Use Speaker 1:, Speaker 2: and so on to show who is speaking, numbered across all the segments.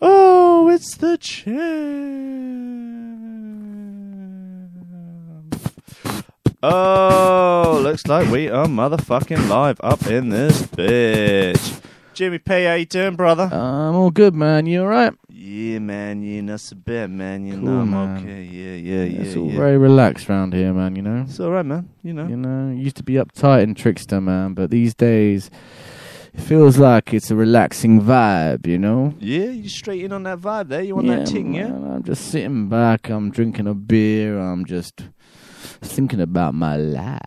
Speaker 1: Oh, It's the champ. Oh, looks like we are motherfucking live up in this bitch. Jimmy P, how you doing, brother?
Speaker 2: I'm Um, all good, man. You all right?
Speaker 1: yeah, man. You know, it's a bit, man. You
Speaker 2: Cool,
Speaker 1: know, I'm
Speaker 2: man.
Speaker 1: okay. Yeah, yeah, yeah.
Speaker 2: it's all
Speaker 1: yeah.
Speaker 2: very relaxed round here, man. You know,
Speaker 1: It's all right, man. You know.
Speaker 2: you know, used to be uptight and trickster, man, but these days it feels like it's a relaxing vibe. You know,
Speaker 1: Yeah, you straight in on that vibe there. You want that ting, yeah?
Speaker 2: man, I'm just sitting back. I'm drinking a beer. I'm just thinking about my life.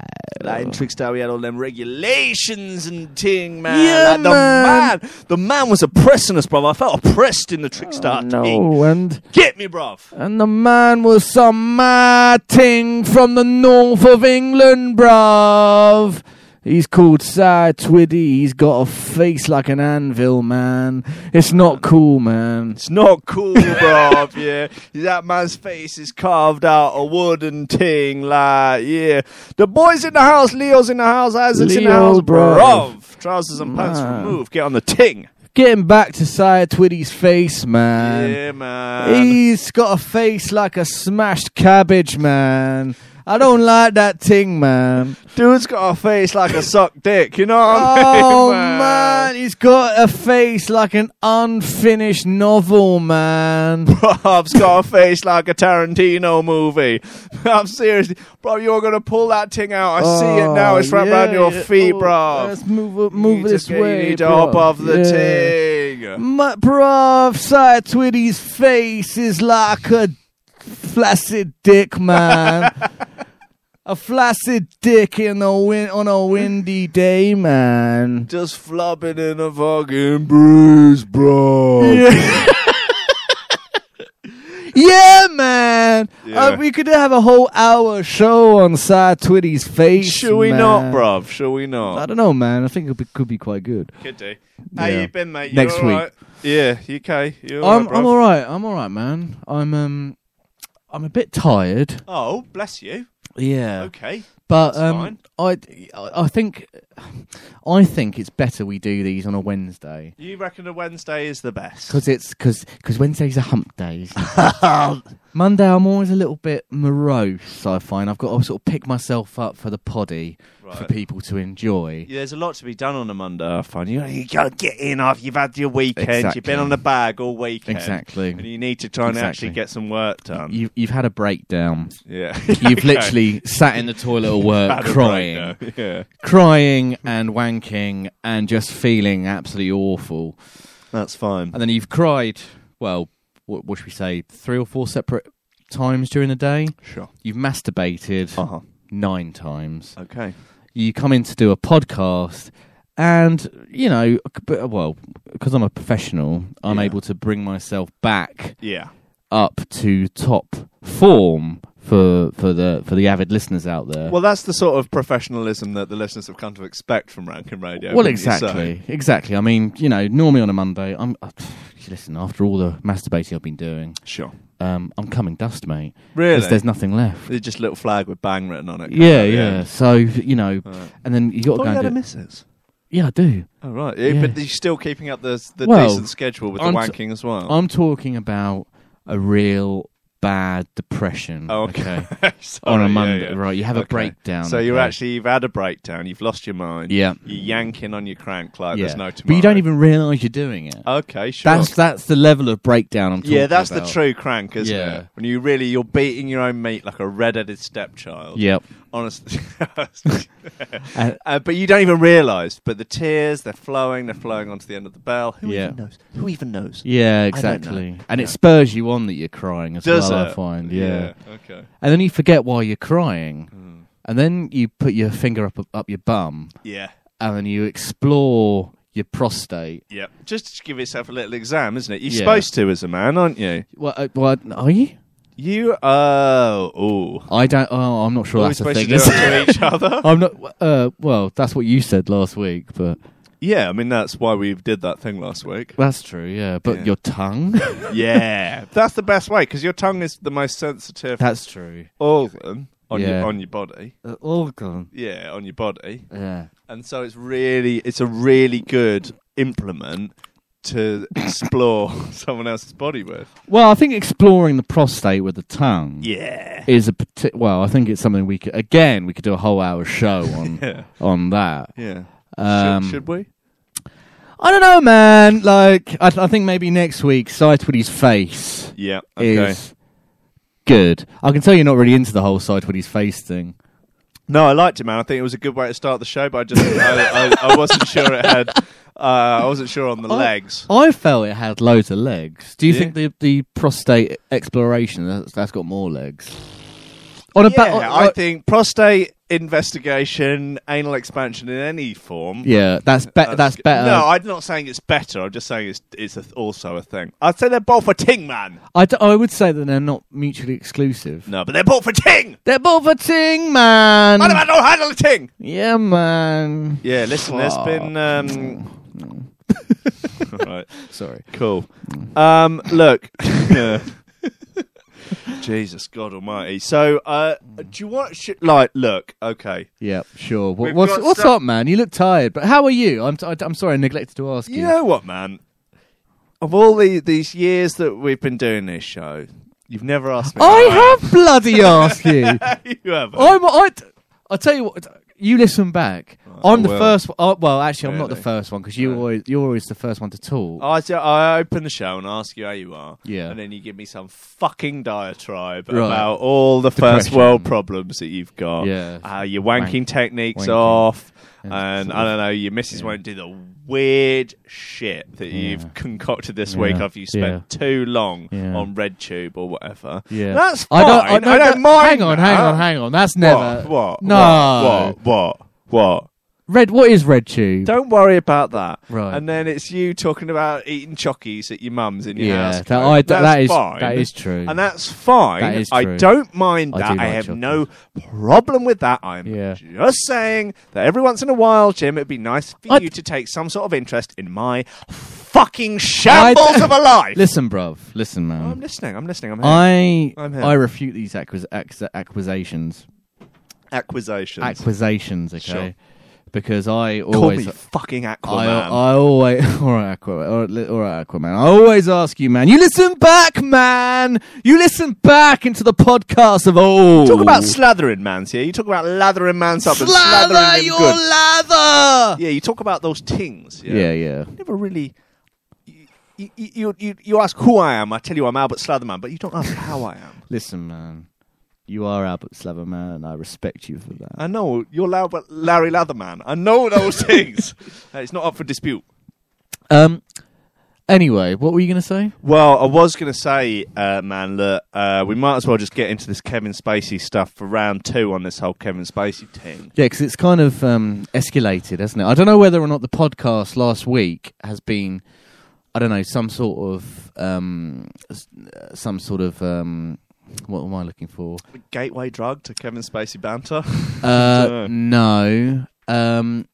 Speaker 1: Lion Trickstar, we had all them regulations and ting, man.
Speaker 2: Yeah,
Speaker 1: Like, the
Speaker 2: man.
Speaker 1: The man was oppressing us, bro. I felt oppressed in the
Speaker 2: Oh,
Speaker 1: Trickstar ting.
Speaker 2: no, and
Speaker 1: Get me, bruv.
Speaker 2: and the man was some mad ting from the north of England, bruv. He's called Sir Twiddy. He's got a face like an anvil, man. It's not cool, man.
Speaker 1: It's not cool, bruv. Yeah, that man's face is carved out a wooden ting. Like, yeah, the boys in the house, Leo's in the house, Isaac's in the house,
Speaker 2: Leo's, bruv.
Speaker 1: bruv. Trousers and pants
Speaker 2: Man.
Speaker 1: removed. Get on the ting.
Speaker 2: Getting back to Sire Twiddy's face, man.
Speaker 1: yeah, man.
Speaker 2: He's got a face like a smashed cabbage, man. I don't like that ting, man.
Speaker 1: Dude's got a face like a sucked dick. You know what I
Speaker 2: Oh
Speaker 1: mean,
Speaker 2: man, he's got a face like an unfinished novel, man.
Speaker 1: Bob's got a face like a Tarantino movie. I'm seriously, bro. You're gonna pull that ting out. I see it now. It's right
Speaker 2: Oh,
Speaker 1: around your
Speaker 2: yeah,
Speaker 1: feet,
Speaker 2: oh,
Speaker 1: bro.
Speaker 2: Let's move up- move
Speaker 1: you
Speaker 2: this
Speaker 1: just get-
Speaker 2: way.
Speaker 1: You need to hop
Speaker 2: bruv.
Speaker 1: off the
Speaker 2: yeah.
Speaker 1: ting.
Speaker 2: My bruv, Sire Twitty's face is like a flaccid dick, man. a flaccid dick in a win- on a windy day, man.
Speaker 1: Just flopping in a fucking breeze, bro.
Speaker 2: Yeah, man.
Speaker 1: Yeah.
Speaker 2: Uh, we could have a whole hour show on Sire Twitty's face.
Speaker 1: Should we
Speaker 2: man.
Speaker 1: not, bruv? Should we
Speaker 2: I
Speaker 1: not?
Speaker 2: don't know, man. I think it be- could be quite good.
Speaker 1: Could do. How
Speaker 2: Yeah.
Speaker 1: you been, mate? You
Speaker 2: Next
Speaker 1: all
Speaker 2: week.
Speaker 1: right? Yeah, you okay? You all
Speaker 2: I'm
Speaker 1: right,
Speaker 2: I'm
Speaker 1: bruv?
Speaker 2: all right. I'm all right, man. I'm um I'm a bit tired.
Speaker 1: Oh, bless you.
Speaker 2: Yeah.
Speaker 1: Okay.
Speaker 2: But
Speaker 1: That's
Speaker 2: um, I, I think, I think it's better we do these on a Wednesday
Speaker 1: You reckon a Wednesday is the best?
Speaker 2: because it's because because Wednesdays are hump days. Monday, I'm always a little bit morose. I find I've got to sort of pick myself up for the poddy for
Speaker 1: Right.
Speaker 2: people to enjoy.
Speaker 1: Yeah, there's a lot to be done on a Monday. I find you, you gotta get in off. You've had your weekend. You've
Speaker 2: Exactly.
Speaker 1: been on the bag all weekend. And
Speaker 2: Exactly.
Speaker 1: you need to try and actually
Speaker 2: Exactly.
Speaker 1: get some work done.
Speaker 2: You, you've had a breakdown.
Speaker 1: yeah.
Speaker 2: You've
Speaker 1: Okay.
Speaker 2: literally sat in the toilet at work
Speaker 1: Had a
Speaker 2: crying,
Speaker 1: breakdown. Yeah.
Speaker 2: crying and wanking and just feeling absolutely awful.
Speaker 1: That's fine.
Speaker 2: and then you've cried. Well, what, what should we say? Three or four separate times during the day.
Speaker 1: Sure.
Speaker 2: You've masturbated
Speaker 1: Uh huh.
Speaker 2: nine times.
Speaker 1: Okay.
Speaker 2: You come in to do a podcast, and you know, but, well, because I'm a professional, I'm
Speaker 1: Yeah.
Speaker 2: able to bring myself back
Speaker 1: Yeah.
Speaker 2: up to top form for for the for the avid listeners out there.
Speaker 1: Well, that's the sort of professionalism that the listeners have come to expect from Rankin Radio.
Speaker 2: Well,
Speaker 1: wouldn't you say?
Speaker 2: exactly, exactly. I mean, you know, normally on a Monday, I'm. I, listen, after all the masturbating I've been doing,
Speaker 1: Sure.
Speaker 2: um, I'm coming dust, mate. 'Cause
Speaker 1: Really?
Speaker 2: There's nothing left.
Speaker 1: There's just a little flag with bang written on it.
Speaker 2: Yeah, yeah. So you know,
Speaker 1: Right.
Speaker 2: and then you got to
Speaker 1: Thought
Speaker 2: go.
Speaker 1: you had a
Speaker 2: And do,
Speaker 1: missus.
Speaker 2: yeah, I do.
Speaker 1: Oh, right. Yeah,
Speaker 2: Yeah.
Speaker 1: But you're still keeping up the, the
Speaker 2: Well,
Speaker 1: decent schedule with
Speaker 2: I'm
Speaker 1: the
Speaker 2: t-
Speaker 1: wanking as well.
Speaker 2: I'm talking about a real bad depression.
Speaker 1: Oh, okay. Sorry,
Speaker 2: On
Speaker 1: yeah,
Speaker 2: a Monday,
Speaker 1: yeah.
Speaker 2: right? You have a
Speaker 1: Okay.
Speaker 2: breakdown.
Speaker 1: So you're
Speaker 2: okay?
Speaker 1: actually you've had a breakdown. You've lost your mind.
Speaker 2: yeah,
Speaker 1: You're yanking on your crank like
Speaker 2: yeah.
Speaker 1: Oh, there's no tomorrow.
Speaker 2: but you don't even realise you're doing it.
Speaker 1: Okay, sure.
Speaker 2: That's that's the level of breakdown I'm talking
Speaker 1: yeah, that's
Speaker 2: about.
Speaker 1: the true crank, isn't
Speaker 2: Yeah.
Speaker 1: it? When you really you're beating your own meat like a red-headed stepchild.
Speaker 2: Yep.
Speaker 1: Honestly.
Speaker 2: Uh,
Speaker 1: Uh, but you don't even realise. But the tears, they're flowing, they're flowing onto the end of the bell. Who
Speaker 2: Yeah.
Speaker 1: even knows? Who even knows? don't
Speaker 2: yeah,
Speaker 1: know.
Speaker 2: exactly. And
Speaker 1: Yeah.
Speaker 2: it spurs you on that you're crying as
Speaker 1: Does
Speaker 2: well.
Speaker 1: it?
Speaker 2: I find, yeah.
Speaker 1: Okay.
Speaker 2: And then you forget why you're crying,
Speaker 1: Mm.
Speaker 2: and then you put your finger up up your bum,
Speaker 1: Yeah.
Speaker 2: and then you explore your prostate.
Speaker 1: Yeah. Just to give yourself a little exam, isn't it? You're
Speaker 2: Yeah.
Speaker 1: supposed to as a man, aren't you?
Speaker 2: Well, uh, what are you?
Speaker 1: You oh oh.
Speaker 2: I don't. Oh, I'm not sure
Speaker 1: Are we
Speaker 2: that's the
Speaker 1: supposed
Speaker 2: thing.
Speaker 1: to do
Speaker 2: is
Speaker 1: it to each other?
Speaker 2: I'm not. Uh, well, that's what you said last week, but
Speaker 1: Yeah, I mean that's why we did that thing last week.
Speaker 2: that's true. Yeah, but
Speaker 1: Yeah.
Speaker 2: your tongue.
Speaker 1: yeah, that's the best way because your tongue is the most sensitive
Speaker 2: that's true.
Speaker 1: organ on
Speaker 2: Yeah.
Speaker 1: your on your body.
Speaker 2: organ.
Speaker 1: Yeah, on your body,
Speaker 2: Yeah.
Speaker 1: and so it's really it's a really good implement to explore someone else's body with.
Speaker 2: Well, I think exploring the prostate with the tongue
Speaker 1: Yeah.
Speaker 2: is a parti- well. I think it's something we could again we could do a whole hour show on
Speaker 1: Yeah.
Speaker 2: on that.
Speaker 1: Yeah.
Speaker 2: Um,
Speaker 1: should, should we?
Speaker 2: I don't know, man. Like I, th- I think maybe next week, Sidewitty's face
Speaker 1: Yeah. Okay.
Speaker 2: is good. I can tell you're not really into the whole Sidewitty's face thing.
Speaker 1: No, I liked it, man. I think it was a good way to start the show, but I just I, I, I wasn't sure it had. Uh, I wasn't sure on the
Speaker 2: I-
Speaker 1: legs.
Speaker 2: I felt it had loads of legs. Do you
Speaker 1: Yeah.
Speaker 2: think the the prostate exploration that's, that's got more legs? On a ba- on- uh,
Speaker 1: yeah, I
Speaker 2: on-
Speaker 1: think prostate investigation, anal expansion in any form.
Speaker 2: yeah, that's be- that's,
Speaker 1: good.
Speaker 2: better.
Speaker 1: No, I'm not saying it's better. I'm just saying it's it's a, also a thing. I'd say they're both for ting, man.
Speaker 2: I, d- I would say that they're not mutually exclusive.
Speaker 1: No, but they're both for ting.
Speaker 2: They're both a ting, man.
Speaker 1: Man, man, don't handle a ting.
Speaker 2: Yeah, man.
Speaker 1: Yeah, listen, there's
Speaker 2: Aw.
Speaker 1: been. Um... All right,
Speaker 2: Sorry. Mm.
Speaker 1: cool. Um, look. Jesus God Almighty. So, uh, do you want sh- like look? Okay.
Speaker 2: Yep, sure. What,
Speaker 1: We've
Speaker 2: what's
Speaker 1: got
Speaker 2: what's
Speaker 1: some-
Speaker 2: up, man? You look tired, but how are you? I'm t- I, am i am sorry, I neglected to ask you.
Speaker 1: You know what, man? Of all the, these years that we've been doing this show, you've never asked me.
Speaker 2: I Oh. have bloody asked you. I'm.
Speaker 1: have. you haven't.
Speaker 2: I. I tell you what. You listen back. I'm the
Speaker 1: will.
Speaker 2: first. Uh, well, actually, I'm not
Speaker 1: Oh,
Speaker 2: the
Speaker 1: Really?
Speaker 2: first one because you
Speaker 1: Right. Oh,
Speaker 2: always you're always the first one to talk.
Speaker 1: I, s- I open the show and ask you how you are.
Speaker 2: Yeah.
Speaker 1: And then you give me some fucking diatribe
Speaker 2: Right.
Speaker 1: about all the first
Speaker 2: Depression.
Speaker 1: world problems that you've got.
Speaker 2: Yeah.
Speaker 1: Uh, your wanking techniques
Speaker 2: wanking.
Speaker 1: off.
Speaker 2: And
Speaker 1: And,
Speaker 2: sort
Speaker 1: I don't know, your missus won't do the weird shit that
Speaker 2: Yeah.
Speaker 1: you've concocted this
Speaker 2: Yeah.
Speaker 1: week after you spent too long
Speaker 2: Yeah.
Speaker 1: on RedTube or whatever.
Speaker 2: yeah,
Speaker 1: That's
Speaker 2: I
Speaker 1: fine.
Speaker 2: don't. I don't,
Speaker 1: don't mind.
Speaker 2: Hang on, hang
Speaker 1: that.
Speaker 2: on, hang on. That's
Speaker 1: What?
Speaker 2: never.
Speaker 1: What?
Speaker 2: No.
Speaker 1: What? What? What? what?
Speaker 2: Red. What is red tube?
Speaker 1: Don't worry about that.
Speaker 2: Right.
Speaker 1: And then it's you talking about eating chockies at your mum's in your
Speaker 2: yeah,
Speaker 1: house.
Speaker 2: that, I,
Speaker 1: that's
Speaker 2: that is
Speaker 1: fine.
Speaker 2: that is true.
Speaker 1: And that's fine.
Speaker 2: That is true.
Speaker 1: I don't mind
Speaker 2: I
Speaker 1: that. I,
Speaker 2: do like
Speaker 1: have
Speaker 2: chockies.
Speaker 1: no problem with that. I'm
Speaker 2: Yeah.
Speaker 1: just saying that every once in a while, Jim, it'd be nice for
Speaker 2: I-
Speaker 1: you to take some sort of interest in my fucking shambles of a life.
Speaker 2: Listen, bruv. Listen,
Speaker 1: I'm
Speaker 2: man.
Speaker 1: listening. I'm listening. I'm here.
Speaker 2: I
Speaker 1: I'm here.
Speaker 2: I refute these acquis- acquis- acquisitions.
Speaker 1: Acquisitions.
Speaker 2: Acquisitions, okay?
Speaker 1: Sure.
Speaker 2: Because I
Speaker 1: Call me
Speaker 2: always.
Speaker 1: fucking
Speaker 2: I,
Speaker 1: Aquaman.
Speaker 2: I always all right, Aquaman. All right, all right, Aquaman. I always ask you, man. You listen back, man. You listen back into the podcast of old.
Speaker 1: Talk about slathering mans here. You talk about lathering mans up and
Speaker 2: slather
Speaker 1: slathering
Speaker 2: your
Speaker 1: them good.
Speaker 2: lather.
Speaker 1: Yeah, you talk about those tings. Yeah,
Speaker 2: Yeah, yeah.
Speaker 1: never really. You, you, you, you, you ask who I am. I tell you I'm Albert Slatherman, but you don't ask how I am.
Speaker 2: Listen, man. You are Albert Slaver, man, and I respect you for that.
Speaker 1: I know you're Albert Larry Latherman. I know those things. Uh, it's not up for dispute.
Speaker 2: Um. Anyway, what were you gonna say?
Speaker 1: Well, I was going to say, uh, man, that uh, we might as well just get into this Kevin Spacey stuff for round two on this whole Kevin Spacey thing.
Speaker 2: Yeah, because it's kind of um, escalated, hasn't it? I don't know whether or not the podcast last week has been, I don't know, some sort of, um, s- uh, some sort of, um, what am I looking for?
Speaker 1: Gateway drug to Kevin Spacey banter.
Speaker 2: Uh,
Speaker 1: dunno.
Speaker 2: no, um,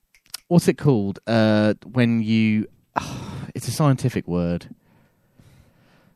Speaker 2: what's it called? Uh, when you, it's a scientific word.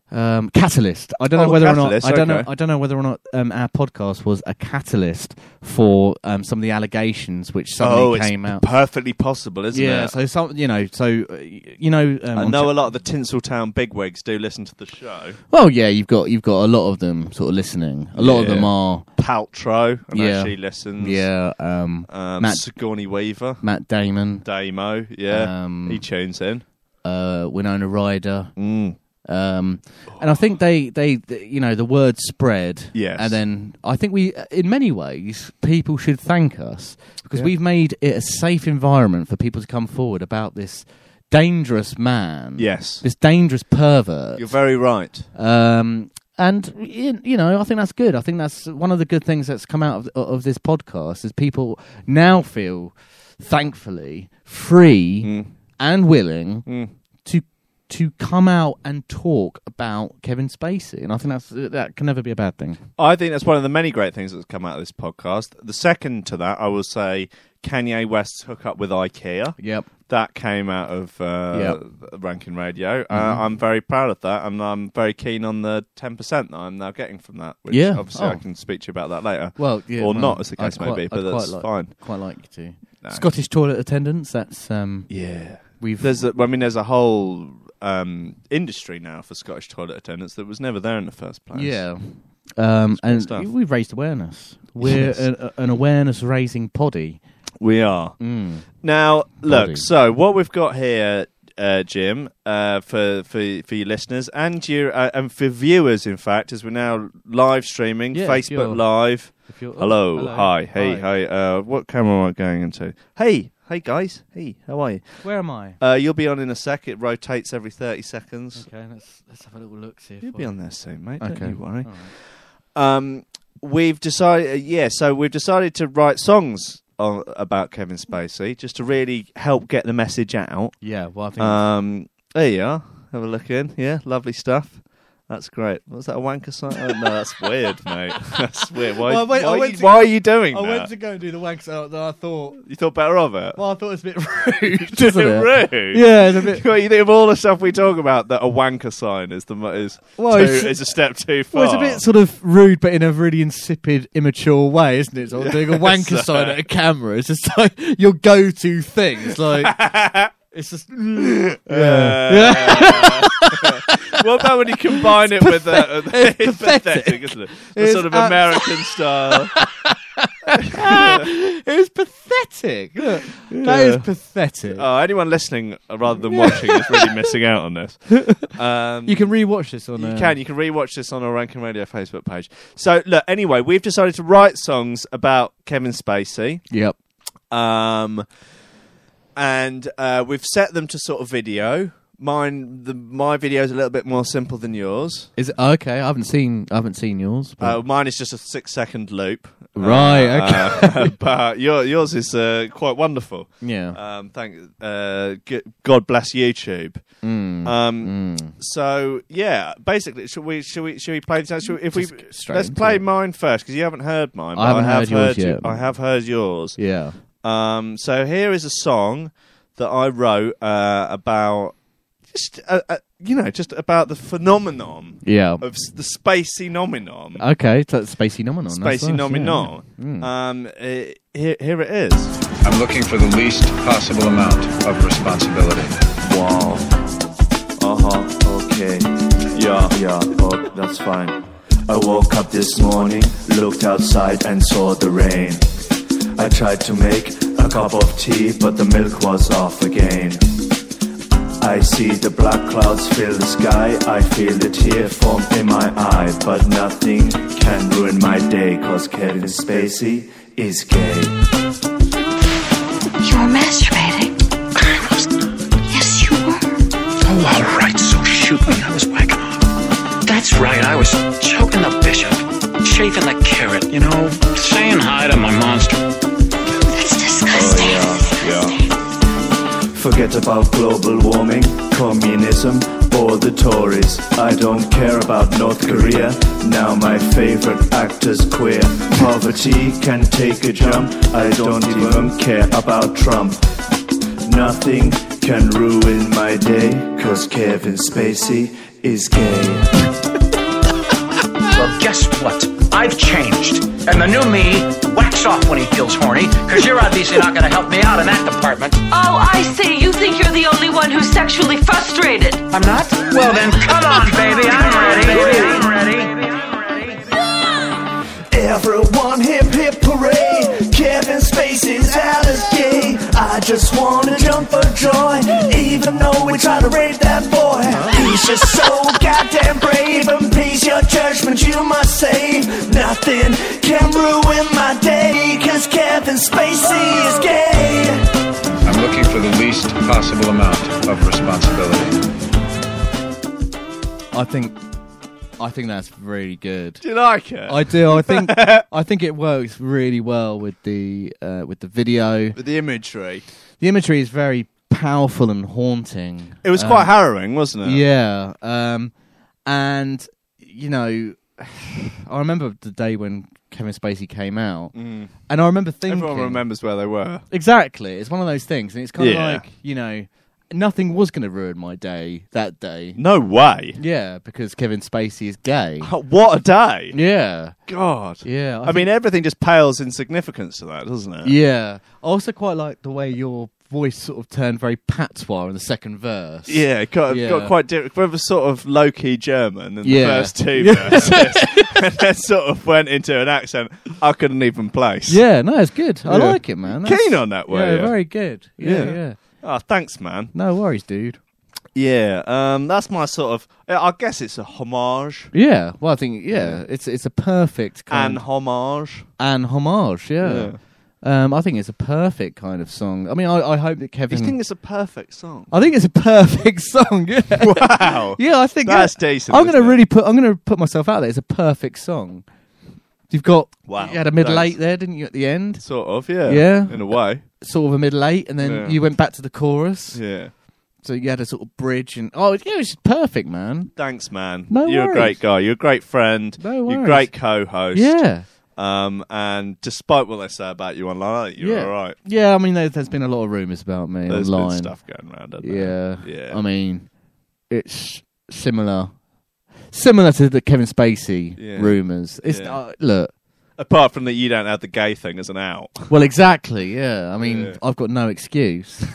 Speaker 2: Um, catalyst. I don't know
Speaker 1: Oh,
Speaker 2: whether
Speaker 1: catalyst,
Speaker 2: or not. I don't know.
Speaker 1: okay.
Speaker 2: I don't know whether or not um, our podcast was a catalyst for um, some of the allegations which
Speaker 1: oh,
Speaker 2: suddenly
Speaker 1: it's
Speaker 2: came out.
Speaker 1: perfectly possible, isn't
Speaker 2: yeah,
Speaker 1: it?
Speaker 2: so some, you know, so uh, you know, um,
Speaker 1: I
Speaker 2: on
Speaker 1: know
Speaker 2: Ch-
Speaker 1: a lot of the Tinseltown bigwigs do listen to the show.
Speaker 2: well, yeah, you've got you've got a lot of them sort of listening. A lot of them
Speaker 1: Yeah. Mm.
Speaker 2: are,
Speaker 1: Paltrow, and
Speaker 2: Yeah.
Speaker 1: she listens.
Speaker 2: yeah, um,
Speaker 1: Um,
Speaker 2: Matt-
Speaker 1: Sigourney Weaver,
Speaker 2: Matt Damon,
Speaker 1: Damo, yeah.
Speaker 2: um,
Speaker 1: he tunes in.
Speaker 2: uh, Winona Ryder,
Speaker 1: Mm.
Speaker 2: um, and I think they, they th- you know the word spread.
Speaker 1: Yes.
Speaker 2: and then I think we, uh, in many ways, people should thank us because
Speaker 1: Yeah.
Speaker 2: we've made it a safe environment for people to come forward about this dangerous man.
Speaker 1: Yes.
Speaker 2: This dangerous pervert.
Speaker 1: You're very right.
Speaker 2: Um, and y- you know, I think that's good. I think that's one of the good things that's come out of, of this podcast is people now feel, thankfully, free
Speaker 1: Mm.
Speaker 2: and willing
Speaker 1: Mm.
Speaker 2: to to come out and talk about Kevin Spacey, and I think that's uh, that can never be a bad thing.
Speaker 1: I think that's one of the many great things that's come out of this podcast. The second to that, I will say Kanye West's hookup with IKEA.
Speaker 2: Yep.
Speaker 1: That came out of uh, Rankin Radio.
Speaker 2: Mm-hmm.
Speaker 1: Uh, I'm very proud of that, and I'm very keen on the 10% that I'm now getting from that, which
Speaker 2: Yeah.
Speaker 1: obviously
Speaker 2: Oh.
Speaker 1: I can speak to you about that later.
Speaker 2: Well, yeah,
Speaker 1: or
Speaker 2: well,
Speaker 1: not, as the
Speaker 2: I'd
Speaker 1: case may
Speaker 2: quite-
Speaker 1: be, but
Speaker 2: I'd
Speaker 1: that's
Speaker 2: quite like,
Speaker 1: fine.
Speaker 2: Quite like you to
Speaker 1: No.
Speaker 2: Scottish toilet attendants. That's um,
Speaker 1: Yeah.
Speaker 2: we've
Speaker 1: There's, a, I mean, there's a whole um, industry now for Scottish toilet attendants that was never there in the first place.
Speaker 2: Yeah. Um,
Speaker 1: good
Speaker 2: and
Speaker 1: stuff.
Speaker 2: we've raised awareness. We're
Speaker 1: Yes.
Speaker 2: an, a- an awareness raising poddy.
Speaker 1: we are.
Speaker 2: Mm.
Speaker 1: Now,
Speaker 2: Body.
Speaker 1: look. So, what we've got here, uh, Jim, uh, for for for your listeners and your uh, and for viewers, in fact, as we're now live streaming
Speaker 2: Yeah, if you're-
Speaker 1: Facebook Live.
Speaker 2: If you're- oh,
Speaker 1: Hello, hi, hey,
Speaker 2: Hi.
Speaker 1: hey. Uh, what camera am I going into? Hey, hey, guys. Hey, how are you?
Speaker 2: Where am I?
Speaker 1: Uh, you'll be on in a sec. It rotates every thirty seconds.
Speaker 2: Okay, let's let's have a little look. See if
Speaker 1: You'll be on there soon, mate.
Speaker 2: Okay.
Speaker 1: Don't you worry.
Speaker 2: All right.
Speaker 1: Um, we've decided, uh, yeah. So we've decided to write songs on, about Kevin Spacey just to really help get the message out.
Speaker 2: Yeah, well, I think
Speaker 1: Um, there you are. Have a look in. Yeah, lovely stuff. That's great. Was that a wanker song? Oh, no, that's weird, mate. That's weird. Why?
Speaker 2: Well, I went- I
Speaker 1: why,
Speaker 2: went
Speaker 1: you-
Speaker 2: to-
Speaker 1: why are you doing
Speaker 2: I
Speaker 1: that?
Speaker 2: went to go and do the wanks out. Then I thought,
Speaker 1: you thought better of it.
Speaker 2: well, I thought it was a bit rude.
Speaker 1: Is it rude?
Speaker 2: Yeah, it's a bit.
Speaker 1: Well, you think of all the stuff we talk about that a wanker sign is the mo- is
Speaker 2: Well,
Speaker 1: too,
Speaker 2: it's-
Speaker 1: is a step too far.
Speaker 2: Well, it's a bit sort of rude, but in a really insipid, immature way, isn't it? Sort of doing a wanker
Speaker 1: Yes.
Speaker 2: sign at a camera. It's just like your go-to thing. It's like it's just yeah.
Speaker 1: Uh, what about when you combine it with a, it's, pathetic. isn't it? The
Speaker 2: It's
Speaker 1: sort of
Speaker 2: abs-
Speaker 1: American style.
Speaker 2: it was pathetic. Look, That is
Speaker 1: Yeah.
Speaker 2: pathetic.
Speaker 1: Oh, anyone listening uh, rather than watching is really missing out on this. Um,
Speaker 2: you can rewatch this on.
Speaker 1: you
Speaker 2: uh,
Speaker 1: can you can rewatch this on our Rankin Radio Facebook page. So look, anyway, we've decided to write songs about Kevin Spacey.
Speaker 2: Yep.
Speaker 1: Um, and uh, we've set them to sort of video. Mine, the, my video is a little bit more simple than yours.
Speaker 2: Is it okay? I haven't seen. I haven't seen yours. but-
Speaker 1: Uh, mine is just a six-second loop.
Speaker 2: Right,
Speaker 1: Uh, but your, yours is uh, quite wonderful.
Speaker 2: yeah.
Speaker 1: Um, thank. Uh, g- God bless YouTube.
Speaker 2: Mm.
Speaker 1: Um,
Speaker 2: Mm.
Speaker 1: So yeah, basically, should we should we should we play? Should we, if we
Speaker 2: Just get straight
Speaker 1: let's
Speaker 2: into
Speaker 1: play
Speaker 2: it.
Speaker 1: mine first because you haven't heard mine.
Speaker 2: I
Speaker 1: but
Speaker 2: haven't
Speaker 1: have
Speaker 2: heard yours
Speaker 1: you-
Speaker 2: yet.
Speaker 1: I have heard yours.
Speaker 2: Yeah.
Speaker 1: Um, so here is a song that I wrote uh, about just uh, uh, you know just about the phenomenon
Speaker 2: Yeah.
Speaker 1: of s- the spacey nominom,
Speaker 2: Okay, so that's Spacey Nominon. that's
Speaker 1: spacey
Speaker 2: nice,
Speaker 1: nominon.
Speaker 3: Hmm.
Speaker 1: Um, eh, here, here it is.
Speaker 4: I'm looking for the least possible amount of responsibility.
Speaker 1: Wow. Uh huh. Okay. Yeah.
Speaker 3: Uh-huh. Yeah, oh, that's fine. I woke up this morning, looked outside and saw the rain. I tried to make a cup of tea, but the milk was off again. I see the black clouds fill the sky, I feel the tear form in my eye, but nothing can ruin my day, cause Kevin Spacey is gay.
Speaker 5: You were masturbating. Yes, you were.
Speaker 6: Oh, all right, so shoot me. I was whacking off. That's right, I was choking the bishop, shaving the carrot, you know, saying hi to my monster.
Speaker 5: That's disgusting.
Speaker 1: Oh,
Speaker 3: Forget about global warming, communism, or the Tories. I don't care about North Korea. Now my favorite actor's queer. Poverty can take a jump. I don't even care about Trump. Nothing can ruin my day, cause Kevin Spacey is gay.
Speaker 6: Well, guess what? I've changed. And the new me whacks off when he feels horny, because you're obviously not going to help me out in that department.
Speaker 7: Oh, I see. You think you're the only one who's sexually frustrated.
Speaker 6: I'm not? Well, then come on, baby. I'm ready. Baby, I'm ready.
Speaker 3: Everyone hip hip hooray! Kevin Spacey's out is gay. I just wanna jump for joy, even though we try to rape that boy. He's just so goddamn brave, and please your judgment you must save. Nothing can ruin my day, cause Kevin Spacey is gay.
Speaker 4: I'm looking for the least possible amount of responsibility.
Speaker 2: I think, I think that's really good.
Speaker 1: Do you like it?
Speaker 2: I do. I think. I think it works really well with the uh, with the video.
Speaker 1: With the imagery.
Speaker 2: The imagery is very powerful and haunting.
Speaker 1: It was
Speaker 2: Um,
Speaker 1: quite harrowing, wasn't it?
Speaker 2: Yeah. Um, and you know, I remember the day when Kevin Spacey came out, and I remember thinking.
Speaker 1: Mm. Everyone remembers where they were.
Speaker 2: Exactly. It's one of those things, and it's kind of
Speaker 1: Yeah.
Speaker 2: like you know, nothing was going to ruin my day that day.
Speaker 1: No way.
Speaker 2: Yeah, because Kevin Spacey is gay.
Speaker 1: Oh. What a day.
Speaker 2: Yeah,
Speaker 1: God.
Speaker 2: yeah.
Speaker 1: I mean, everything just pales in significance to that, doesn't it?
Speaker 2: yeah. I also quite like the way your voice sort of turned very patois in the second verse.
Speaker 1: Yeah, it got,
Speaker 2: Yeah.
Speaker 1: got quite different. Whether sort of low key German in the
Speaker 2: Yeah.
Speaker 1: first two verses, and then sort of went into an accent I couldn't even place.
Speaker 2: Yeah, no, it's good. I
Speaker 1: Yeah.
Speaker 2: like it, man.
Speaker 1: Keen
Speaker 2: That's-
Speaker 1: on that way,
Speaker 2: Yeah,
Speaker 1: yeah.
Speaker 2: very good. Yeah, yeah,
Speaker 1: Yeah. Oh, thanks, man.
Speaker 2: No worries, dude.
Speaker 1: Yeah, um, that's my sort of. yeah, I guess it's a homage.
Speaker 2: Yeah, well, I think yeah, it's it's a perfect
Speaker 1: An
Speaker 2: kind
Speaker 1: homage.
Speaker 2: and homage. Yeah, Um, I think it's a perfect kind of song. I mean, I, I hope that
Speaker 1: You
Speaker 2: Kevin.
Speaker 1: think it's a perfect song?
Speaker 2: I think it's a perfect song. Yeah,
Speaker 1: Wow.
Speaker 2: yeah, I think
Speaker 1: That's
Speaker 2: yeah.
Speaker 1: decent,
Speaker 2: I'm gonna
Speaker 1: isn't it?
Speaker 2: really put. I'm gonna put myself out there. It's a perfect song. You've got
Speaker 1: Wow,
Speaker 2: You had a middle
Speaker 1: thanks.
Speaker 2: eight there, didn't you? At the end,
Speaker 1: Sort of, yeah.
Speaker 2: Yeah.
Speaker 1: In a way.
Speaker 2: sort of a middle eight, and then
Speaker 1: Yeah.
Speaker 2: you went back to the chorus.
Speaker 1: Yeah.
Speaker 2: So you had a sort of bridge, and oh, yeah, it's perfect, man.
Speaker 1: Thanks, man.
Speaker 2: No
Speaker 1: You're a
Speaker 2: worries.
Speaker 1: great guy. You're a great friend.
Speaker 2: No
Speaker 1: You're a
Speaker 2: worries.
Speaker 1: great co host.
Speaker 2: Yeah.
Speaker 1: Um, and despite what they say about you online, I think you're
Speaker 2: yeah.
Speaker 1: all right.
Speaker 2: Yeah, I mean, there, there's been a lot of rumours about me
Speaker 1: There's
Speaker 2: online.
Speaker 1: been stuff going around. hasn't
Speaker 2: Yeah.
Speaker 1: there? Yeah.
Speaker 2: I mean, it's similar, similar to the Kevin Spacey
Speaker 1: Yeah.
Speaker 2: rumours. It's
Speaker 1: Yeah.
Speaker 2: uh, look,
Speaker 1: Apart from that, you don't have the gay thing as an out.
Speaker 2: well, exactly. Yeah, I mean,
Speaker 1: Yeah.
Speaker 2: I've got no excuse.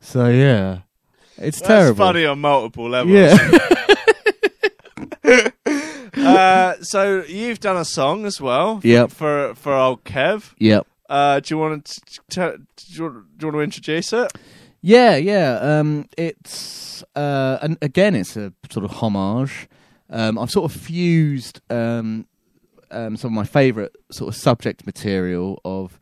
Speaker 2: so yeah, it's
Speaker 1: That's
Speaker 2: terrible.
Speaker 1: funny on multiple levels.
Speaker 2: Yeah,
Speaker 1: Uh, so you've done a song as well.
Speaker 2: Yep.
Speaker 1: For for old Kev.
Speaker 2: yep.
Speaker 1: Uh, do you want to t- t- do you want to introduce it?
Speaker 2: Yeah, yeah. Um, it's uh, and again, it's a sort of homage. Um, I've sort of fused um, um, some of my favourite sort of subject material of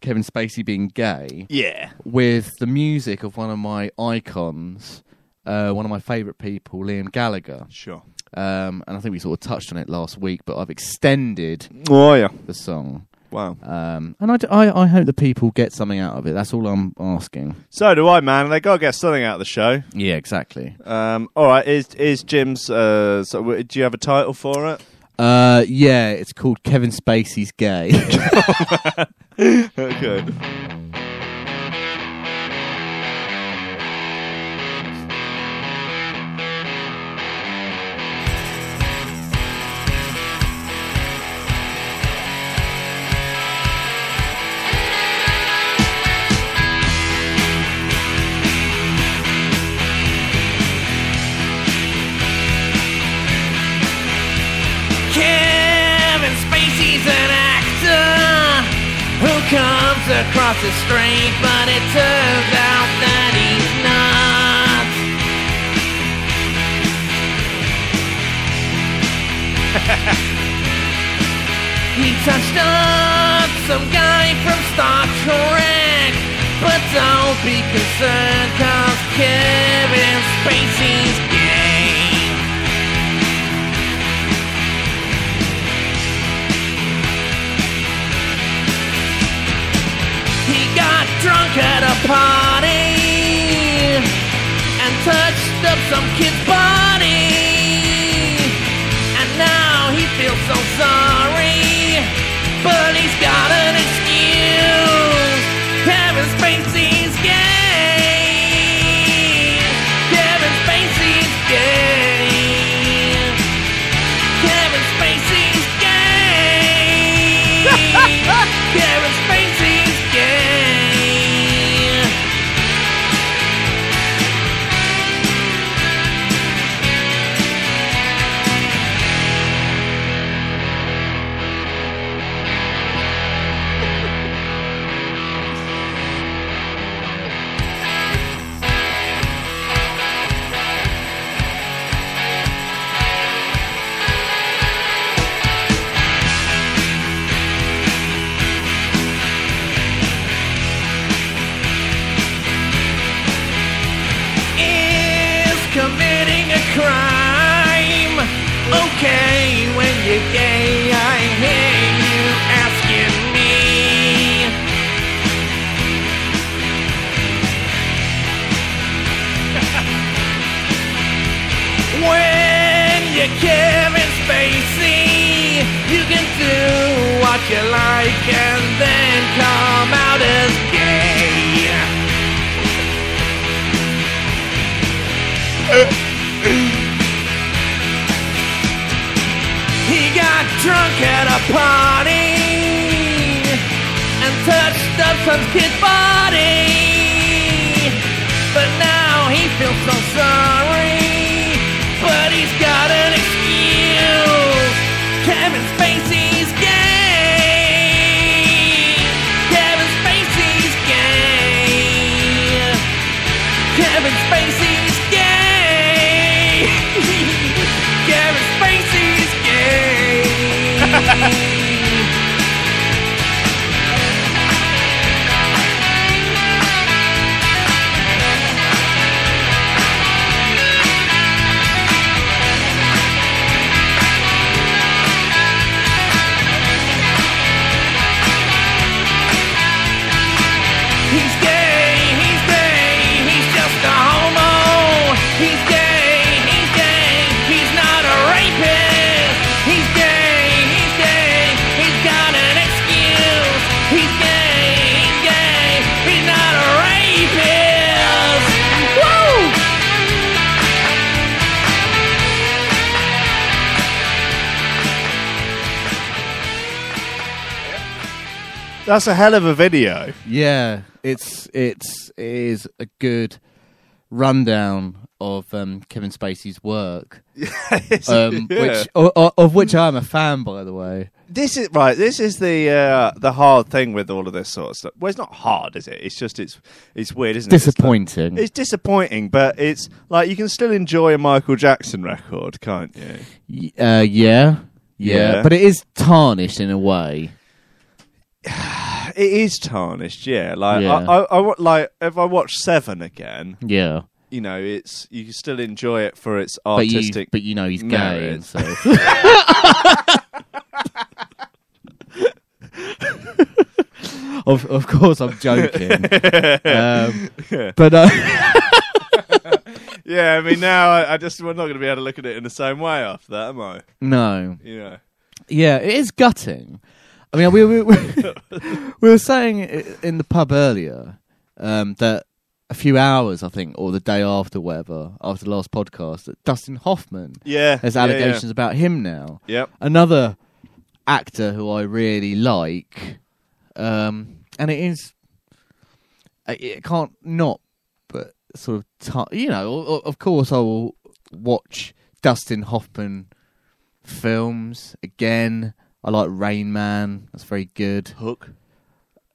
Speaker 2: Kevin Spacey being gay
Speaker 1: Yeah.
Speaker 2: with the music of one of my icons, uh, one of my favourite people, Liam Gallagher.
Speaker 1: Sure.
Speaker 2: Um, and I think we sort of touched on it last week, but I've extended
Speaker 1: Oh yeah.
Speaker 2: the song.
Speaker 1: Wow.
Speaker 2: Um, and I, d- I, I hope the people get something out of it. That's all I'm asking.
Speaker 1: So do I, man. They gotta get something out of the show.
Speaker 2: Yeah, exactly.
Speaker 1: Um, all right. Is is Jim's? Uh, so w- do you have a title for it?
Speaker 2: Uh, yeah, it's called Kevin Spacey's Gay.
Speaker 1: Okay.
Speaker 8: Kevin Spacey's an actor who comes across as straight, but it turns out that he's not. he touched up some guy from Star Trek, but don't be concerned, cause Kevin Spacey's gay. He got drunk at a party and touched up some kid's body. And now he feels so sorry, but he's got an excuse. Kevin Spacey's gay. Kevin Spacey's gay. Kevin Spacey's gay. Kevin Spacey's gay. is committing a crime. Okay, when you're gay, I hear you asking me. when you're Kevin Spacey, you can do what you like and then come out as gay. He got drunk at a party
Speaker 9: picked up some kid's body. But now he feels so sorry. But he's got an excuse. Kevin Spacey's gay. Kevin Spacey's gay. Kevin Spacey's gay. Kevin Spacey's gay. He's gay, he's gay, he's just a homo. He's gay, he's gay, he's not a rapist. He's gay, he's gay, he's got an excuse. He's gay, he's gay, he's not a rapist. Woo!
Speaker 1: That's a hell of a video.
Speaker 2: Yeah, it's it's it is a good rundown of um, Kevin Spacey's work, um, which o- o- of which I'm a fan, by the way.
Speaker 1: this is right. This is the uh, the hard thing with all of this sort of stuff. Well, it's not hard, is it? It's just it's it's weird, isn't it? It's like-
Speaker 2: Disappointing.
Speaker 1: It's disappointing, but it's like you can still enjoy a Michael Jackson record, can't you?
Speaker 2: Y- uh, yeah, yeah,
Speaker 1: Yeah.
Speaker 2: but it is tarnished in a way.
Speaker 1: It is tarnished, yeah. Like
Speaker 2: Yeah.
Speaker 1: I, I, I wa- like if I watch Seven again,
Speaker 2: Yeah,
Speaker 1: you know, it's you can still enjoy it for its
Speaker 2: but you
Speaker 1: artistic.
Speaker 2: but you know he's gay,
Speaker 1: merit.
Speaker 2: and so of of course I'm joking, um, but. Uh,
Speaker 1: yeah, I mean, now I, I just we're not going to be able to look at it in the same way after that, am I?
Speaker 2: No.
Speaker 1: Yeah.
Speaker 2: Yeah, it is gutting. I mean, we we, we, we were saying i- in the pub earlier um, that a few hours, I think, or the day after, whatever, after the last podcast, that Dustin Hoffman
Speaker 1: Yeah.
Speaker 2: has
Speaker 1: yeah, yeah.
Speaker 2: allegations about him now.
Speaker 1: Yep.
Speaker 2: Another actor who I really like, um, and it is I- it can't not but sort of t- you know. o- o- Of course, I will watch Dustin Hoffman films again. I like Rain Man. That's very good.
Speaker 1: Hook.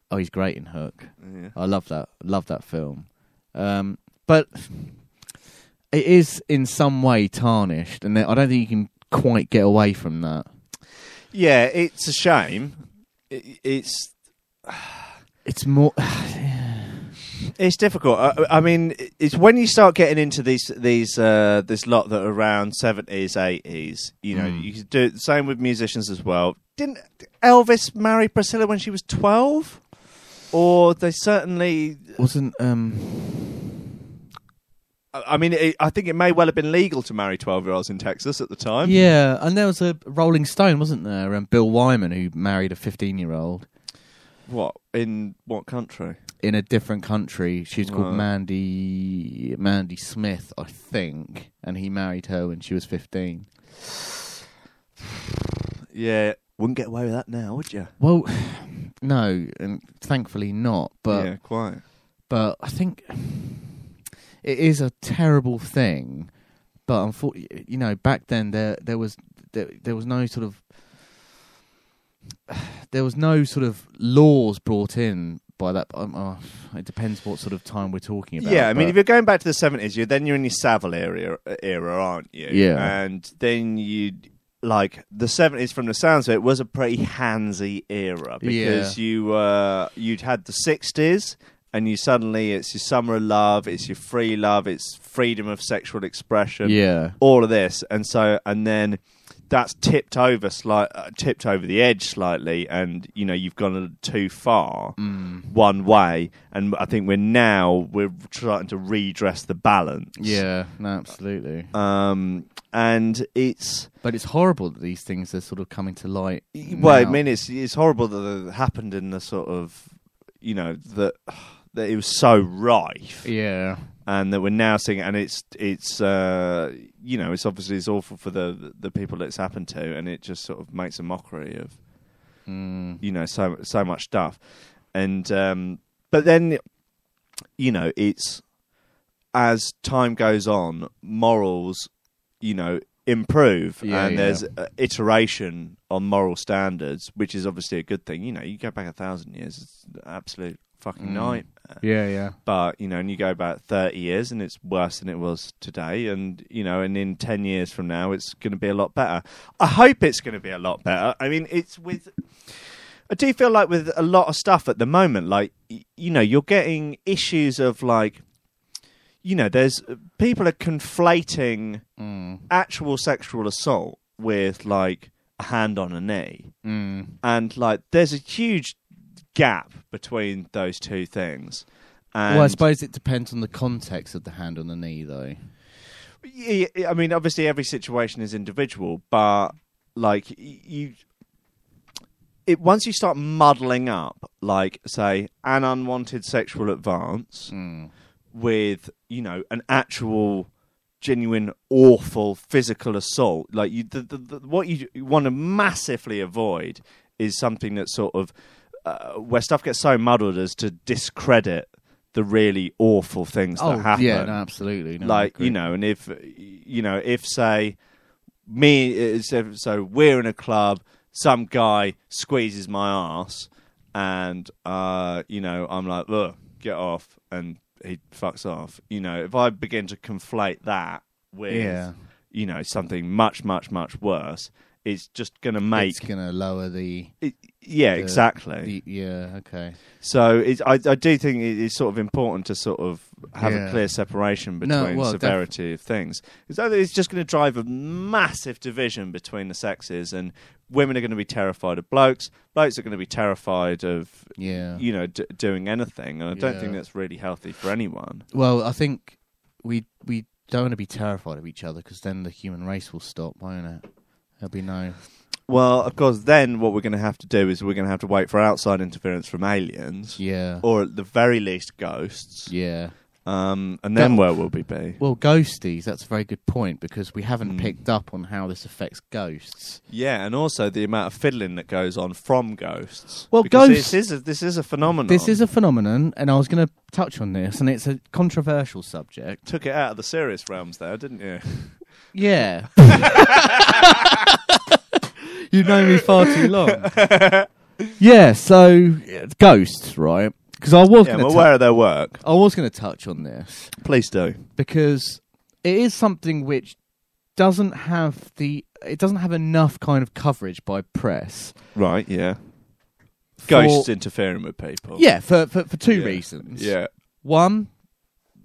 Speaker 2: Oh, he's great in Hook.
Speaker 1: Yeah.
Speaker 2: I love that. Love that film. Um, but it is in some way tarnished, and I don't think you can quite get away from that.
Speaker 1: Yeah, it's a shame. It, it's
Speaker 2: It's more.
Speaker 1: It's difficult. I, I mean, it's when you start getting into these these uh, this lot that are around seventies, eighties. You know,
Speaker 2: Hmm.
Speaker 1: you could do it the same with musicians as well. Didn't Elvis marry Priscilla when she was twelve? Or they certainly.
Speaker 2: wasn't um
Speaker 1: I I mean, it, I think it may well have been legal to marry twelve-year-olds in Texas at the time.
Speaker 2: yeah and there was a rolling stone wasn't there and bill wyman who married a 15 year old
Speaker 1: What in what country?
Speaker 2: in a different country she was called
Speaker 1: Right.
Speaker 2: mandy mandy smith i think and he married her when she was 15
Speaker 1: Yeah, wouldn't get away with that now, would you?
Speaker 2: well no and thankfully not but
Speaker 1: yeah, quite.
Speaker 2: but i think it is a terrible thing but unfortunately you know back then there there was there, there was no sort of there was no sort of laws brought in by that um, uh, it depends what sort of time we're talking about
Speaker 1: Yeah, I mean,
Speaker 2: but-
Speaker 1: if you're going back to the seventies, you then you're in your Savile era, era, aren't you?
Speaker 2: Yeah.
Speaker 1: and then you like the seventies. From the sounds of it, was a pretty handsy era because you uh, you'd had the sixties. And you suddenly, it's your summer of love, it's your free love, it's freedom of sexual expression,
Speaker 2: yeah
Speaker 1: all of this, and so and then that's tipped over slight, uh, tipped over the edge slightly, and you know you've gone a little too far
Speaker 2: Mm.
Speaker 1: one way, and I think we're now we're starting to redress the balance.
Speaker 2: yeah no absolutely
Speaker 1: Um, and it's
Speaker 2: but it's horrible that these things are sort of coming to light
Speaker 1: well,
Speaker 2: now.
Speaker 1: I mean, it's it's horrible that it happened in the sort of you know that that it was so rife.
Speaker 2: yeah
Speaker 1: and that we're now seeing and it's it's uh you know it's obviously it's awful for the the people that it's happened
Speaker 2: Mm.
Speaker 1: to and it just sort of makes a mockery of you know so so much stuff and um, but then you know it's as time goes on, morals you know improve,
Speaker 2: Yeah,
Speaker 1: and
Speaker 2: yeah.
Speaker 1: there's uh, iteration on moral standards, which is obviously a good thing. You know, you go back a thousand years, it's an absolute fucking
Speaker 2: Mm.
Speaker 1: nightmare
Speaker 2: Yeah, yeah.
Speaker 1: but you know, and you go about thirty years, and it's worse than it was today, and you know, and in ten years from now, it's going to be a lot better. I hope it's going to be a lot better. I mean, it's with. I do feel like with a lot of stuff at the moment, like y- you know, you're getting issues of like, you know, there's uh, people are conflating actual sexual assault with like a hand on a knee, and like there's a huge gap between those two things. And
Speaker 2: well, I suppose it depends on the context of the hand on the knee, though.
Speaker 1: Yeah, yeah, I mean, obviously, every situation is individual, but like y- you, it once you start muddling up, like say, an unwanted sexual advance
Speaker 2: Hmm.
Speaker 1: with you know an actual, genuine, awful physical assault. Like you, the, the, the, what you, you want to massively avoid is something that sort of uh, where stuff gets so muddled as to discredit the really awful things that happen
Speaker 2: Oh, yeah, no, absolutely. No, I
Speaker 1: like
Speaker 2: agree.
Speaker 1: you know and if you know if say me uh, so, so we're in a club some guy squeezes my ass and uh you know i'm like look get off and he fucks off you know if i begin to conflate that with
Speaker 2: Yeah.
Speaker 1: you know something much much much worse it's just gonna
Speaker 2: it's
Speaker 1: make
Speaker 2: gonna lower the,
Speaker 1: it, yeah
Speaker 2: the-
Speaker 1: exactly
Speaker 2: the- yeah, okay.
Speaker 1: so it's, I, I do think it is sort of important to sort of have
Speaker 2: Yeah.
Speaker 1: a clear separation between
Speaker 2: No, well, def-
Speaker 1: severity of things. Because either it's just going to drive a massive division between the sexes, and women are going to be terrified of blokes. Blokes are going to be terrified of
Speaker 2: Yeah.
Speaker 1: you know d- doing anything, and I don't think
Speaker 2: Yeah.
Speaker 1: that's really healthy for anyone.
Speaker 2: Well, I think we we don't want to be terrified of each other because then the human race will stop, won't it? There'll be no.
Speaker 1: Well, of course, then what we're going to have to do is we're going to have to wait for outside interference from aliens,
Speaker 2: Yeah.
Speaker 1: or at the very least ghosts,
Speaker 2: yeah.
Speaker 1: um, and then
Speaker 2: That-
Speaker 1: where will we be?
Speaker 2: Well, ghosties. That's a very good point because we
Speaker 1: Hmm.
Speaker 2: haven't picked up on how this affects ghosts.
Speaker 1: Yeah, and also the amount of fiddling that goes on from ghosts.
Speaker 2: Well,
Speaker 1: Because
Speaker 2: ghosts-
Speaker 1: This is a, this is a phenomenon.
Speaker 2: This is a phenomenon, and I was going to touch on this, and it's a controversial subject.
Speaker 1: took it out of the serious realms there, didn't you?
Speaker 2: Yeah. you know me far too long. yeah, so yeah, ghosts, right? Because I was
Speaker 1: yeah, I'm
Speaker 2: going
Speaker 1: aware of their work.
Speaker 2: I was going to touch on this
Speaker 1: Please do.
Speaker 2: because it is something which doesn't have the it doesn't have enough kind of coverage by press.
Speaker 1: Right, yeah.
Speaker 2: for-
Speaker 1: Ghosts interfering with people.
Speaker 2: yeah, for for, for two
Speaker 1: Yeah.
Speaker 2: reasons.
Speaker 1: Yeah.
Speaker 2: One,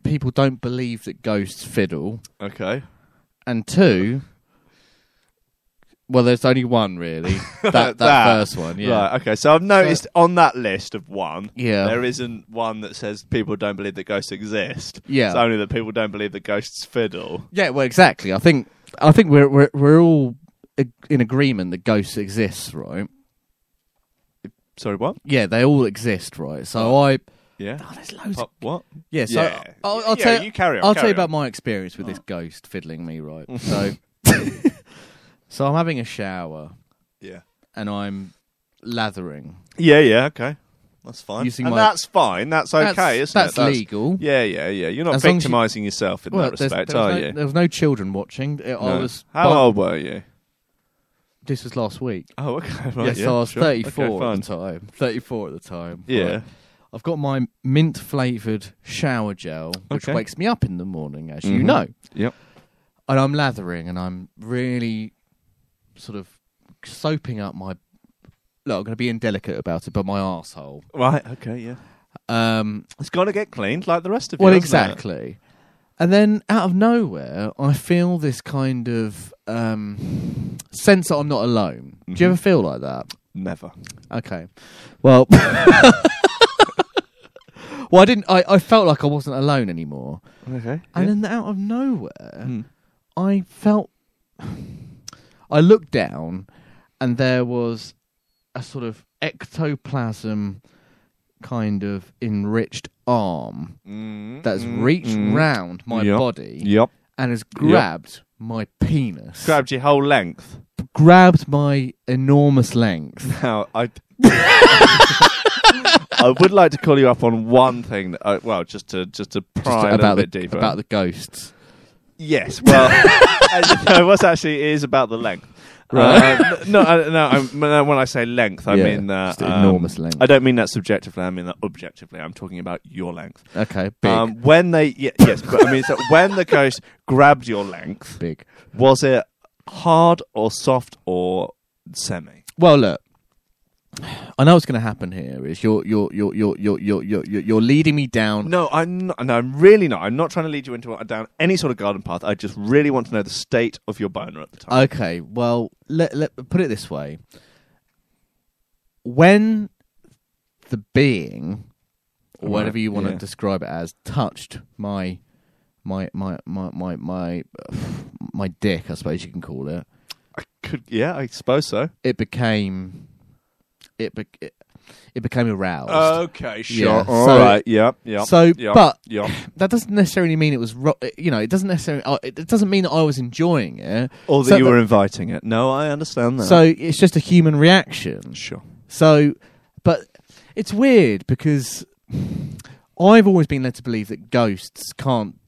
Speaker 2: people don't believe that ghosts fiddle,
Speaker 1: Okay.
Speaker 2: and two, well, there's only one really. That that, first one, yeah.
Speaker 1: Uh, Right, okay. So I've noticed on that list of one,
Speaker 2: Yeah.
Speaker 1: there isn't one that says people don't believe that ghosts exist.
Speaker 2: Yeah.
Speaker 1: It's only that people don't believe that ghosts fiddle.
Speaker 2: Yeah, well, exactly. I think I think we're we're we're all ag- in agreement that ghosts exist, right?
Speaker 1: Sorry, what?
Speaker 2: Yeah, they all exist, right? So I
Speaker 1: Yeah.
Speaker 2: oh, there's loads.
Speaker 1: Pop- what?
Speaker 2: Yeah, so
Speaker 1: Yeah.
Speaker 2: I'll, I'll
Speaker 1: Yeah,
Speaker 2: tell
Speaker 1: you carry on,
Speaker 2: I'll tell
Speaker 1: carry
Speaker 2: you about
Speaker 1: on.
Speaker 2: my experience with this ghost fiddling me, right? So, so I'm having a shower
Speaker 1: Yeah.
Speaker 2: and I'm lathering.
Speaker 1: Yeah, yeah, okay. That's fine.
Speaker 2: Using
Speaker 1: and
Speaker 2: my-
Speaker 1: that's fine. That's okay,
Speaker 2: That's-
Speaker 1: isn't
Speaker 2: that's
Speaker 1: it?
Speaker 2: legal.
Speaker 1: Yeah, yeah, yeah. You're not
Speaker 2: As long as you-
Speaker 1: victimising yourself in that
Speaker 2: there's-
Speaker 1: respect,
Speaker 2: there was
Speaker 1: are
Speaker 2: no,
Speaker 1: you?
Speaker 2: There was no children watching. It- I
Speaker 1: No.
Speaker 2: was.
Speaker 1: How
Speaker 2: but-
Speaker 1: old were you?
Speaker 2: This was last week.
Speaker 1: Oh, okay. Right,
Speaker 2: yeah, so I was
Speaker 1: sure.
Speaker 2: 34
Speaker 1: Okay,
Speaker 2: at
Speaker 1: fine.
Speaker 2: the time. 34 at the time.
Speaker 1: Yeah.
Speaker 2: Right. I've got my mint flavored shower gel, which
Speaker 1: Okay. Mm-hmm.
Speaker 2: wakes me up in the morning, as you know.
Speaker 1: Yep.
Speaker 2: and I'm lathering and I'm really sort of soaping up my. Look, I'm going to be indelicate about it, but my asshole.
Speaker 1: Right, okay, yeah.
Speaker 2: Um,
Speaker 1: It's got to get cleaned like the rest of you.
Speaker 2: well,
Speaker 1: hasn't it?
Speaker 2: exactly. And then out of nowhere, I feel this kind of um, sense that I'm not alone.
Speaker 1: Mm-hmm.
Speaker 2: Do you ever feel like that?
Speaker 1: Never.
Speaker 2: Okay. Well, well, I didn't. I, I felt like I wasn't alone anymore. Hmm.
Speaker 1: Okay.
Speaker 2: And then out of nowhere, I felt. I looked down, and there was a sort of ectoplasm kind of enriched arm that's reached round my
Speaker 1: Yep.
Speaker 2: body
Speaker 1: Yep.
Speaker 2: and has grabbed my penis.
Speaker 1: Grabbed your whole length.
Speaker 2: grabbed my enormous length.
Speaker 1: Now, I I would like to call you up on one thing. That, uh, well, just to just to pry a little
Speaker 2: about
Speaker 1: bit
Speaker 2: the,
Speaker 1: deeper
Speaker 2: about the ghosts.
Speaker 1: Yes, well, as you know, what's actually is about the length.
Speaker 2: Right.
Speaker 1: Uh, no, I- no, I'm, no, when I say length, I
Speaker 2: Yeah,
Speaker 1: mean uh,
Speaker 2: just the enormous length.
Speaker 1: I don't mean that subjectively. I mean that objectively. I'm talking about your length.
Speaker 2: Okay, big,
Speaker 1: Um, when they, ye- yes, but I mean, so when the ghost grabbed your length,
Speaker 2: big.
Speaker 1: was it hard or soft or semi?
Speaker 2: Well, look. I know what's going to happen here is you're you're you're you're you're you're you're, you're, you're leading me down.
Speaker 1: No, I'm not, no, I'm really not. I'm not trying to lead you into a- down any sort of garden path. I just really want to know the state of your boner at the time.
Speaker 2: Okay, well, let let put it this way. When the being, or
Speaker 1: Right,
Speaker 2: whatever you want
Speaker 1: yeah.
Speaker 2: to describe it as, touched my my my my my my my dick, I suppose you can call it.
Speaker 1: Could, yeah, I suppose so.
Speaker 2: It became it be, it, it became aroused.
Speaker 1: Okay, sure.
Speaker 2: Yeah,
Speaker 1: All right.
Speaker 2: so-
Speaker 1: Yeah. Yeah.
Speaker 2: so,
Speaker 1: yeah,
Speaker 2: but-
Speaker 1: yeah.
Speaker 2: that doesn't necessarily mean it was ro- you know it doesn't necessarily uh, it it doesn't mean that I was enjoying it
Speaker 1: Or that
Speaker 2: So
Speaker 1: you
Speaker 2: the-
Speaker 1: were inviting it. No, I understand that.
Speaker 2: so it's just a human reaction
Speaker 1: sure.
Speaker 2: so but it's weird because I've always been led to believe that ghosts can't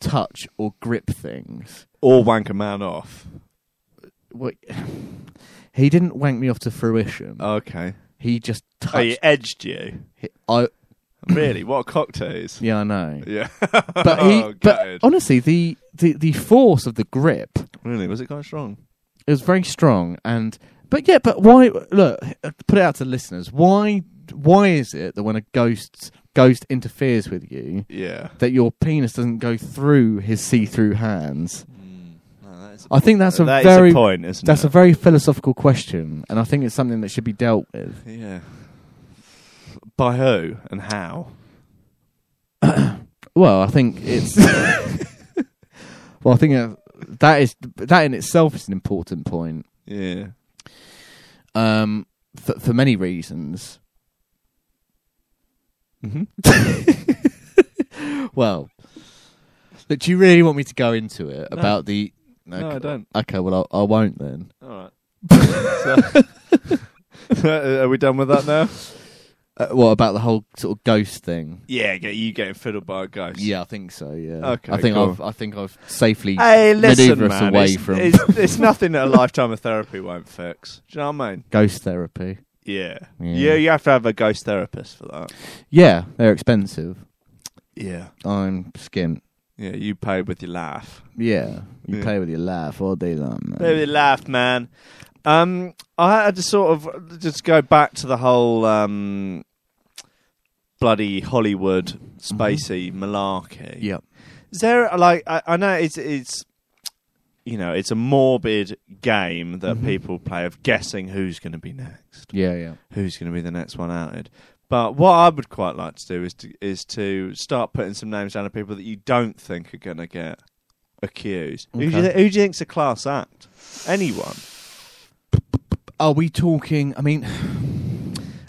Speaker 2: touch or grip things
Speaker 1: Or wank a man off.
Speaker 2: what he didn't wank me off to fruition
Speaker 1: Oh. Okay.
Speaker 2: he just touched
Speaker 1: Oh, he edged you.
Speaker 2: he- I
Speaker 1: Really? What a cocktails.
Speaker 2: yeah I know
Speaker 1: Yeah.
Speaker 2: but he
Speaker 1: Oh,
Speaker 2: but
Speaker 1: gutted.
Speaker 2: honestly the, the the force of the grip
Speaker 1: really? Was it quite strong?
Speaker 2: It was very strong, and but yeah, but why? Look, put it out to listeners. Why? Why is it that when a ghost ghost interferes with you,
Speaker 1: Yeah.
Speaker 2: that your penis doesn't go through his see-through hands? I think that's a
Speaker 1: Mm. That is
Speaker 2: very
Speaker 1: a point, isn't
Speaker 2: that's a
Speaker 1: it?
Speaker 2: very philosophical question, and I think it's something that should be dealt with.
Speaker 1: yeah. By who and how?
Speaker 2: Well, I think it's well, I think uh, that is that in itself is an important point
Speaker 1: Yeah.
Speaker 2: um, for, for many reasons.
Speaker 1: Mhm.
Speaker 2: Well, look, do you really want me to go into it
Speaker 1: No.
Speaker 2: about the?
Speaker 1: No, I don't.
Speaker 2: Okay, well, I, I won't then.
Speaker 1: All right. so, are we done with that now?
Speaker 2: Uh, what about the whole sort of ghost thing?
Speaker 1: Yeah, get you getting fiddled by a ghost.
Speaker 2: Yeah, I think so. Yeah.
Speaker 1: Okay,
Speaker 2: I think
Speaker 1: cool.
Speaker 2: I've I think I've safely
Speaker 1: Hey, listen,
Speaker 2: maneuvered us
Speaker 1: man.
Speaker 2: away
Speaker 1: it's,
Speaker 2: from
Speaker 1: it's, it's nothing that a lifetime of therapy won't fix. Do you know what I mean?
Speaker 2: ghost therapy.
Speaker 1: Yeah.
Speaker 2: Yeah.
Speaker 1: yeah. you have to have a ghost therapist for that.
Speaker 2: Yeah, they're expensive.
Speaker 1: Yeah.
Speaker 2: I'm skint.
Speaker 1: Yeah, you pay with your laugh.
Speaker 2: Yeah, you
Speaker 1: Yeah.
Speaker 2: play with your laugh all day long. Man.
Speaker 1: Pay with your laugh, man. Um, I had to sort of just go back to the whole um, bloody Hollywood spacey malarkey.
Speaker 2: Yep.
Speaker 1: Is there like I, I know it's it's you know it's a morbid game that people play of guessing who's going to be next.
Speaker 2: Yeah, yeah.
Speaker 1: who's going to be the next one outed. But what I would quite like to do is to is to start putting some names down of people that you don't think are going to get accused. Who, do you,
Speaker 2: Okay.
Speaker 1: thi- who do you think's a class act? Anyone.
Speaker 2: Are we talking? I mean,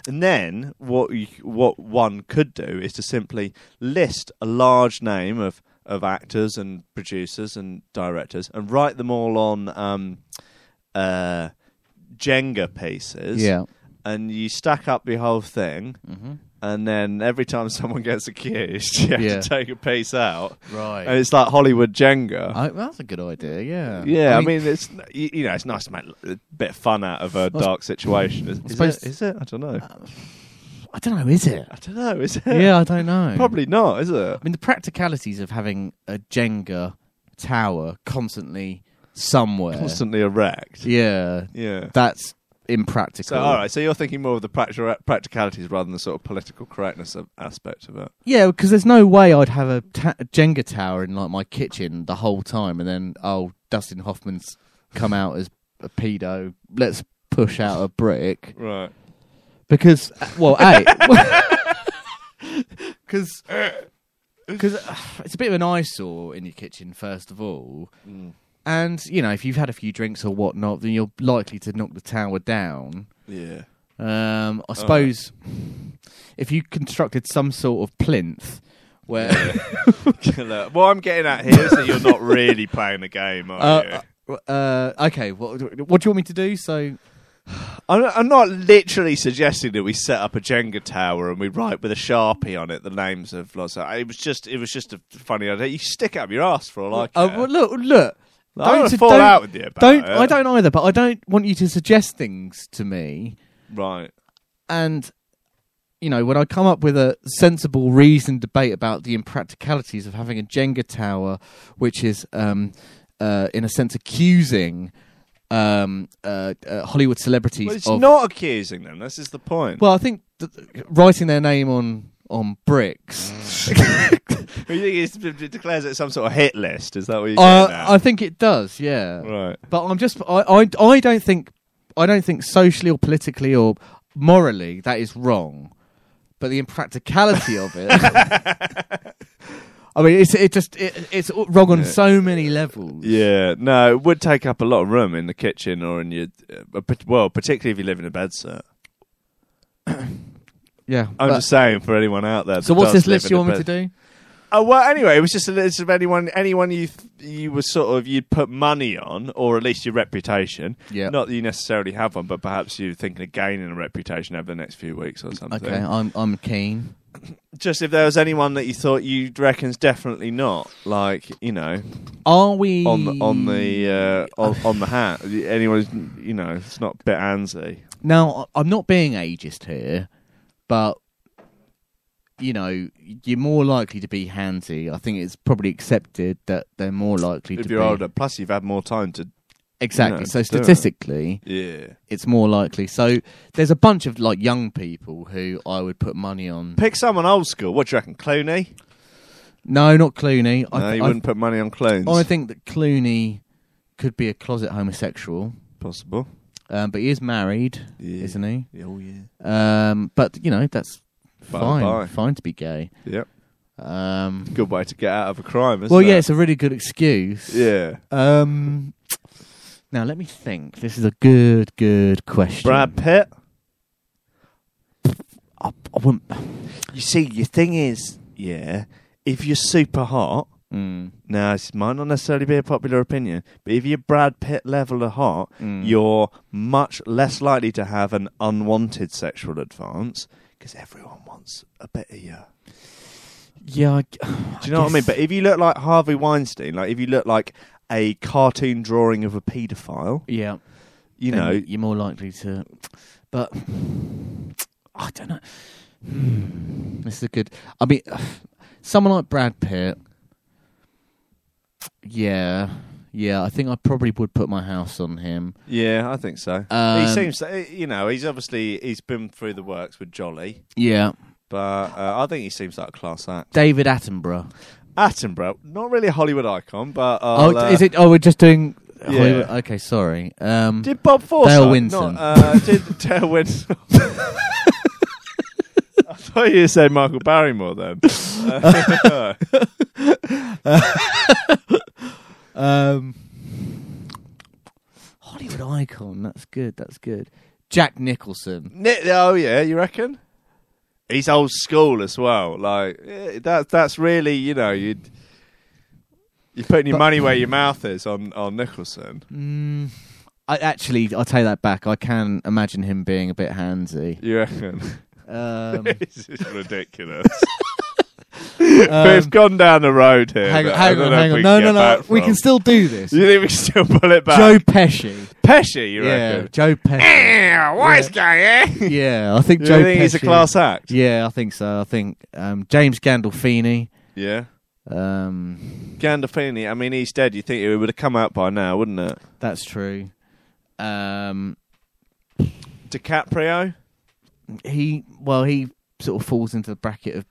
Speaker 1: And then what you, what one could do is to simply list a large name of of actors and producers and directors and write them all on um, uh, Jenga pieces.
Speaker 2: yeah.
Speaker 1: and you stack up the whole thing,
Speaker 2: Mm-hmm.
Speaker 1: and then every time someone gets accused, you have
Speaker 2: Yeah.
Speaker 1: to take a piece out.
Speaker 2: Right.
Speaker 1: And it's like Hollywood Jenga.
Speaker 2: I, that's a good idea. Yeah.
Speaker 1: yeah, I mean, it's you you know, it's nice to make a bit of fun out of a dark situation. Is, is,
Speaker 2: suppose-
Speaker 1: it, is it? I don't know.
Speaker 2: I don't know. Is it?
Speaker 1: I don't know. Is it?
Speaker 2: Yeah, I don't know.
Speaker 1: probably not. Is it?
Speaker 2: I mean, the practicalities of having a Jenga tower constantly somewhere.
Speaker 1: Constantly erect.
Speaker 2: Yeah,
Speaker 1: Yeah.
Speaker 2: that's impractical.
Speaker 1: So all right, so you're thinking more of the practi- practicalities rather than the sort of political correctness of, aspect of it.
Speaker 2: Yeah, because there's no way I'd have a, ta- a Jenga tower in like my kitchen the whole time, and then oh, Dustin Hoffman's come out as a pedo. Let's push out a brick
Speaker 1: Right.
Speaker 2: because uh, well, a because. uh, it's a bit of an eyesore in your kitchen, first of all.
Speaker 1: Mm.
Speaker 2: And, you know, if you've had a few drinks or whatnot, then you're likely to knock the tower down.
Speaker 1: Yeah.
Speaker 2: Um, I suppose if you constructed some sort of plinth where.
Speaker 1: Look, what I'm getting at here is that you're not really playing the game, are you?
Speaker 2: Uh, uh, okay, what, what do you want me to do? So,
Speaker 1: I'm, I'm not literally suggesting that we set up a Jenga tower and we write with a sharpie on it the names of lots. Of, it was just, it was just a funny idea. You stick it up your ass for all I care.
Speaker 2: Uh, well, look, look.
Speaker 1: I don't wanna fall out with you about
Speaker 2: don't.
Speaker 1: it.
Speaker 2: I don't either, but I don't want you to suggest things to me.
Speaker 1: right.
Speaker 2: And you know, when I come up with a sensible, reasoned debate about the impracticalities of having a Jenga tower, which is, um, uh, in a sense, accusing um, uh, uh, Hollywood celebrities
Speaker 1: Well, it's
Speaker 2: of
Speaker 1: not accusing them. This is the point.
Speaker 2: Well, I think th- writing their name on on bricks.
Speaker 1: you think it's, it declares it some sort of hit list? Is that what you're
Speaker 2: uh,
Speaker 1: getting at?
Speaker 2: I think it does. Yeah.
Speaker 1: Right.
Speaker 2: But I'm just I, I I don't think I don't think socially or politically or morally that is wrong. But the impracticality of it. I mean, it's it just it, it's wrong on so many levels.
Speaker 1: Yeah, no, it would take up a lot of room in the kitchen or in your, uh, pat- well, particularly if you live in a bedsit.
Speaker 2: Yeah.
Speaker 1: I'm
Speaker 2: but-
Speaker 1: just saying for anyone out there. that
Speaker 2: so what's
Speaker 1: does
Speaker 2: this list
Speaker 1: live
Speaker 2: you
Speaker 1: in a
Speaker 2: want me to
Speaker 1: bed-
Speaker 2: do?
Speaker 1: Oh well, anyway, it was just a list of anyone, anyone you th- you were sort of you'd put money on, or at least your reputation.
Speaker 2: Yeah.
Speaker 1: Not that you necessarily have one, but perhaps you're thinking of gaining a reputation over the next few weeks or something.
Speaker 2: Okay, I'm I'm keen.
Speaker 1: Just if there was anyone that you thought you reckon's definitely not, like you know,
Speaker 2: Are we
Speaker 1: on the, on the uh, on, on the hat, anyone who's you know, it's not a bit handsy.
Speaker 2: Now, I- I'm not being ageist here, but you know, you're more likely to be handy. I think it's probably accepted that they're more likely
Speaker 1: if
Speaker 2: to
Speaker 1: you're
Speaker 2: be
Speaker 1: older. Plus, you've had more time to. you
Speaker 2: Exactly.
Speaker 1: know,
Speaker 2: so
Speaker 1: do it.
Speaker 2: statistically,
Speaker 1: Yeah.
Speaker 2: it's more likely. So there's a bunch of like young people who I would put money on.
Speaker 1: Pick someone old school. What do you reckon? Clooney?
Speaker 2: No, not Clooney.
Speaker 1: No,
Speaker 2: I, th-
Speaker 1: you
Speaker 2: I,
Speaker 1: wouldn't put money on clones.
Speaker 2: I think that Clooney could be a closet homosexual,
Speaker 1: possible.
Speaker 2: um, but he is married,
Speaker 1: Yeah.
Speaker 2: isn't he?
Speaker 1: Oh yeah.
Speaker 2: Um, but you know, that's fine.
Speaker 1: Bye-bye.
Speaker 2: Fine to be gay.
Speaker 1: Yep.
Speaker 2: Um,
Speaker 1: Good way to get out of a crime, isn't
Speaker 2: Well,
Speaker 1: it?
Speaker 2: yeah, it's a really good excuse.
Speaker 1: Yeah.
Speaker 2: Um. Now let me think. This is a good, good question.
Speaker 1: Brad Pitt.
Speaker 2: I, I wouldn't.
Speaker 1: You see, your thing is, yeah, if you're super hot,
Speaker 2: Mm.
Speaker 1: now this might not necessarily be a popular opinion, but if you're Brad Pitt level of hot,
Speaker 2: Mm.
Speaker 1: you're much less likely to have an unwanted sexual advance because everyone wants a bit of you.
Speaker 2: Yeah. I, Do
Speaker 1: Do you know what I mean? But if you look like Harvey Weinstein, like if you look like a cartoon drawing of a paedophile,
Speaker 2: yeah,
Speaker 1: you
Speaker 2: then
Speaker 1: know,
Speaker 2: you're more likely to. But I don't know. Hmm. This is a good. I mean, someone like Brad Pitt. Yeah, yeah. I think I probably would put my house on him.
Speaker 1: yeah, I think so.
Speaker 2: Um,
Speaker 1: he seems, to- you know, he's obviously he's been through the works with Jolly,
Speaker 2: Yeah,
Speaker 1: but uh, I think he seems like a class act.
Speaker 2: David Attenborough.
Speaker 1: Attenborough, not really a Hollywood icon, but
Speaker 2: Oh,
Speaker 1: I'll, uh,
Speaker 2: is it? Oh, we're just doing.
Speaker 1: Yeah.
Speaker 2: Hollywood- Okay, sorry. Um,
Speaker 1: Did Bob Forsyth?
Speaker 2: Dale
Speaker 1: not-
Speaker 2: Winton.
Speaker 1: uh, did Dale Winston? I thought you said Michael Barrymore then. Uh,
Speaker 2: um, Hollywood icon. That's good. That's good. Jack Nicholson.
Speaker 1: Nick, oh yeah, you reckon? He's old school as well. Like eh, that. That's really you know you. You're putting your
Speaker 2: But-
Speaker 1: money where your mouth is on, on Nicholson.
Speaker 2: Mm, I actually, I take that back. I can imagine him being a bit handsy.
Speaker 1: You reckon?
Speaker 2: Um,
Speaker 1: this is ridiculous. We've gone down the road here.
Speaker 2: hang on,
Speaker 1: that I
Speaker 2: hang
Speaker 1: don't
Speaker 2: on,
Speaker 1: know if
Speaker 2: hang on.
Speaker 1: we
Speaker 2: No,
Speaker 1: can
Speaker 2: no,
Speaker 1: get back
Speaker 2: no. We
Speaker 1: from.
Speaker 2: can still do this.
Speaker 1: You think we can still pull it back?
Speaker 2: Joe Pesci.
Speaker 1: Pesci, you
Speaker 2: Yeah,
Speaker 1: reckon?
Speaker 2: Joe Pesci.
Speaker 1: Wise guy, eh?
Speaker 2: yeah, I think
Speaker 1: Do
Speaker 2: Joe
Speaker 1: you think
Speaker 2: Pesci.
Speaker 1: he's a class act?
Speaker 2: Yeah, I think so. I think um, James Gandolfini.
Speaker 1: Yeah.
Speaker 2: Um,
Speaker 1: Gandolfini, I mean, he's dead. You think it would have come out by now, wouldn't it?
Speaker 2: that's true. Um,
Speaker 1: DiCaprio?
Speaker 2: he well, he sort of falls into the bracket of.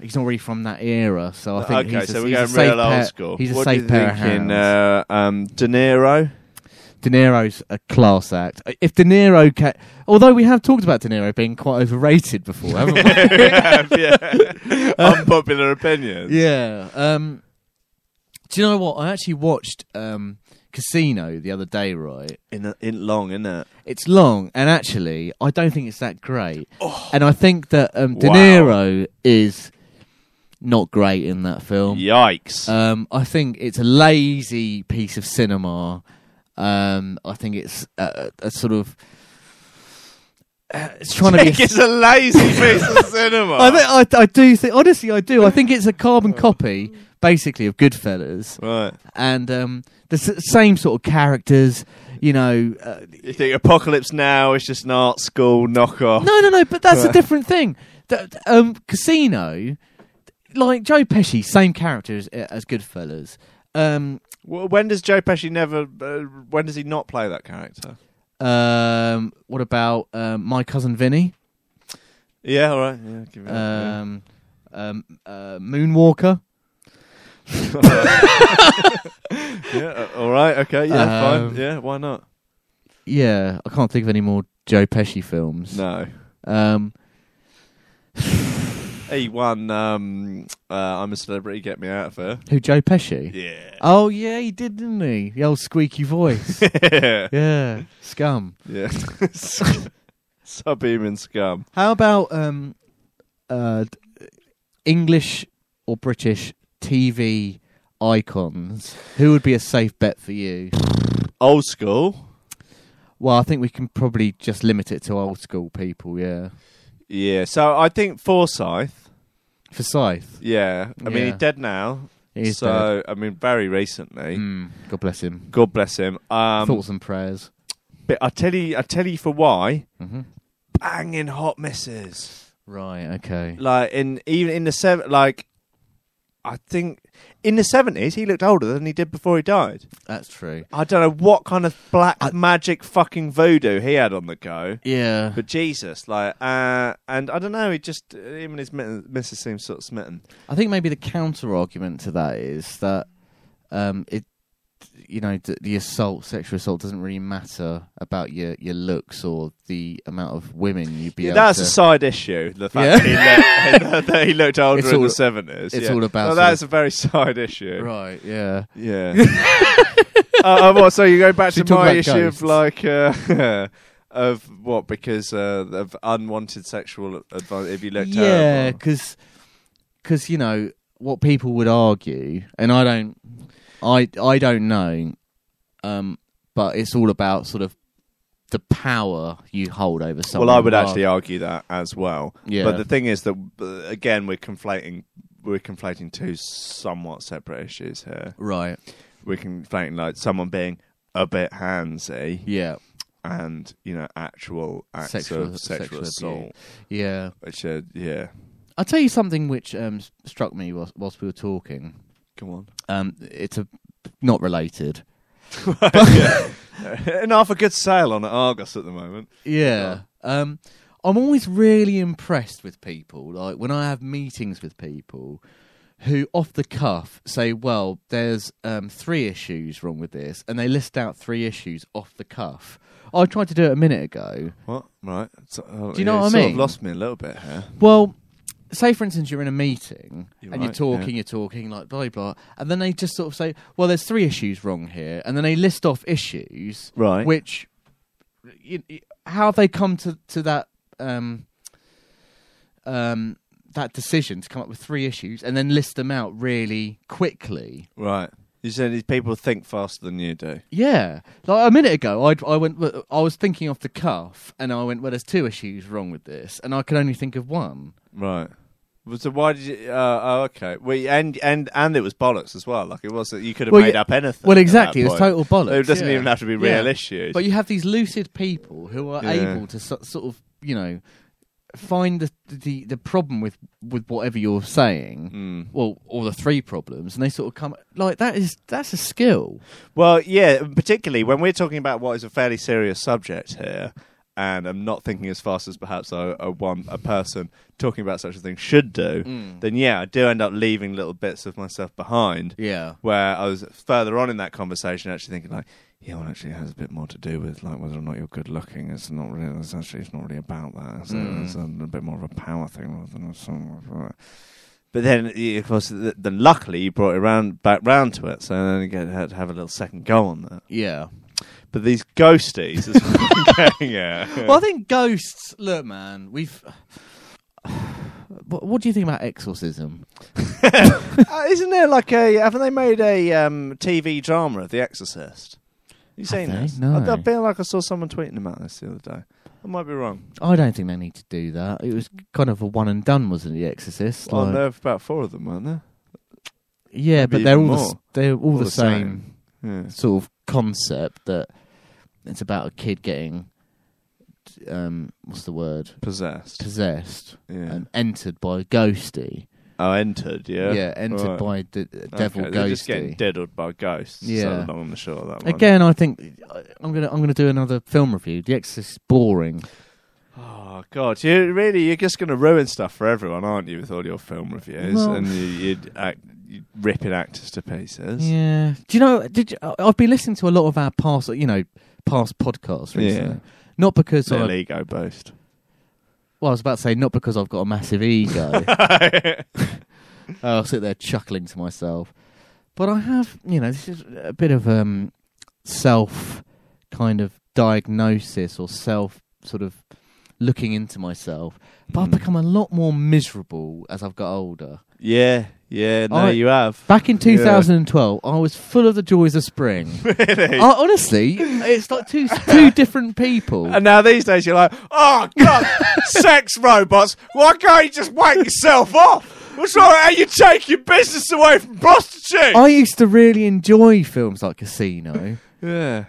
Speaker 2: He's not really from that era, so I think
Speaker 1: okay,
Speaker 2: he's a,
Speaker 1: so we're
Speaker 2: he's a
Speaker 1: going
Speaker 2: safe
Speaker 1: real
Speaker 2: pair-
Speaker 1: old school.
Speaker 2: He's a
Speaker 1: what
Speaker 2: safe
Speaker 1: do you
Speaker 2: pair of
Speaker 1: think in,
Speaker 2: hands.
Speaker 1: uh, um, De Niro?
Speaker 2: De Niro's a class act. If De Niro, ca- although we have talked about De Niro being quite overrated before, haven't we? Uh,
Speaker 1: yeah. Unpopular opinions.
Speaker 2: yeah. Um, do you know what? I actually watched um, Casino the other day, right?
Speaker 1: In, in long, isn't it?
Speaker 2: It's long, and actually, I don't think it's that great. And I think that um, De
Speaker 1: Oh. Wow.
Speaker 2: Niro is not great in that film.
Speaker 1: Yikes.
Speaker 2: Um, I think it's a lazy piece of cinema. Um, I think it's a, a a sort of uh, it's trying to be.
Speaker 1: It's a lazy piece of cinema.
Speaker 2: I, think, I, I do think honestly, I do. I think it's a carbon copy, basically, of Goodfellas,
Speaker 1: right.
Speaker 2: and um, the s- same sort of characters. You know, uh,
Speaker 1: You think Apocalypse Now is just an art school knockoff?
Speaker 2: No, no, no. But that's a different thing. Th- th- um, Casino, like Joe Pesci, same character as, as Goodfellas. Um,
Speaker 1: W- When does Joe Pesci never? Uh, when does he not play that character?
Speaker 2: um, what about um, my cousin Vinny?
Speaker 1: Yeah, all right. Yeah, give it up, yeah.
Speaker 2: Um, um, uh, Moonwalker.
Speaker 1: yeah, uh, all right. Okay. Yeah,
Speaker 2: Um,
Speaker 1: fine. Yeah, why not?
Speaker 2: Yeah, I can't think of any more Joe Pesci films.
Speaker 1: No,
Speaker 2: Um,
Speaker 1: he won. Um, uh, I'm a celebrity. Get me out of here.
Speaker 2: who Joe Pesci?
Speaker 1: Yeah.
Speaker 2: Oh yeah, he did, didn't he? The old squeaky voice.
Speaker 1: yeah.
Speaker 2: yeah, scum.
Speaker 1: Yeah. Subhuman scum.
Speaker 2: How about um, uh, d- English or British TV icons? Who would be a safe bet for you?
Speaker 1: Old school.
Speaker 2: Well, I think we can probably just limit it to old school people. Yeah,
Speaker 1: Yeah. So I think Forsyth.
Speaker 2: Forsyth.
Speaker 1: Yeah. I mean,
Speaker 2: Yeah.
Speaker 1: he's dead now.
Speaker 2: He's
Speaker 1: so I mean, very recently.
Speaker 2: dead. Mm, God bless him.
Speaker 1: God bless him. Um,
Speaker 2: Thoughts and prayers.
Speaker 1: but I tell you, I tell you for why.
Speaker 2: hmm
Speaker 1: Banging hot misses.
Speaker 2: Right. Okay.
Speaker 1: like in even in the seven like I think in the seventies he looked older than he did before he died.
Speaker 2: That's true.
Speaker 1: I don't know what kind of black
Speaker 2: I-
Speaker 1: magic fucking voodoo he had on the go,
Speaker 2: Yeah.
Speaker 1: but Jesus, like, uh, and I don't know, he just him and his mi- missus seems sort of smitten.
Speaker 2: I think maybe the counter argument to that is that um, it, you know, th- the assault, sexual assault, doesn't really matter about your, your looks or the amount of women you'd be. able
Speaker 1: that's
Speaker 2: to,
Speaker 1: a side issue. The
Speaker 2: Yeah.
Speaker 1: fact that, he looked, that he looked older
Speaker 2: It's
Speaker 1: in
Speaker 2: all-
Speaker 1: the seventies.
Speaker 2: it's
Speaker 1: yeah.
Speaker 2: all
Speaker 1: Well,
Speaker 2: about sort of-
Speaker 1: that's a very side issue.
Speaker 2: right. Yeah.
Speaker 1: Yeah. uh, uh, what, so you go back
Speaker 2: Should
Speaker 1: to
Speaker 2: we talk
Speaker 1: my
Speaker 2: about
Speaker 1: issue
Speaker 2: ghosts?
Speaker 1: of like uh, of what because uh, of unwanted sexual advice. If you look
Speaker 2: yeah,
Speaker 1: terrible,
Speaker 2: because you know what people would argue, and I don't, I I don't know, um, but it's all about sort of the power you hold over someone.
Speaker 1: well, I would
Speaker 2: rather-
Speaker 1: actually argue that as well.
Speaker 2: Yeah.
Speaker 1: But the thing is that uh, again, we're conflating we're conflating two somewhat separate issues here.
Speaker 2: Right.
Speaker 1: We're conflating like someone being a bit handsy
Speaker 2: Yeah.
Speaker 1: and you know actual acts
Speaker 2: Sexual-
Speaker 1: of sexual,
Speaker 2: sexual
Speaker 1: assault,
Speaker 2: abuse. Yeah.
Speaker 1: which are yeah.
Speaker 2: I'll tell you something which um, s- struck me whilst, whilst we were talking.
Speaker 1: Come on.
Speaker 2: Um, it's a not related.
Speaker 1: and half a good sale on at Argos at the moment.
Speaker 2: Yeah. Um, I'm always really impressed with people. Like when I have meetings with people who, off the cuff, say, "Well, there's um, three issues wrong with this," and they list out three issues off the cuff. I tried to do it a minute ago.
Speaker 1: What? Right. So, oh,
Speaker 2: Do you know
Speaker 1: yeah,
Speaker 2: what I
Speaker 1: sort
Speaker 2: mean?
Speaker 1: Of lost me a little bit here.
Speaker 2: Well, say for instance you're in a meeting
Speaker 1: You're
Speaker 2: and you're
Speaker 1: right, yeah.
Speaker 2: talking, you're talking like blah blah, and then they just sort of say, "Well, there's three issues wrong here," and then they list off issues,
Speaker 1: Right.
Speaker 2: Which, you, you- how have they come to to that um, um, that decision to come up with three issues and then list them out really quickly?
Speaker 1: Right. You said these people think faster than you do.
Speaker 2: Yeah, like a minute ago, I I went, I was thinking off the cuff, and I went, "Well, there's two issues wrong with this," and I could only think of one.
Speaker 1: Right. Well, So why did you? Uh, oh, okay. Well, and and and it was bollocks as well. Like it was you could have
Speaker 2: Well,
Speaker 1: made
Speaker 2: yeah.
Speaker 1: up anything.
Speaker 2: Well,
Speaker 1: at
Speaker 2: exactly,
Speaker 1: that
Speaker 2: it's
Speaker 1: point.
Speaker 2: total bollocks.
Speaker 1: It doesn't
Speaker 2: yeah.
Speaker 1: even have to be
Speaker 2: Yeah.
Speaker 1: real issues.
Speaker 2: But you have these lucid people who are
Speaker 1: Yeah.
Speaker 2: able to so, sort of, you know, find the, the the problem with with whatever you're saying.
Speaker 1: Hmm.
Speaker 2: Well, or the three problems, and they sort of come like that is that's a skill.
Speaker 1: well, yeah. Particularly when we're talking about what is a fairly serious subject here, and I'm not thinking as fast as perhaps a, a one a person talking about such a thing should do. Then yeah, I do end up leaving little bits of myself behind.
Speaker 2: Yeah.
Speaker 1: where I was further on in that conversation actually thinking like, yeah, well, actually, it has a bit more to do with like whether or not you're good looking. It's not really. It's actually it's not really about that. It's, it's a, bit more of a power thing rather than a song. of, uh, But then, y- of course, th- then luckily you brought it round back round to it, so then you get had to have a little second go on that.
Speaker 2: Yeah.
Speaker 1: But these ghosties, is what I'm getting at.
Speaker 2: Well, I think ghosts. Look, man, we've. What, what do you think about exorcism?
Speaker 1: Uh, isn't there like a? Haven't they made a um, TV drama of The Exorcist? You seen
Speaker 2: they?
Speaker 1: this?
Speaker 2: No.
Speaker 1: I, I feel like I saw someone tweeting about this the other day. I might be wrong.
Speaker 2: I don't think they need to do that. It was kind of a one and done, wasn't it, The Exorcist?
Speaker 1: Well,
Speaker 2: Like-
Speaker 1: there were about four of them, weren't there?
Speaker 2: yeah, but
Speaker 1: maybe
Speaker 2: they're all
Speaker 1: even
Speaker 2: the, s-
Speaker 1: more.
Speaker 2: they're all, the, same,
Speaker 1: Yeah.
Speaker 2: sort of concept that it's about a kid getting um, what's the word
Speaker 1: Possessed.
Speaker 2: possessed
Speaker 1: Yeah.
Speaker 2: and entered by a ghosty.
Speaker 1: Oh, entered. Yeah.
Speaker 2: entered
Speaker 1: Right.
Speaker 2: by the the devil
Speaker 1: okay, They're just getting
Speaker 2: ghosty.
Speaker 1: diddled by ghosts.
Speaker 2: Yeah.
Speaker 1: Yeah. So long and the short of that one.
Speaker 2: Again, I think I- I'm gonna I'm gonna do another film review. The Exorcist is boring.
Speaker 1: Oh God! You really you're just going to ruin stuff for everyone, aren't you? With all your film reviews
Speaker 2: Well-
Speaker 1: and you, you'd act you ripping actors to pieces.
Speaker 2: Yeah. Do you know? Did you, I- I've been listening to a lot of our past, you know, past podcasts recently.
Speaker 1: Yeah.
Speaker 2: Not because I
Speaker 1: Little ego boast.
Speaker 2: well, I was about to say not because I've got a massive ego. Oh, I'll sit there chuckling to myself, but I have, you know, this is a bit of um self kind of diagnosis or self sort of looking into myself. But I've
Speaker 1: Mm.
Speaker 2: become a lot more miserable as I've got older.
Speaker 1: Yeah, yeah. No,
Speaker 2: I-
Speaker 1: you have.
Speaker 2: Back in
Speaker 1: Yeah.
Speaker 2: 2012, I was full of the joys of spring.
Speaker 1: Really?
Speaker 2: I, honestly, it's like two two different people.
Speaker 1: And now these days you're like, oh god, sex robots. Why can't you just wank yourself off? What's wrong? How you take your business away from prostitutes?
Speaker 2: I used to really enjoy films like Casino.
Speaker 1: yeah.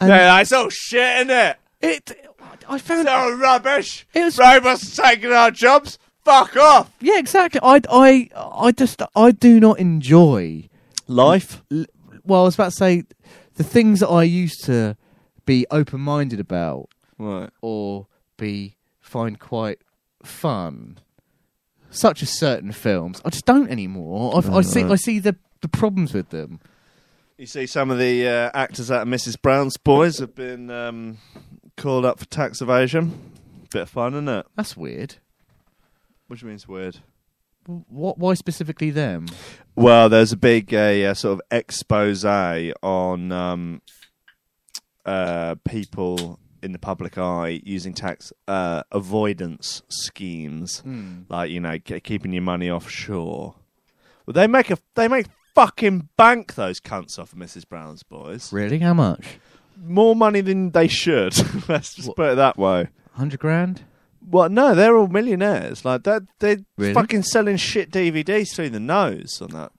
Speaker 2: And-
Speaker 1: yeah, that's all shit, isn't it?
Speaker 2: It, I found
Speaker 1: It's all rubbish.
Speaker 2: It was-
Speaker 1: robots taking our jobs. Fuck off.
Speaker 2: yeah, exactly. I, I, I just, I do not enjoy.
Speaker 1: Life.
Speaker 2: l- Well, I was about to say, the things that I used to be open-minded about
Speaker 1: Right.
Speaker 2: or be find quite fun, such as certain films, I just don't anymore. I've, I see, I see the the problems with them.
Speaker 1: You see, some of the uh, actors out of Mrs. Brown's Boys have been um, called up for tax evasion. Bit of fun, isn't it?
Speaker 2: That's weird.
Speaker 1: Which means weird.
Speaker 2: What? Why specifically them?
Speaker 1: Well, there's a big uh, uh, sort of expose on um, uh, people in the public eye using tax uh, avoidance schemes, like you know, ke- keeping your money offshore. Well, they make a they make fucking bank those cunts off of Mrs. Brown's boys.
Speaker 2: Really? How much?
Speaker 1: More money than they should. Let's just put it that way.
Speaker 2: Hundred grand?
Speaker 1: Well, no, they're all millionaires. Like that, they're
Speaker 2: Really?
Speaker 1: fucking selling shit DVDs through the nose on that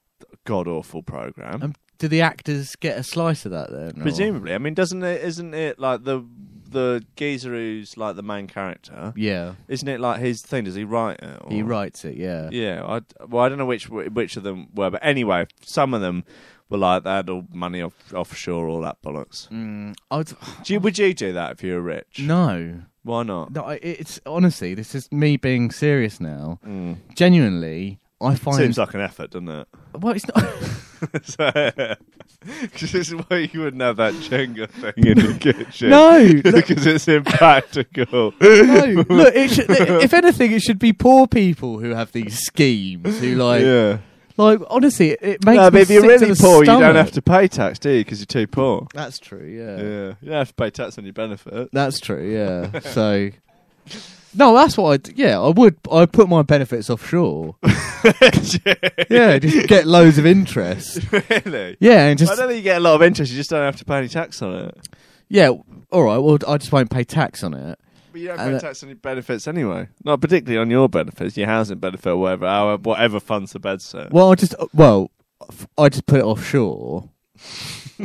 Speaker 1: god awful program.
Speaker 2: Um, do the actors get a slice of that then? or-
Speaker 1: Presumably, I mean, doesn't it? Isn't it like the the geezer who's like the main character?
Speaker 2: Yeah,
Speaker 1: Isn't it like his thing? Does he write it? Or?
Speaker 2: he writes it. Yeah.
Speaker 1: Yeah. I, well, I don't know which which of them were, but anyway, some of them were like they had all money off, offshore, all that bollocks.
Speaker 2: Mm, I would,
Speaker 1: Do you, would you do that if you were rich?
Speaker 2: no,
Speaker 1: Why not?
Speaker 2: no. I- It's honestly, this is me being serious now.
Speaker 1: Mm.
Speaker 2: Genuinely, I find
Speaker 1: Seems like an effort, doesn't it?
Speaker 2: well, it's not.
Speaker 1: So, 'cause this is why you wouldn't have that Jenga thing in the kitchen.
Speaker 2: No, look-
Speaker 1: because it's impractical.
Speaker 2: no, look. It should, if anything, it should be poor people who have these schemes. Who like,
Speaker 1: yeah.
Speaker 2: like honestly, it- it makes.
Speaker 1: No,
Speaker 2: me
Speaker 1: but if you're
Speaker 2: sick to
Speaker 1: really
Speaker 2: the
Speaker 1: poor, you don't
Speaker 2: stomach.
Speaker 1: have to pay tax, do you? Because you're too poor.
Speaker 2: That's true.
Speaker 1: Yeah, you don't have to pay tax on your benefit.
Speaker 2: That's true. Yeah. so, no, that's what I. d- Yeah, I would. I would put my benefits offshore. yeah, just get loads of interest.
Speaker 1: really?
Speaker 2: Yeah, and
Speaker 1: I
Speaker 2: just
Speaker 1: don't think you get a lot of interest. You just don't have to pay any tax on it.
Speaker 2: yeah. All right. Well, I just won't pay tax on it.
Speaker 1: But you don't
Speaker 2: And
Speaker 1: pay
Speaker 2: that-
Speaker 1: tax on your benefits anyway. Not particularly on your benefits, your housing benefit, or whatever, our, whatever funds the bed set.
Speaker 2: Well, I just uh, well, f- I just put it offshore.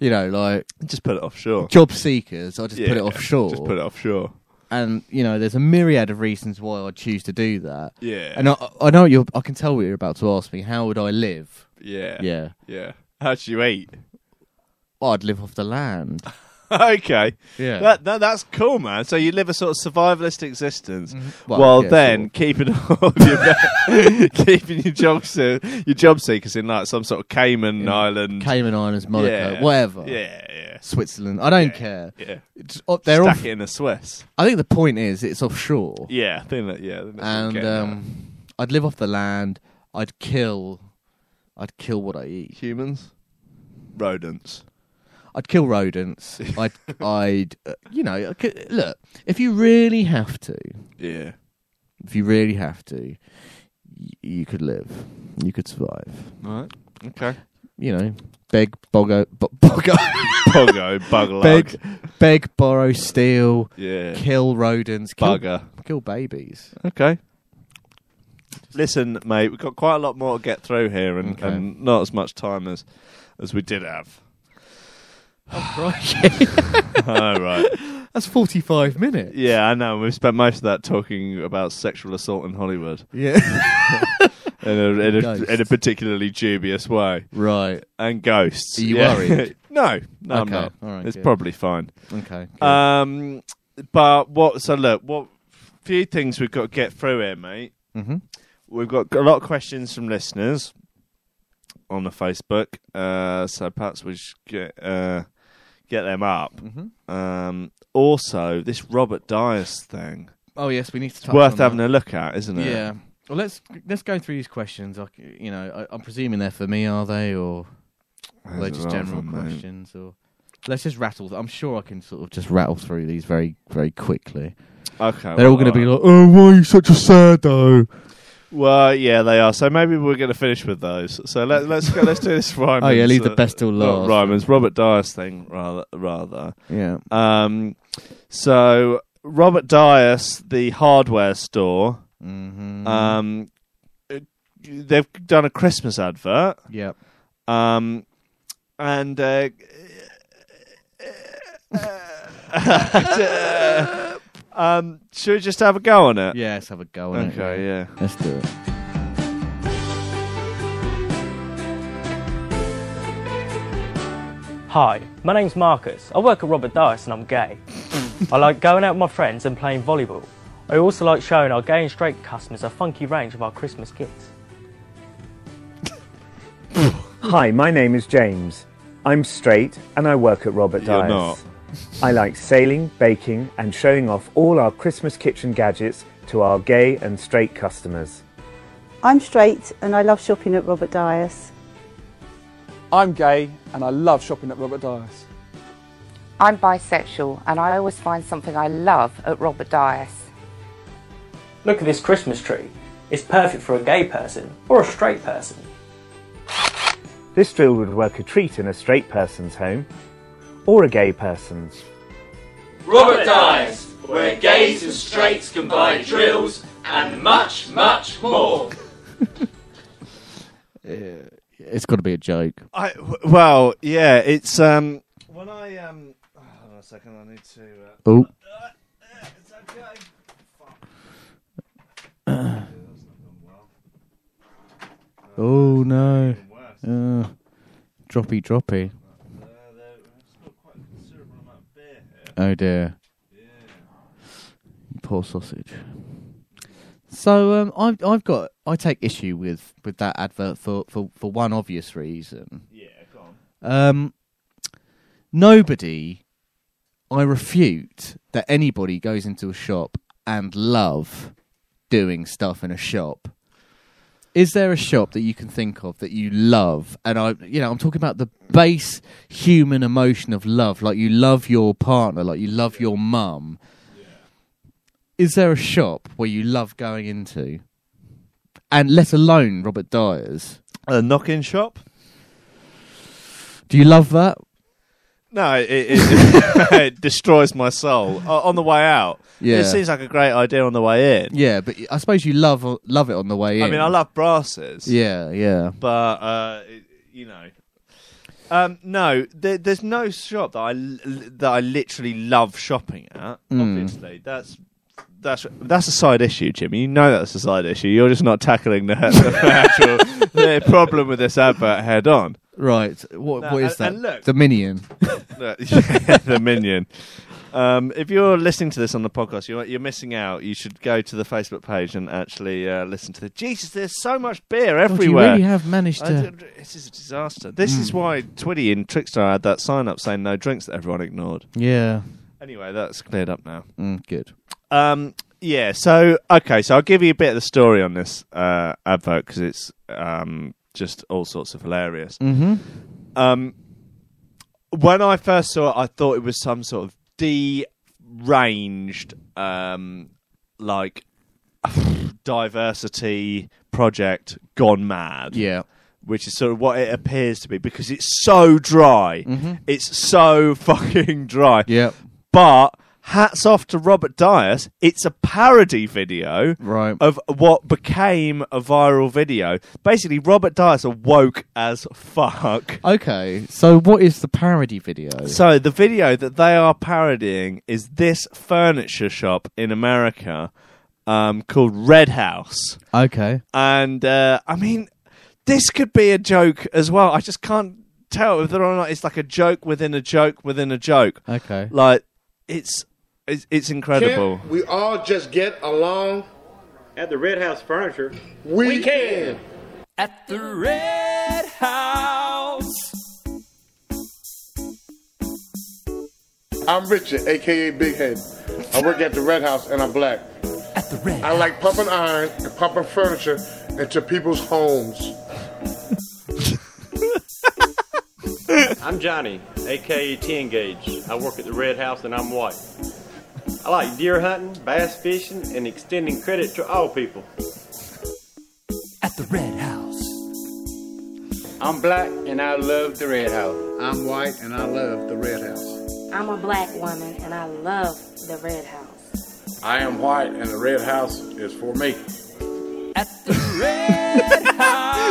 Speaker 2: you know, like
Speaker 1: Just put it offshore.
Speaker 2: job seekers, I just put
Speaker 1: Yeah,
Speaker 2: it offshore.
Speaker 1: Just put it offshore.
Speaker 2: And you know, there's a myriad of reasons why I choose to do that.
Speaker 1: Yeah.
Speaker 2: And I, I know you're. I can tell what you're about to ask me. How would I live?
Speaker 1: yeah.
Speaker 2: Yeah.
Speaker 1: Yeah. How do you eat?
Speaker 2: Well, I'd live off the land.
Speaker 1: okay.
Speaker 2: Yeah.
Speaker 1: That, that that's cool, man. So you live a sort of survivalist existence,
Speaker 2: Mm-hmm. Well,
Speaker 1: well,
Speaker 2: yeah,
Speaker 1: then
Speaker 2: sort of.
Speaker 1: keeping all of your keeping your job se- your job seekers in like some sort of Cayman island,
Speaker 2: Cayman Islands, Monaco,
Speaker 1: yeah.
Speaker 2: whatever.
Speaker 1: Yeah, yeah,
Speaker 2: Switzerland. I don't care.
Speaker 1: yeah.
Speaker 2: It's, oh, they're
Speaker 1: Stack
Speaker 2: off,
Speaker 1: it in a Swiss.
Speaker 2: I think the point is it's offshore.
Speaker 1: Yeah, I think that. Yeah, I think that's what I'm
Speaker 2: and
Speaker 1: getting at.
Speaker 2: um, I'd live off the land. I'd kill, I'd kill what I eat.
Speaker 1: humans, rodents.
Speaker 2: I'd kill rodents. I'd, I'd, uh, you know, I could- look. If you really have to,
Speaker 1: Yeah,
Speaker 2: if you really have to, y- you could live. You could survive.
Speaker 1: right. Okay.
Speaker 2: You know, beg, bogo, bo- bogo,
Speaker 1: Pogo, bugger.
Speaker 2: beg, beg, borrow, steal,
Speaker 1: Yeah.
Speaker 2: kill rodents, kill,
Speaker 1: Bugger.
Speaker 2: kill babies.
Speaker 1: Okay. Listen, mate, we've got quite a lot more to get through here and,
Speaker 2: Okay.
Speaker 1: and not as much time as, as we did have. Oh, right.
Speaker 2: That's forty-five minutes.
Speaker 1: Yeah, I know. We've spent most of that talking about sexual assault in Hollywood
Speaker 2: Yeah.
Speaker 1: in a, in a,
Speaker 2: Ghosts.
Speaker 1: in a particularly dubious way.
Speaker 2: right.
Speaker 1: And ghosts.
Speaker 2: Are you
Speaker 1: Yeah.
Speaker 2: worried?
Speaker 1: no, no, I'm
Speaker 2: Okay,
Speaker 1: not.
Speaker 2: all right,
Speaker 1: it's
Speaker 2: good.
Speaker 1: probably fine.
Speaker 2: Okay. good.
Speaker 1: Um, but what? So look, what few things we've got to get through here, mate.
Speaker 2: Mhm.
Speaker 1: We've got a lot of questions from listeners on the Facebook, uh, so perhaps we should get uh, get them up.
Speaker 2: Mm-hmm.
Speaker 1: Um, also, this Robert Dyers thing
Speaker 2: oh yes, we need to.
Speaker 1: it's
Speaker 2: Touch
Speaker 1: worth
Speaker 2: on
Speaker 1: having
Speaker 2: that.
Speaker 1: a look at, isn't it?
Speaker 2: Yeah. Well, let's let's go through these questions. I, c- you know, I, I'm presuming they're for me, are they, or are they
Speaker 1: There's a
Speaker 2: just
Speaker 1: lot of
Speaker 2: general
Speaker 1: them, mate.
Speaker 2: questions? Or let's just rattle. th- I'm sure I can sort of just rattle through these very very quickly.
Speaker 1: Okay,
Speaker 2: They're all
Speaker 1: well, uh,
Speaker 2: going to be
Speaker 1: alright.
Speaker 2: like, "Oh, why are you such a saddo?"
Speaker 1: Well, yeah, they are. So maybe we're going to finish with those. So let, let's go, let's do this Ryman's.
Speaker 2: "Oh, yeah, leave the best till
Speaker 1: not
Speaker 2: last.
Speaker 1: Ryman's Robert Dyer's thing rather. rather.
Speaker 2: Yeah.
Speaker 1: Um, so Robert Dyer's the hardware store.
Speaker 2: Mm-hmm.
Speaker 1: Um, uh, they've done a Christmas advert.
Speaker 2: yep.
Speaker 1: Um, and uh, um, should we just have a go on it?
Speaker 2: Yeah. Let's have a go. On It,
Speaker 1: Okay, yeah.
Speaker 2: Let's do it.
Speaker 9: Hi, my name's Marcus. I work at Robert Dice and I'm gay. I like going out with my friends and playing volleyball. I also like showing our gay and straight customers a funky range of our Christmas gifts.
Speaker 10: Hi, my name is James. I'm straight and I work at Robert
Speaker 1: You're
Speaker 10: Dyer's.
Speaker 1: not.
Speaker 10: I like sailing, baking, and showing off all our Christmas kitchen gadgets to our gay and straight customers.
Speaker 11: I'm straight and I love shopping at Robert Dyer's.
Speaker 8: I'm gay and I love shopping at Robert Dyer's.
Speaker 11: I'm bisexual and I always find something I love at Robert Dyer's.
Speaker 9: Look at this Christmas tree. It's perfect for a gay person or a straight person.
Speaker 10: This drill would work a treat in a straight person's home or a gay person's.
Speaker 9: Robert Dice, where gays and straights can buy drills and much, much more.
Speaker 2: It's got to be a joke.
Speaker 1: I w- well, yeah, it's um. When I um, hold on a second, I need to. Uh,
Speaker 2: Oh.
Speaker 1: it's okay.
Speaker 2: Oh no. Uh, droppy, droppy. Oh dear. Poor sausage. So um, I've I've got I take issue with with that advert for for for one obvious reason. Yeah, go on. Um, nobody, I refute that anybody goes into a shop and love doing stuff in a shop. Is there a shop that you can think of that you love? And I, you know, I'm talking about the base human emotion of love, like you love your partner, like you love your mum. Is there a shop where you love going into? And let alone Robert Dyer's.
Speaker 1: A knock-in shop?
Speaker 2: Do you love that?
Speaker 1: No, it, it, it, it destroys my soul uh, on the way out.
Speaker 2: Yeah.
Speaker 1: it seems like a great idea on the way in.
Speaker 2: Yeah, but I suppose you love love it on the way in.
Speaker 1: I mean, I love brasses.
Speaker 2: Yeah, yeah.
Speaker 1: but uh, it- you know, um, no, there, there's no shop that I l- l- that I literally love shopping at.
Speaker 2: Hmm.
Speaker 1: Obviously, that's. That's that's a side issue, Jimmy. You know that's a side issue. You're just not tackling the, the actual the problem with this advert head on.
Speaker 2: Right. What
Speaker 1: No,
Speaker 2: what is
Speaker 1: and-
Speaker 2: that?
Speaker 1: and look-
Speaker 2: the minion.
Speaker 1: Uh, the minion. Um, if you're listening to this on the podcast, you're, you're missing out. You should go to the Facebook page and actually uh, listen to the. Jesus, there's so much beer everywhere.
Speaker 2: you really have managed
Speaker 1: I
Speaker 2: to.
Speaker 1: d- this is a disaster. Hmm. This is why Twitty and Trickstar had that sign up saying no drinks that everyone ignored.
Speaker 2: Yeah.
Speaker 1: Anyway, that's cleared up now.
Speaker 2: Mm, good.
Speaker 1: Um, yeah, so, okay, so I'll give you a bit of the story on this uh, advert because it's um, just all sorts of hilarious.
Speaker 2: Mm-hmm.
Speaker 1: Um, when I first saw it, I thought it was some sort of deranged, um, like diversity project gone mad.
Speaker 2: Yeah.
Speaker 1: which is sort of what it appears to be because it's so dry. It's so fucking dry.
Speaker 2: Mm-hmm. Yeah.
Speaker 1: But hats off to Robert Dias. It's a parody video
Speaker 2: right.
Speaker 1: of what became a viral video. Basically, Robert Dias are woke as fuck.
Speaker 2: Okay, so what is the parody video?
Speaker 1: So the video that they are parodying is this furniture shop in America um, called Red House.
Speaker 2: okay,
Speaker 1: And uh, I mean, this could be a joke as well. I just can't tell whether or not it's like a joke within a joke within a joke.
Speaker 2: Okay.
Speaker 1: Like it's it's, it's incredible.
Speaker 12: Can't we all just get along? At the Red House Furniture, we, can.
Speaker 8: At the Red House.
Speaker 12: I'm Richard, aka Big Head. I work at the Red House and I'm black. At the Red I like pumping iron and pumping furniture into people's homes.
Speaker 13: I'm Johnny, aka Ten Gauge. I work at the Red House and I'm white. I like deer hunting, bass fishing, and extending credit to all people.
Speaker 8: At the Red House.
Speaker 13: I'm black and I love the Red House.
Speaker 12: I'm white and I love the Red House.
Speaker 14: I'm a black woman and I love the Red House.
Speaker 12: I am white and the Red House is for me.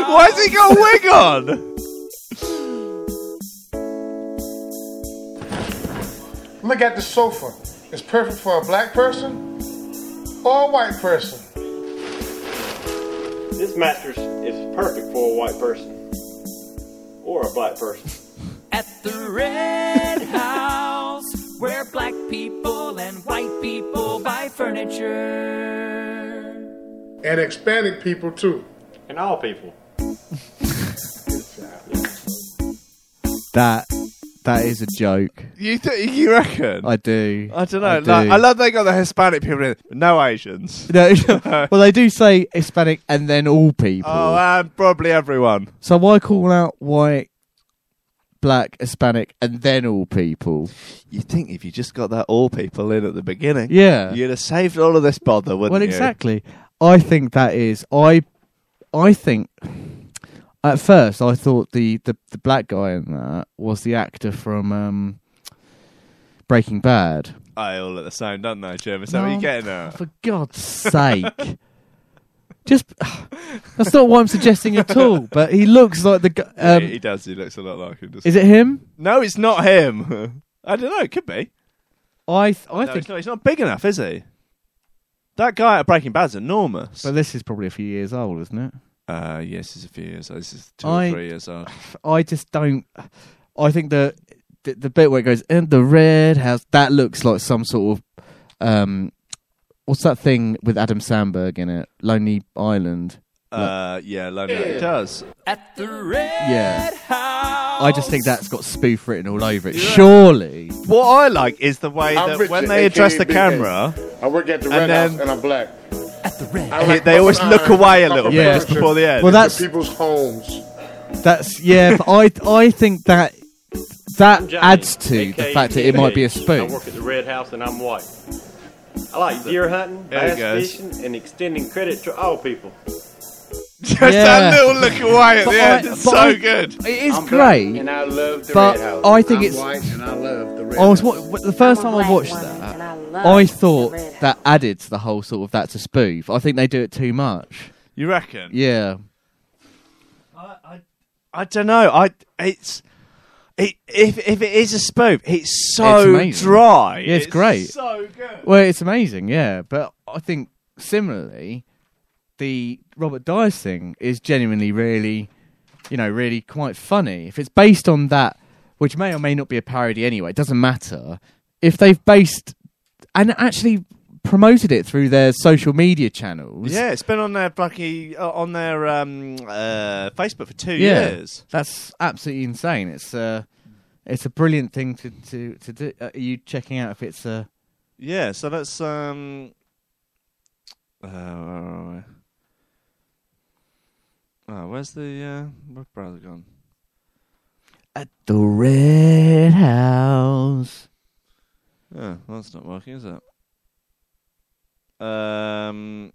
Speaker 1: Why has he got a wig on?
Speaker 12: Look at the sofa. It's perfect for a black person or a white person.
Speaker 13: This mattress is perfect for a white person or a black person.
Speaker 8: The Red House, where black people and white people buy furniture.
Speaker 12: And Hispanic people too.
Speaker 13: And all people.
Speaker 2: that that is a joke.
Speaker 1: You th- you reckon?
Speaker 2: I do.
Speaker 1: I don't know. I,
Speaker 2: I
Speaker 1: like,
Speaker 2: do.
Speaker 1: I love they got the Hispanic people in, but no Asians.
Speaker 2: No, well, they do say Hispanic and then all people.
Speaker 1: Oh, and probably everyone.
Speaker 2: So why call out white, black, Hispanic, and then all people?
Speaker 1: You think if you just got that all people in at the beginning,
Speaker 2: Yeah.
Speaker 1: you'd have saved all of this bother, wouldn't
Speaker 2: well,
Speaker 1: you?
Speaker 2: exactly. I think that is. I, I think. At first, I thought the, the, the black guy in that was the actor from um, Breaking Bad.
Speaker 1: I all at the same, don't they, Jim? Is that what
Speaker 2: No,
Speaker 1: you're getting at?
Speaker 2: For God's sake. Just that's not what I'm suggesting at all. But he looks like the. gu-
Speaker 1: Yeah,
Speaker 2: Um,
Speaker 1: he does. He looks a lot like him. doesn't
Speaker 2: is
Speaker 1: he?
Speaker 2: it him?
Speaker 1: No, it's not him. I don't know. It could be.
Speaker 2: I th-
Speaker 1: no,
Speaker 2: I think-
Speaker 1: he's not, he's not big enough, is he? That guy at Breaking Bad's enormous.
Speaker 2: But this is probably a few years old, isn't it?
Speaker 1: Uh, yes, it's a few years. old. This is two
Speaker 2: I-
Speaker 1: or three years old.
Speaker 2: I just don't. I think the the, the bit where it goes in the red house that looks like some sort of um, what's that thing with Adam Sandberg in it? Lonely Island.
Speaker 1: Uh, yeah, Lonely Island. It does.
Speaker 8: At the Red
Speaker 2: Yeah.
Speaker 8: House.
Speaker 2: I just think that's got spoof written all over it. Surely.
Speaker 1: What I like is the way
Speaker 12: I'm
Speaker 1: that
Speaker 12: Richard,
Speaker 1: when they
Speaker 12: aka
Speaker 1: address the
Speaker 12: Big Head.
Speaker 1: camera,
Speaker 12: I work at the
Speaker 1: And
Speaker 12: Red House
Speaker 1: then-
Speaker 12: and I'm black. I
Speaker 1: They- they always
Speaker 12: pumping
Speaker 1: look
Speaker 12: iron,
Speaker 1: away a little
Speaker 12: pumping
Speaker 1: bit just
Speaker 12: furniture
Speaker 1: before the end.
Speaker 2: Well,
Speaker 12: into
Speaker 2: that's-
Speaker 12: people's homes.
Speaker 2: That's yeah, but I I think that that
Speaker 13: Johnny,
Speaker 2: adds to the
Speaker 3: E
Speaker 13: aka
Speaker 2: fact that it might be a
Speaker 13: Gage. I
Speaker 2: spoon.
Speaker 13: work at the Red House and I'm white. I like deer hunting,
Speaker 1: There it
Speaker 13: bass
Speaker 1: goes.
Speaker 13: fishing, and extending credit to all people.
Speaker 1: just that little look away at the end. It's so good.
Speaker 2: It is great,
Speaker 13: and I love the
Speaker 2: but
Speaker 13: Red House.
Speaker 2: I think it's.
Speaker 12: I love the
Speaker 2: I was wa- the first time I watched that. I, thought that added to the whole sort of that's a spoof. I think they do it too much.
Speaker 1: You reckon?
Speaker 2: Yeah.
Speaker 1: I don't know. I it's it, if if it is a spoof, it's
Speaker 2: It's
Speaker 1: so
Speaker 2: amazing.
Speaker 1: dry.
Speaker 2: Yeah, it's, great.
Speaker 1: So good.
Speaker 2: Well, it's amazing, yeah. But I think similarly, the Robert Dice thing is genuinely really, you know, really quite funny. If it's based on that, which may or may not be a parody anyway, it doesn't matter. If they've based and actually promoted it through their social media channels,
Speaker 1: Yeah, it's been on their bloody uh, on their um, uh, Facebook for two
Speaker 2: Yeah,
Speaker 1: years.
Speaker 2: that's absolutely insane. It's uh, it's a brilliant thing to to to do. Uh, are you checking out if it's uh,
Speaker 1: Yeah, so that's um. Uh, where are we? Oh, where's the uh, where's browser gone?
Speaker 2: the Red House?
Speaker 1: Oh, well, that's not working, is it? Um,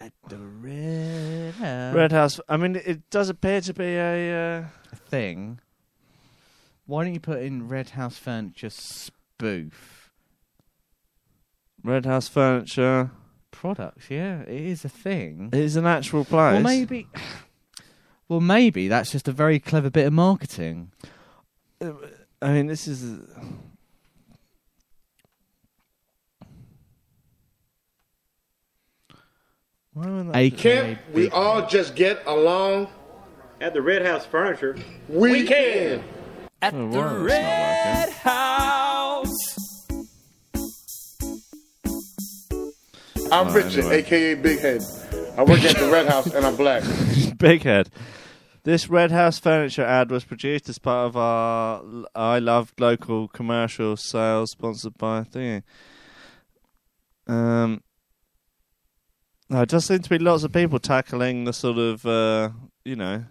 Speaker 2: At the red house.
Speaker 1: Red House. I mean, it does appear to be a. Uh...
Speaker 2: thing. Why don't you put in Red House Furniture spoof
Speaker 1: Red House Furniture.
Speaker 2: products? Yeah, it is a thing.
Speaker 1: It is an actual place.
Speaker 2: Well, maybe. Well, maybe that's just a very clever bit of marketing.
Speaker 1: I mean, this is. oh,
Speaker 12: Can't we all just get along?
Speaker 13: At the Red House Furniture.
Speaker 12: We, can.
Speaker 13: At
Speaker 8: Red House.
Speaker 12: I'm
Speaker 1: Well,
Speaker 12: Richard,
Speaker 1: anyway.
Speaker 12: aka Big Head. I work at the Red House and I'm black.
Speaker 1: Big head. This Red House furniture ad was produced as part of our L- I Love Local commercial sales sponsored by Thingy. Um, no, it does seem to be lots of people tackling the sort of, uh, you know,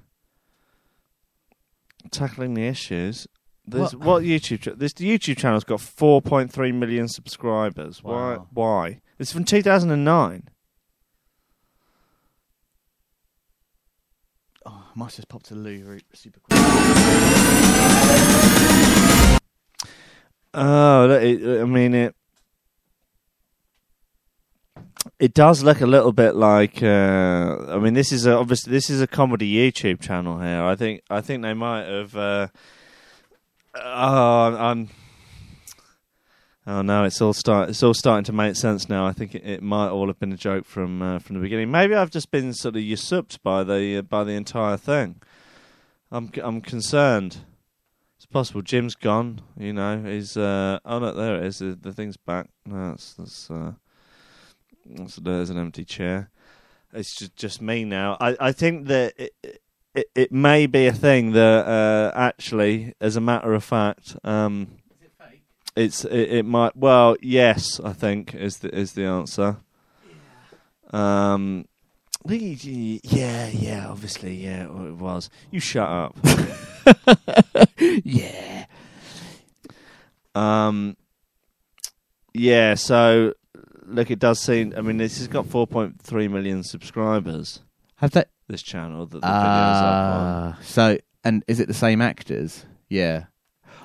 Speaker 1: tackling the issues. There's,
Speaker 2: What-
Speaker 1: what? YouTube? Cha- this YouTube channel's got 4.3 million subscribers.
Speaker 2: Wow.
Speaker 1: Why? Why? It's from 2009.
Speaker 2: Oh, I must just pop to Lou Root super quick.
Speaker 1: Oh, that- it, I mean it. It does look a little bit like. Uh, I mean, this is a, obviously this is a comedy YouTube channel here. I think I think they might have. Uh, oh, I'm. Oh no, it's all start. It's all starting to make sense now. I think it, it might all have been a joke from uh, from the beginning. Maybe I've just been sort of usurped by the uh, by the entire thing. I'm c- I'm concerned. It's possible Jim's gone. You know, he's uh, oh no, there it is. The, the thing's back. No, that's that's uh, that's there's an empty chair. It's just just me now. I I think that it it, it may be a thing that uh, actually, as a matter of fact, um, it's it, it might. Well, yes, I think is the is the answer. Um, yeah, yeah, obviously, yeah, it was. You shut up. yeah. Um. Yeah. So, look, it does seem. I mean, this has got 4.3 million subscribers.
Speaker 2: Have they?
Speaker 1: This channel that the videos up on.
Speaker 2: Ah, so and is it the same actors? Yeah.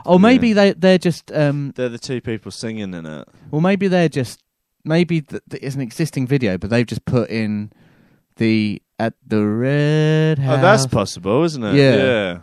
Speaker 2: Oh, maybe they they're just um.
Speaker 1: They're the two people singing in it.
Speaker 2: Well, maybe they're just maybe th- th- it's an existing video, but they've just put in the at the red house.
Speaker 1: Oh, that's possible, isn't it?
Speaker 2: Yeah.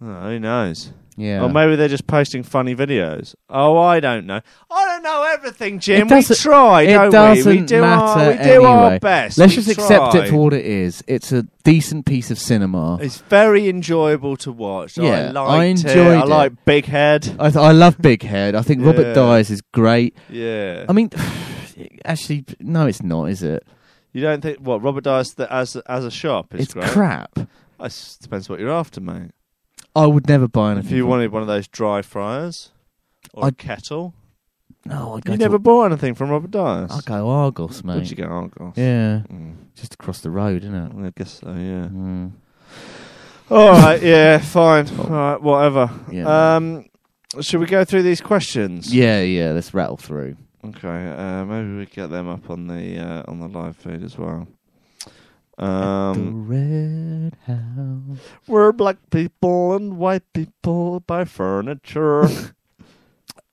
Speaker 1: Oh, who knows?
Speaker 2: Yeah.
Speaker 1: Or maybe they're just posting funny videos. Oh, I don't know. I don't know everything, Jim. We
Speaker 2: doesn't-
Speaker 1: try,
Speaker 2: it
Speaker 1: don't
Speaker 2: doesn't
Speaker 1: we? We do,
Speaker 2: matter
Speaker 1: our, we do our
Speaker 2: anyway.
Speaker 1: best.
Speaker 2: Let's
Speaker 1: We
Speaker 2: just accept
Speaker 1: try. Uh,
Speaker 2: it for what it is. It's a decent piece of cinema.
Speaker 1: It's very enjoyable to watch.
Speaker 2: yeah,
Speaker 1: I liked
Speaker 2: I
Speaker 1: it.
Speaker 2: enjoyed
Speaker 1: I
Speaker 2: it. Uh,
Speaker 1: like Big Head.
Speaker 2: I, th- I love Big Head. I think
Speaker 1: Yeah.
Speaker 2: Robert Dyers is great.
Speaker 1: Yeah.
Speaker 2: I mean, actually, no, it's not, is it?
Speaker 1: You don't think what Robert Dice th- as as a shop is
Speaker 2: It's
Speaker 1: great?
Speaker 2: crap.
Speaker 1: I s- depends what you're after, mate.
Speaker 2: I would never buy anything.
Speaker 1: If you
Speaker 2: from-
Speaker 1: wanted one of those dry fryers or a kettle,
Speaker 2: no, I'd go
Speaker 1: you
Speaker 2: to-
Speaker 1: never bought anything from Robert Dice.
Speaker 2: I'd go Argos, mate.
Speaker 1: Would you go Argos?
Speaker 2: Yeah,
Speaker 1: Mm.
Speaker 2: just across the road, isn't it?
Speaker 1: I guess so. Yeah.
Speaker 2: Mm. All
Speaker 1: All right, yeah, fine. All right, whatever.
Speaker 2: Oh. Yeah.
Speaker 1: Um, should we go through these questions?
Speaker 2: Yeah, yeah. Let's rattle through.
Speaker 1: Okay. Uh, maybe we get them up on the uh, on the live feed as well.
Speaker 2: Uh, the
Speaker 1: Um,
Speaker 2: red house.
Speaker 1: we're black people and white people by furniture.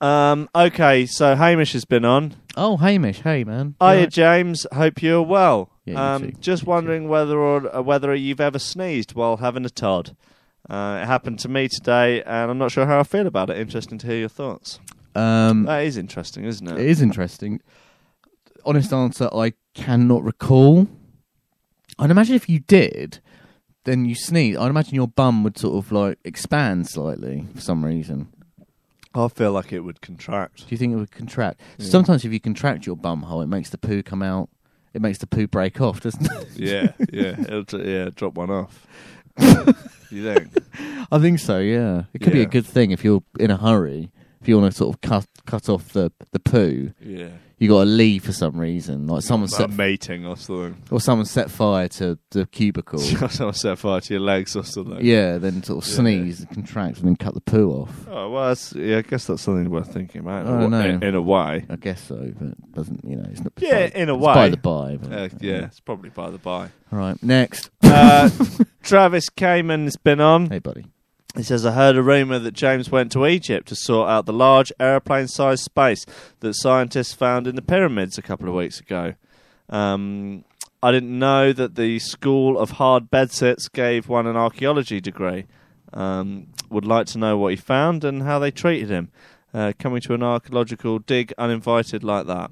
Speaker 1: um. Okay. So Hamish has been on.
Speaker 2: Oh, Hamish, hey man.
Speaker 1: Hiya,
Speaker 2: You all
Speaker 1: James. Hope you're well.
Speaker 2: Yeah, you
Speaker 1: um, just wondering whether or uh, whether you've ever sneezed while having a Todd. Uh, it happened to me today, and I'm not sure how I feel about it. Interesting to hear your thoughts.
Speaker 2: right? Um,
Speaker 1: That is interesting, isn't it?
Speaker 2: it is interesting. Honest answer, I cannot recall. I'd imagine if you did, then you sneeze. I'd imagine your bum would sort of like expand slightly for some reason.
Speaker 1: I feel like it would contract.
Speaker 2: Do you think it would contract?
Speaker 1: Yeah.
Speaker 2: Sometimes if you contract your bum hole, it makes the poo come out. It makes the poo break off, doesn't it?
Speaker 1: Yeah, yeah, it'll t- yeah. Drop one off. you think?
Speaker 2: I think so. Yeah, it could be
Speaker 1: Yeah.
Speaker 2: a good thing if you're in a hurry. If you want to sort of cut cut off the the poo,
Speaker 1: Yeah.
Speaker 2: you got to leave for some reason. Like someone
Speaker 1: Like
Speaker 2: set
Speaker 1: mating or something.
Speaker 2: or someone set fire to the cubicle.
Speaker 1: Someone set fire to your legs or something.
Speaker 2: yeah, then sort of
Speaker 1: Yeah.
Speaker 2: sneeze and contract and then cut the poo off.
Speaker 1: Oh well, that's, yeah, I guess that's something worth thinking about.
Speaker 2: I don't
Speaker 1: In,
Speaker 2: know.
Speaker 1: in a way,
Speaker 2: I guess so, but doesn't you know? It's not.
Speaker 1: Yeah,
Speaker 2: it's
Speaker 1: in a
Speaker 2: it's
Speaker 1: way.
Speaker 2: by the by. But,
Speaker 1: Uh, yeah, it's probably by the by.
Speaker 2: Right next.
Speaker 1: Uh, Travis Cayman's been on.
Speaker 2: Hey, buddy.
Speaker 1: He says, I heard a rumour that James went to Egypt to sort out the large aeroplane sized space that scientists found in the pyramids a couple of weeks ago. Um, I didn't know that the School of Hard Bedsits gave one an archaeology degree. Um, would like to know what he found and how they treated him. Uh, coming to an archaeological dig uninvited like that.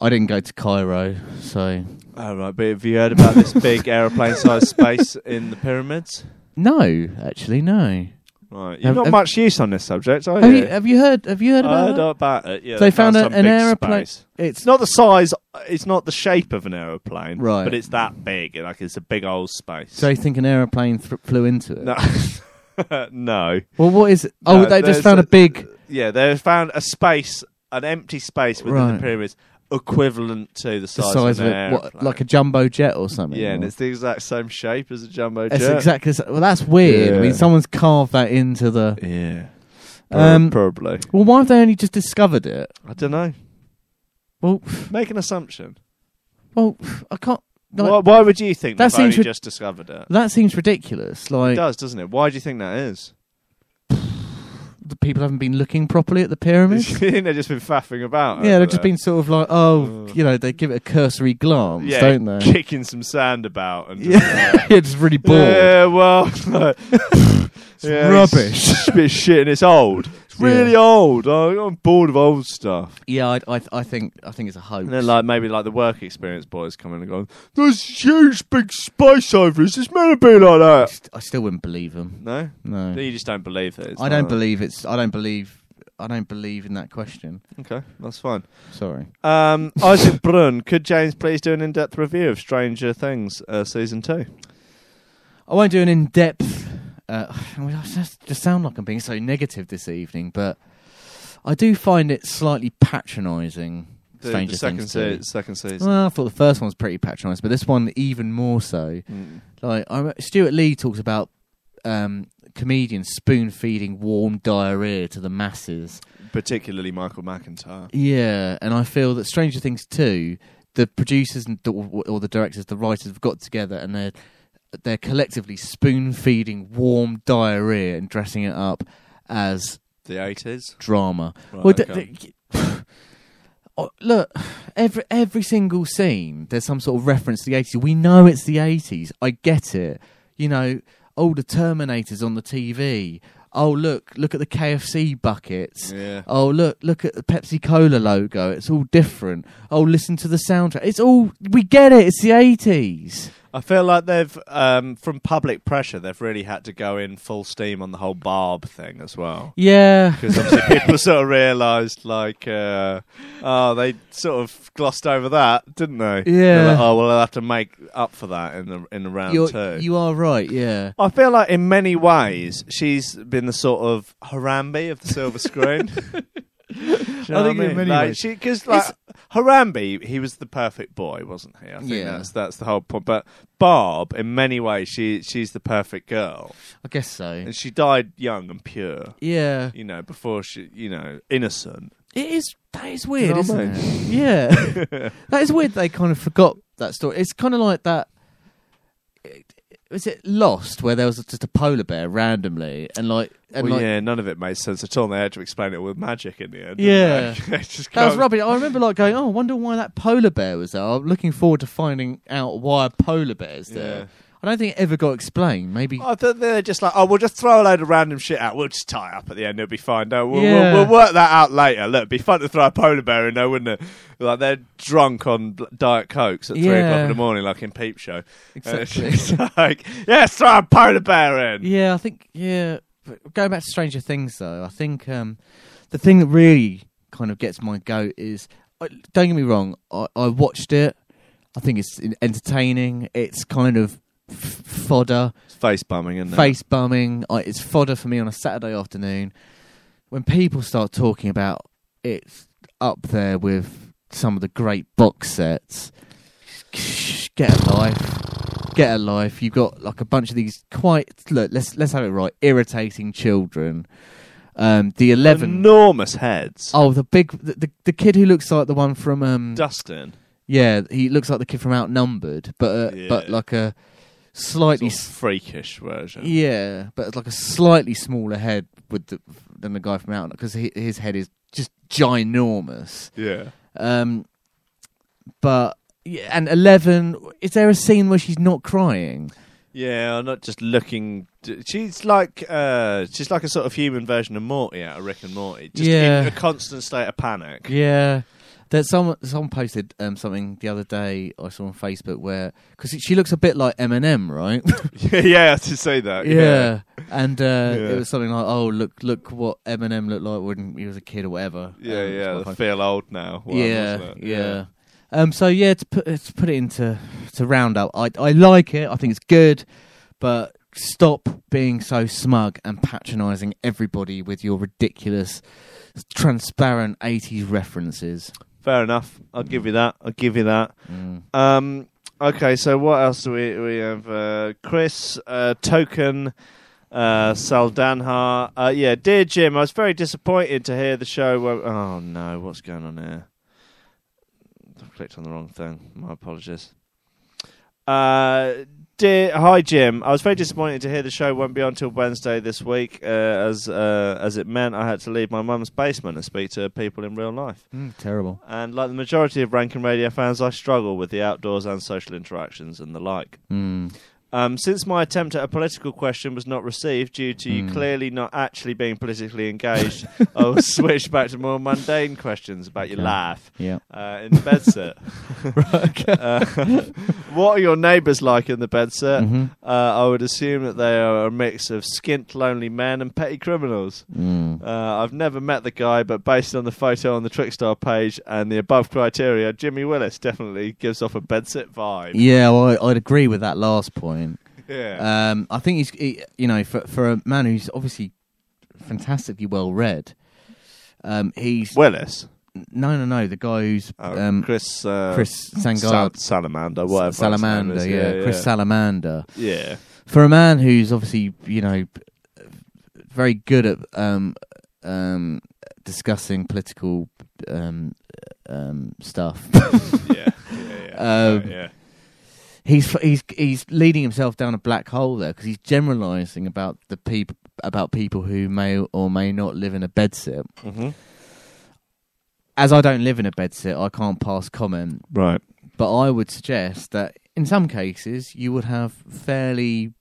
Speaker 2: I didn't go to Cairo, so
Speaker 1: All right, but have you heard about this big aeroplane-sized space in the pyramids?
Speaker 2: no, actually, no.
Speaker 1: Right, you're
Speaker 2: Have-
Speaker 1: not
Speaker 2: have-
Speaker 1: much use on this subject, are
Speaker 2: Have
Speaker 1: you?
Speaker 2: you, have you heard? Have you heard about
Speaker 1: Oh, I heard
Speaker 2: that?
Speaker 1: about it. uh, Yeah,
Speaker 2: They found a-
Speaker 1: some
Speaker 2: an
Speaker 1: big
Speaker 2: aeroplane-
Speaker 1: space. It's not the size. It's not the shape of an aeroplane,
Speaker 2: Right.
Speaker 1: But it's that big. Like it's a big old space.
Speaker 2: So you think an aeroplane th- flew into it?
Speaker 1: No. no.
Speaker 2: Well, what is it? Oh,
Speaker 1: No,
Speaker 2: they just
Speaker 1: there's
Speaker 2: found a,
Speaker 1: a-
Speaker 2: big.
Speaker 1: Yeah, they found a space, an empty space within
Speaker 2: Right.
Speaker 1: the pyramids, equivalent to the
Speaker 2: The
Speaker 1: size,
Speaker 2: size
Speaker 1: of
Speaker 2: of
Speaker 1: an
Speaker 2: it,
Speaker 1: aeroplane.
Speaker 2: what, like a jumbo jet or something.
Speaker 1: yeah, and
Speaker 2: or-
Speaker 1: it's the exact same shape as a jumbo
Speaker 2: It's
Speaker 1: jet.
Speaker 2: exactly. s- Well, that's weird. I
Speaker 1: Yeah.
Speaker 2: mean, someone's carved that into the.
Speaker 1: Yeah.
Speaker 2: Um,
Speaker 1: probably.
Speaker 2: Well, why have they only just discovered it?
Speaker 1: I don't know.
Speaker 2: Well,
Speaker 1: Make an assumption.
Speaker 2: well, I can't. like-
Speaker 1: why, why would you think
Speaker 2: That
Speaker 1: that they've only
Speaker 2: seems rid-
Speaker 1: just discovered it?
Speaker 2: That seems ridiculous.
Speaker 1: it
Speaker 2: Like
Speaker 1: does, doesn't it? Why do you think that is?
Speaker 2: the people haven't been looking properly at the pyramids.
Speaker 1: You think they've just been faffing about.
Speaker 2: yeah,
Speaker 1: over
Speaker 2: they've just
Speaker 1: there.
Speaker 2: been sort of like, oh, you know, they give it a cursory glance,
Speaker 1: yeah,
Speaker 2: don't they?
Speaker 1: kicking some sand about and just, uh,
Speaker 2: Yeah, it's really bored.
Speaker 1: Yeah, well,
Speaker 2: It's rubbish.
Speaker 1: It's a bit shit and it's old. It's really old. I- I'm bored of old stuff.
Speaker 2: Yeah, I, I, I think I think it's a hoax.
Speaker 1: And then, like maybe like the work experience boys come in and go, "There's huge big space over. Is this meant to be like that?"
Speaker 2: I still wouldn't believe them.
Speaker 1: No,
Speaker 2: No.
Speaker 1: you just don't believe it. It's
Speaker 2: I don't
Speaker 1: like that.
Speaker 2: believe it's. I don't believe. I don't believe in that question.
Speaker 1: Okay, that's fine.
Speaker 2: Sorry.
Speaker 1: Um, Isaac Brun, could James please do an in-depth review of Stranger Things uh, season two?
Speaker 2: I won't do an in-depth. Uh, I just, just sound like I'm being so negative this evening, but I do find it slightly patronising.
Speaker 1: The-
Speaker 2: Stranger
Speaker 1: the second
Speaker 2: Things
Speaker 1: se-
Speaker 2: too.
Speaker 1: second season.
Speaker 2: Well, I thought the first one was pretty patronising, but this one even more so.
Speaker 1: Mm.
Speaker 2: Like I, rem- Stuart Lee talks about um, comedians spoon feeding warm diarrhea to the masses.
Speaker 1: Particularly Michael McIntyre.
Speaker 2: Yeah, and I feel that Stranger Things too, the producers and the, or the directors, the writers have got together and they're they're collectively spoon feeding warm diarrhea and dressing it up as
Speaker 1: The eighties.
Speaker 2: drama.
Speaker 1: Right,
Speaker 2: Well, d-
Speaker 1: okay.
Speaker 2: d- Oh, look, every every single scene, there's some sort of reference to the 80s. We know it's the 80s. I get it. You know, oh, the Terminator's on the TV. Oh, look, look at the KFC buckets.
Speaker 1: Yeah.
Speaker 2: Oh, look, look at the Pepsi Cola logo. It's all different. Oh, listen to the soundtrack. It's all, we get it. It's the 80s.
Speaker 1: I feel like they've, um, from public pressure, they've really had to go in full steam on the whole Barb thing as well.
Speaker 2: Yeah.
Speaker 1: Because obviously people sort of realised, like, uh, oh, they sort of glossed over that, didn't they? They're
Speaker 2: Yeah.
Speaker 1: like, oh, well, they'll have to make up for that in the in the round
Speaker 2: You're,
Speaker 1: two.
Speaker 2: you are right, yeah.
Speaker 1: I feel like in many ways she's been the sort of Harambe of the silver screen. Do you know
Speaker 2: I think
Speaker 1: what
Speaker 2: in
Speaker 1: mean?
Speaker 2: many
Speaker 1: like,
Speaker 2: ways.
Speaker 1: because like Harambe, he was the perfect boy, wasn't he? I think
Speaker 2: Yeah.
Speaker 1: that's that's the whole point. But Barb, in many ways, she she's the perfect girl,
Speaker 2: I guess so.
Speaker 1: and she died young and pure.
Speaker 2: Yeah.
Speaker 1: you know, before she, you know, innocent.
Speaker 2: It is that is weird,
Speaker 1: what I mean?
Speaker 2: isn't it? Yeah, that is weird. They kind of forgot that story. It's kind of like that. Was it Lost where there was just a polar bear randomly and like and
Speaker 1: well,
Speaker 2: like
Speaker 1: yeah, none of it made sense at all. and They had to explain it with magic in the end. didn't
Speaker 2: yeah,
Speaker 1: they? It just
Speaker 2: that was
Speaker 1: can't-
Speaker 2: rubbish. I remember like going, oh, I wonder why that polar bear was there. I'm looking forward to finding out why a polar bear's there.
Speaker 1: Yeah.
Speaker 2: I don't think it ever got explained. Maybe
Speaker 1: I thought they're just like, oh, we'll just throw a load of random shit out. We'll just tie it up at the end. It'll be fine. No, we'll,
Speaker 2: Yeah.
Speaker 1: we'll, we'll work that out later. Look, it'd be fun to throw a polar bear in there, wouldn't it? Like they're drunk on bl- diet cokes at three o'clock
Speaker 2: Yeah.
Speaker 1: in the morning, like in Peep Show. And it's
Speaker 2: Exactly.
Speaker 1: just like, yes, throw a polar bear in.
Speaker 2: Yeah, I think yeah. But Going back to Stranger Things though, I think um, the thing that really kind of gets my goat is I- don't get me wrong. I, I watched it. I think it's en- entertaining. It's kind of f- fodder,
Speaker 1: It's face bumming, isn't it?
Speaker 2: face bumming. I, it's fodder for me on a Saturday afternoon when people start talking about it's up there with some of the great box sets. Get a life. Get a life. You've got like a bunch of these quite look, let's let's have it right. Irritating children. Um the eleven
Speaker 1: enormous heads.
Speaker 2: Oh, the big the, the, the kid who looks like the one from um
Speaker 1: Dustin.
Speaker 2: Yeah, he looks like the kid from Outnumbered, but uh, but like a slightly
Speaker 1: Sort of freakish version.
Speaker 2: yeah, but it's like a slightly smaller head with the, than the guy from Out because his head is just ginormous.
Speaker 1: Yeah.
Speaker 2: Um, but yeah, and Eleven, is there a scene where she's not crying?
Speaker 1: Yeah, I'm not just looking. She's like uh, she's like a sort of human version of Morty out of Rick and Morty. Just
Speaker 2: Yeah.
Speaker 1: in a constant state of panic.
Speaker 2: Yeah. There's someone someone posted um, something the other day I saw on Facebook where because she looks a bit like Eminem, right?
Speaker 1: yeah, to say that.
Speaker 2: yeah.
Speaker 1: Yeah.
Speaker 2: And uh,
Speaker 1: Yeah.
Speaker 2: it was something like, "Oh, look, look what Eminem looked like when he was a kid or whatever."
Speaker 1: Yeah,
Speaker 2: Um, it's
Speaker 1: yeah,
Speaker 2: quite
Speaker 1: the
Speaker 2: funny.
Speaker 1: feel old now one,
Speaker 2: yeah,
Speaker 1: wasn't it?
Speaker 2: yeah, Um, so yeah, to put to put it into to round up, I I like it. I think it's good, but stop being so smug and patronising everybody with your ridiculous, transparent eighties references. Mm.
Speaker 1: Fair enough. I'll give you that. I'll give you that. Um, okay, so what else do we we have? Uh, Chris uh, Token. Uh, Saldanha, uh, yeah, dear Jim, I was very disappointed to hear the show. Where, oh no, what's going on here? I've clicked on the wrong thing. My apologies. Uh, dear, hi Jim. I was very disappointed to hear the show won't be on till Wednesday this week, uh, as uh, as it meant I had to leave my mum's basement and speak to people in real life.
Speaker 2: Mm, terrible.
Speaker 1: And like the majority of Rankin Radio fans, I struggle with the outdoors and social interactions and the like.
Speaker 2: Mm.
Speaker 1: Um, since my attempt at a political question was not received due to you
Speaker 2: Mm.
Speaker 1: clearly not actually being politically engaged, I will switch back to more mundane questions about your
Speaker 2: Okay.
Speaker 1: life
Speaker 2: Yeah.
Speaker 1: uh, in the bed set. Uh, what are your neighbours like in the bed set?
Speaker 2: Mhm.
Speaker 1: Uh, I would assume that they are a mix of skint, lonely men and petty criminals.
Speaker 2: Mm.
Speaker 1: Uh, I've never met the guy, but based on the photo on the Trickstar page and the above criteria, Jimmy Willis definitely gives off a bedsit vibe.
Speaker 2: Yeah, well, I, I'd agree with that last point.
Speaker 1: Yeah.
Speaker 2: Um, I think he's, he, you know, for for a man who's obviously fantastically well read, um, he's
Speaker 1: Willis. Oh,
Speaker 2: No, no, no. The guy who's um,
Speaker 1: Chris uh,
Speaker 2: Chris
Speaker 1: Sal-
Speaker 2: Sangard,
Speaker 1: Salamander, whatever his name
Speaker 2: Salamander,
Speaker 1: is.
Speaker 2: yeah,
Speaker 1: Yeah, yeah.
Speaker 2: Chris Salamander.
Speaker 1: Yeah.
Speaker 2: For a man who's obviously, you know, very good at um, um, discussing political um, um, stuff.
Speaker 1: yeah,
Speaker 2: yeah. Um,
Speaker 1: yeah.
Speaker 2: He's he's he's leading himself down a black hole there because he's generalising about the people about people who may or may not live in a bedsit.
Speaker 1: Mhm.
Speaker 2: As I don't live in a bedsit, I can't pass comment.
Speaker 1: Right.
Speaker 2: But I would suggest that in some cases you would have fairly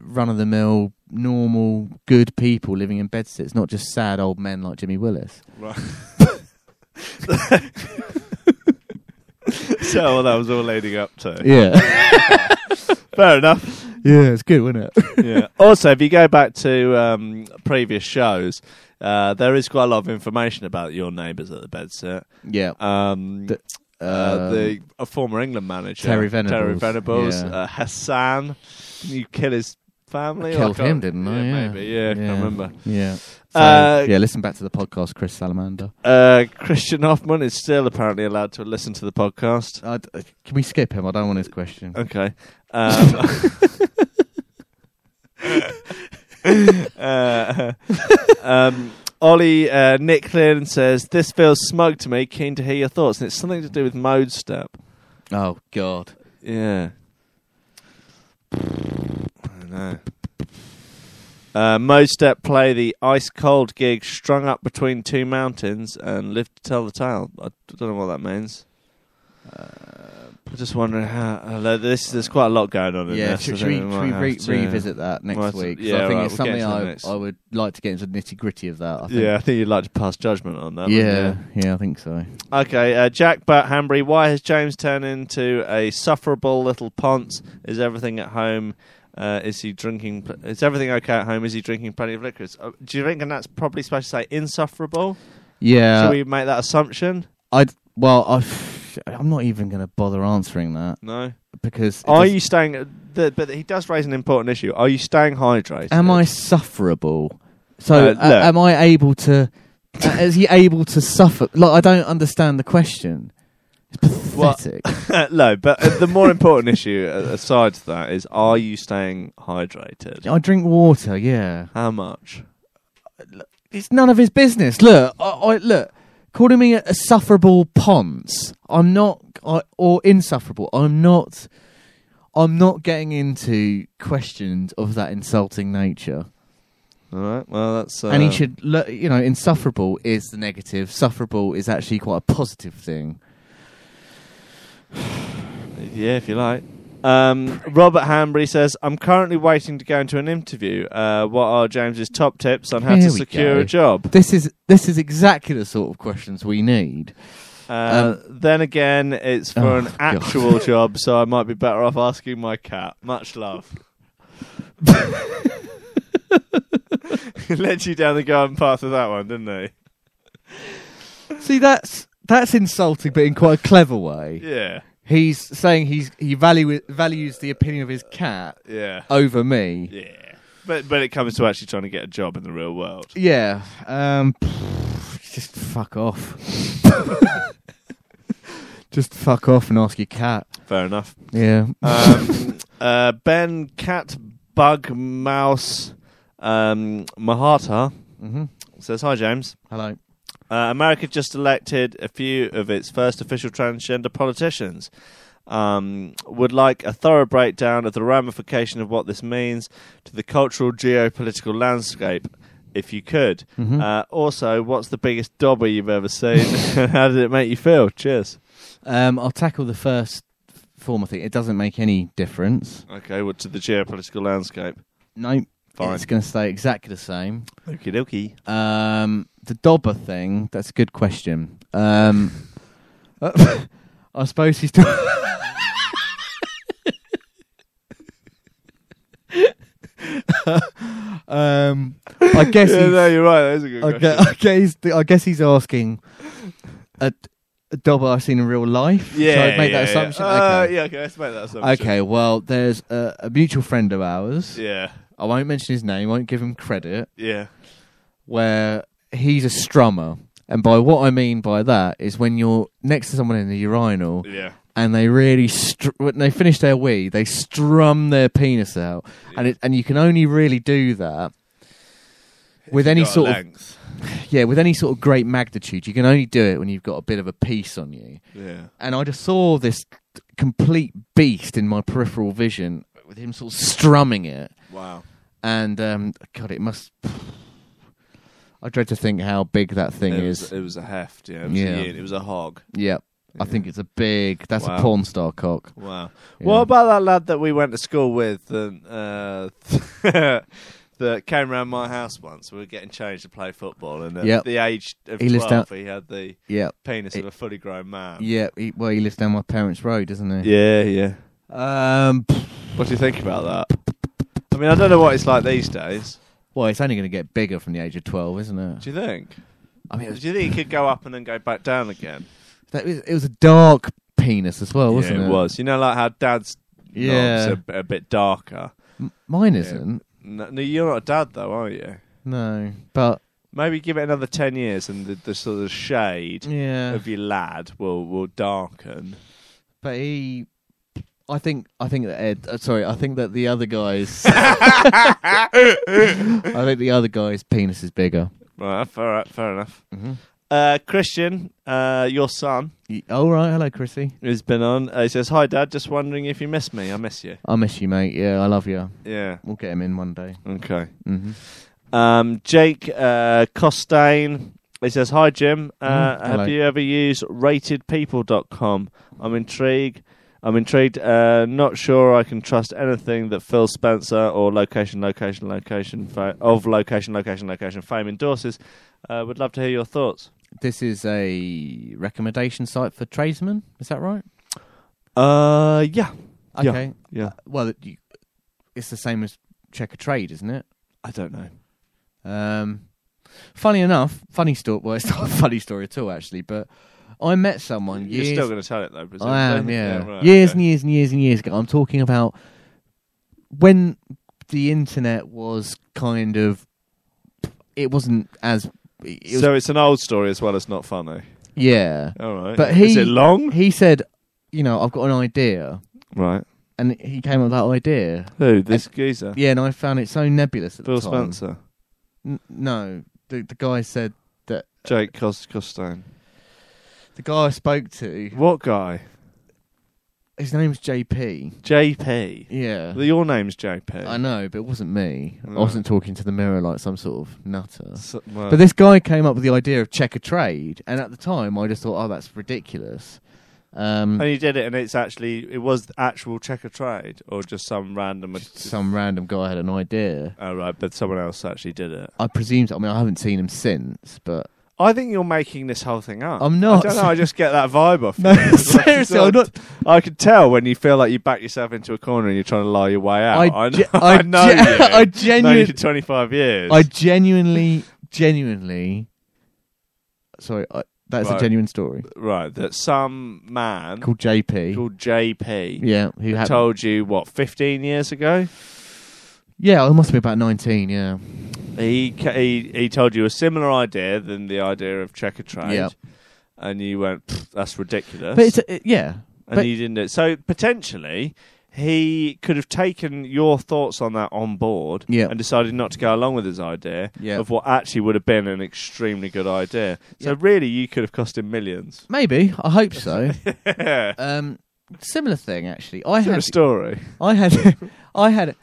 Speaker 2: run of the mill, normal, good people living in bedsits, not just sad old men like Jimmy Willis.
Speaker 1: Right. so well, that was all leading up to.
Speaker 2: Yeah.
Speaker 1: Fair enough.
Speaker 2: Yeah, it's good, wasn't it?
Speaker 1: yeah. Also, if you go back to um, previous shows, uh, there is quite a lot of information about your neighbours at the bedsit.
Speaker 2: Yeah.
Speaker 1: Um, the, uh,
Speaker 2: um,
Speaker 1: the a former England manager,
Speaker 2: Terry Venables,
Speaker 1: Venables,
Speaker 2: yeah.
Speaker 1: uh, Hassan. Didn't you kill his family?
Speaker 2: I
Speaker 1: Or
Speaker 2: killed
Speaker 1: can't-
Speaker 2: him, didn't I?
Speaker 1: Yeah,
Speaker 2: Yeah.
Speaker 1: Maybe. Yeah, I can't remember.
Speaker 2: Yeah. So,
Speaker 1: Uh,
Speaker 2: yeah, listen back to the podcast, Chris Salamander.
Speaker 1: Uh, Christian Hoffman is still apparently allowed to listen to the podcast.
Speaker 2: uh, Can we skip him? I don't want his question.
Speaker 1: Okay. Um, uh, um, Ollie uh, Nick Clearn says this feels smug to me. Keen to hear your thoughts, and it's something to do with mode step.
Speaker 2: Oh God.
Speaker 1: Yeah. I know. Uh, mode step play the ice cold gig strung up between two mountains and live to tell the tale. I don't know what that means. Uh, I'm just wondering how. Hello, this there's quite a lot going on in
Speaker 2: Yeah,
Speaker 1: this. I
Speaker 2: should, should
Speaker 1: think
Speaker 2: we,
Speaker 1: might
Speaker 2: should we re-
Speaker 1: have to-
Speaker 2: revisit that next
Speaker 1: might-
Speaker 2: week? 'Cause
Speaker 1: Yeah,
Speaker 2: I think
Speaker 1: right,
Speaker 2: it's
Speaker 1: we'll get
Speaker 2: something
Speaker 1: to that
Speaker 2: I,
Speaker 1: next.
Speaker 2: I would like to get into the nitty gritty of that. I think.
Speaker 1: Yeah, I think you'd like to pass judgment on that. wouldn't
Speaker 2: yeah,
Speaker 1: you?
Speaker 2: yeah, I think so.
Speaker 1: Okay, uh, Jack Bert Hambry, why has James turned into a sufferable little ponce? Is everything at home? Uh, is he drinking? Pl- is everything okay at home? Is he drinking plenty of liquors? Uh, do you reckon that's probably supposed to say insufferable?
Speaker 2: Yeah.
Speaker 1: Should we make that assumption?
Speaker 2: I well, I I'm not even going to bother answering that.
Speaker 1: No.
Speaker 2: because it
Speaker 1: Are
Speaker 2: does-
Speaker 1: you staying? uh, The, but he does raise an important issue. Are you staying hydrated?
Speaker 2: am I sufferable? So
Speaker 1: Uh,
Speaker 2: a-
Speaker 1: look.
Speaker 2: am I able to Uh, Is he able to suffer? Like, I don't understand the question. It's pathetic.
Speaker 1: no, but uh, the more important issue uh, aside to that is: Are you staying hydrated?
Speaker 2: I drink water. Yeah,
Speaker 1: How much?
Speaker 2: it's none of his business. Look, I, I look. Calling me a, a sufferable ponce. I'm not, I, or insufferable. I'm not. I'm not getting into questions of that insulting nature.
Speaker 1: All right. Well, that's uh,
Speaker 2: and he should look you know insufferable is the negative sufferable is actually quite a positive thing
Speaker 1: Yeah, if you like. Um, Robert Hanbury says, "I'm currently waiting to go into an interview. Uh, what are James's top tips on how
Speaker 2: Here
Speaker 1: to
Speaker 2: we
Speaker 1: secure
Speaker 2: go.
Speaker 1: a job?"
Speaker 2: this is this is exactly the sort of questions we need
Speaker 1: Uh, then again, it's for
Speaker 2: Um, Oh,
Speaker 1: an
Speaker 2: God.
Speaker 1: actual job, so I might be better off asking my cat. Much love. Led you down the garden path with that one, didn't they?
Speaker 2: see that's that's insulting but in quite a clever way
Speaker 1: Yeah.
Speaker 2: he's saying he's he value, values the opinion of his cat
Speaker 1: Yeah.
Speaker 2: over me
Speaker 1: Yeah. But but it comes to actually trying to get a job in the real world.
Speaker 2: yeah um just fuck off just fuck off and ask your cat
Speaker 1: Fair enough.
Speaker 2: yeah
Speaker 1: Um, uh, ben Cat Bug Mouse um, Mahata
Speaker 2: Mhm.
Speaker 1: says, Hi, James.
Speaker 2: Hello.
Speaker 1: Uh, America just elected a few of its first official transgender politicians. Um, would like a thorough breakdown of the ramification of what this means to the cultural geopolitical landscape, if you could.
Speaker 2: Mhm.
Speaker 1: Uh, also, what's the biggest dobber you've ever seen, and how did it make you feel? Cheers.
Speaker 2: Um, I'll tackle the first form of thing. It doesn't make any difference.
Speaker 1: Okay, what to the geopolitical landscape?
Speaker 2: No,
Speaker 1: Fine.
Speaker 2: it's going to stay exactly the same.
Speaker 1: Okie dokie.
Speaker 2: Um, the Dobber thing. That's a good question. Um, uh, I suppose he's. T- um, I guess.
Speaker 1: Yeah,
Speaker 2: he's-
Speaker 1: no, you're right. That is a good
Speaker 2: I guess, I guess, I guess he's asking a, a Dobber I've seen in real life. Should I make that assumption.
Speaker 1: Uh,
Speaker 2: okay.
Speaker 1: Yeah, okay, let's make that assumption.
Speaker 2: Okay, well, there's a, a mutual friend of ours.
Speaker 1: Yeah.
Speaker 2: I won't mention his name, won't give him credit.
Speaker 1: Yeah.
Speaker 2: Where he's a strummer. And by what I mean by that is when you're next to someone in the urinal
Speaker 1: Yeah.
Speaker 2: and they really, str- when they finish their wee, they strum their penis out. And, it, and you can only really do that with any
Speaker 1: got a
Speaker 2: sort
Speaker 1: length.
Speaker 2: of. Yeah, with any sort of great magnitude. You can only do it when you've got a bit of a piece on you
Speaker 1: Yeah.
Speaker 2: and I just saw this complete beast in my peripheral vision with him sort of strumming it.
Speaker 1: Wow.
Speaker 2: And um, God, it must. I dread to think how big that thing
Speaker 1: it
Speaker 2: is.
Speaker 1: Was, it was a heft. Yeah. It was,
Speaker 2: Yeah.
Speaker 1: A, unit, it was a hog.
Speaker 2: yeah, I think it's a big. That's
Speaker 1: Wow.
Speaker 2: a porn star cock.
Speaker 1: Wow.
Speaker 2: Yeah.
Speaker 1: What about that lad that we went to school with and, uh, that came round my house once? We were getting changed to play football, and at
Speaker 2: Yep.
Speaker 1: the age of
Speaker 2: He lives
Speaker 1: 12,
Speaker 2: down-
Speaker 1: he had the
Speaker 2: Yep.
Speaker 1: penis
Speaker 2: It-
Speaker 1: of a fully grown man.
Speaker 2: Yeah, he, well, he lives down my parents' road, doesn't he?
Speaker 1: Yeah, yeah.
Speaker 2: Um,
Speaker 1: What do you think about that? I mean, I don't know what it's like these days.
Speaker 2: well, it's only going to get bigger from the age of twelve, isn't it?
Speaker 1: Do you think?
Speaker 2: I mean, it was,
Speaker 1: do you think it could go up and then go back down again?
Speaker 2: that was, it was a dark penis as well, wasn't
Speaker 1: yeah,
Speaker 2: it?
Speaker 1: was. You know, like how dad's
Speaker 2: Yeah.
Speaker 1: knobs are a bit darker.
Speaker 2: M- Mine
Speaker 1: Yeah.
Speaker 2: isn't.
Speaker 1: No, no, you're not a dad though, are you?
Speaker 2: No, but
Speaker 1: Maybe give it another ten years, and the, the sort of shade
Speaker 2: Yeah.
Speaker 1: of your lad will will darken.
Speaker 2: But he, I think, I think that Ed. Uh, sorry, I think that the other guys. I think the other guy's penis is bigger.
Speaker 1: Right, fair, right, fair enough.
Speaker 2: Mhm.
Speaker 1: Uh, Christian, uh, your son
Speaker 2: Y- All right, hello, Chrissy.
Speaker 1: has been on. Uh, he says, "Hi, Dad. Just wondering if you miss me. I miss you."
Speaker 2: I miss you, mate. Yeah, I love you.
Speaker 1: Yeah.
Speaker 2: We'll get him in one day.
Speaker 1: Okay.
Speaker 2: hmm
Speaker 1: Um, Jake uh, Costain, he says, Hi, Jim. Uh,
Speaker 2: Mm, hello.
Speaker 1: have you ever used ratedpeople.com? I'm intrigued. I'm intrigued. Uh, not sure I can trust anything that Phil Spencer or location, location, location fa- of location, location, location fame endorses. Uh, would love to hear your thoughts.
Speaker 2: This is a recommendation site for tradesmen. Is that right?
Speaker 1: Uh, yeah. Yeah.
Speaker 2: Okay.
Speaker 1: Yeah.
Speaker 2: Uh, well, it- you, it's the same as check a trade, isn't it?
Speaker 1: I don't know.
Speaker 2: Um, funny enough, funny story. Well, it's not a funny story at all, actually. But I met someone.
Speaker 1: You're
Speaker 2: years
Speaker 1: still going to tell it though, presumably.
Speaker 2: I am, yeah.
Speaker 1: right,
Speaker 2: years
Speaker 1: okay.
Speaker 2: and years and years and years ago. I'm talking about when the internet was kind of it wasn't as it was
Speaker 1: so it's an old story as well as not funny.
Speaker 2: Yeah.
Speaker 1: All right.
Speaker 2: But he
Speaker 1: is it long?
Speaker 2: He said, you know, I've got an idea.
Speaker 1: Right.
Speaker 2: And he came up with that idea.
Speaker 1: Who, this
Speaker 2: And-
Speaker 1: geezer?
Speaker 2: Yeah, and I found it so nebulous at
Speaker 1: Bill
Speaker 2: the time.
Speaker 1: Spencer?
Speaker 2: N- no, the the guy said that
Speaker 1: Jake Cos- Costane.
Speaker 2: the guy I spoke to.
Speaker 1: What guy?
Speaker 2: His name's JP.
Speaker 1: JP.
Speaker 2: Yeah.
Speaker 1: Well, your name's JP.
Speaker 2: I know, but it wasn't me.
Speaker 1: Right.
Speaker 2: I wasn't talking to the mirror like some sort of nutter.
Speaker 1: So- well-
Speaker 2: But this guy came up with the idea of checker trade, and at the time, I just thought, oh, that's ridiculous. Um,
Speaker 1: And you did it, and it's actually it was the actual checker trade, or just some random.
Speaker 2: some random guy had an idea.
Speaker 1: Oh right, but someone else actually did it.
Speaker 2: I presume. I mean, I haven't seen him since, but
Speaker 1: I think you're making this whole thing up.
Speaker 2: I'm not.
Speaker 1: I don't know. I just get that vibe off.
Speaker 2: No,
Speaker 1: you. It's like
Speaker 2: seriously,
Speaker 1: you
Speaker 2: I'm
Speaker 1: don't- I could tell when you feel like you back yourself into a corner and you're trying to lie your way out.
Speaker 2: I
Speaker 1: I,
Speaker 2: ge-
Speaker 1: know.
Speaker 2: I
Speaker 1: I know.
Speaker 2: ge-
Speaker 1: you.
Speaker 2: I
Speaker 1: Known you
Speaker 2: genuine-
Speaker 1: for 25 years.
Speaker 2: I genuinely, genuinely. Sorry, I, that's
Speaker 1: Right.
Speaker 2: a genuine story.
Speaker 1: Right, that some man
Speaker 2: Called JP.
Speaker 1: called JP,
Speaker 2: Yeah, who had-
Speaker 1: told you what 15 years ago.
Speaker 2: Yeah, I must be about nineteen. Yeah,
Speaker 1: He ca- he he told you a similar idea than the idea of checker trade,
Speaker 2: Yeah.
Speaker 1: and you went, "Pfft, "That's ridiculous."
Speaker 2: But it's a- it- yeah,
Speaker 1: and
Speaker 2: but-
Speaker 1: he didn't. Do it. So potentially, he could have taken your thoughts on that on board,
Speaker 2: Yeah.
Speaker 1: and decided not to go along with his idea
Speaker 2: Yeah.
Speaker 1: of what actually would have been an extremely good idea. So really, you could have cost him millions.
Speaker 2: maybe. I hope so.
Speaker 1: Yeah.
Speaker 2: Um, similar thing actually. I
Speaker 1: Similar
Speaker 2: had
Speaker 1: story.
Speaker 2: I had, I had,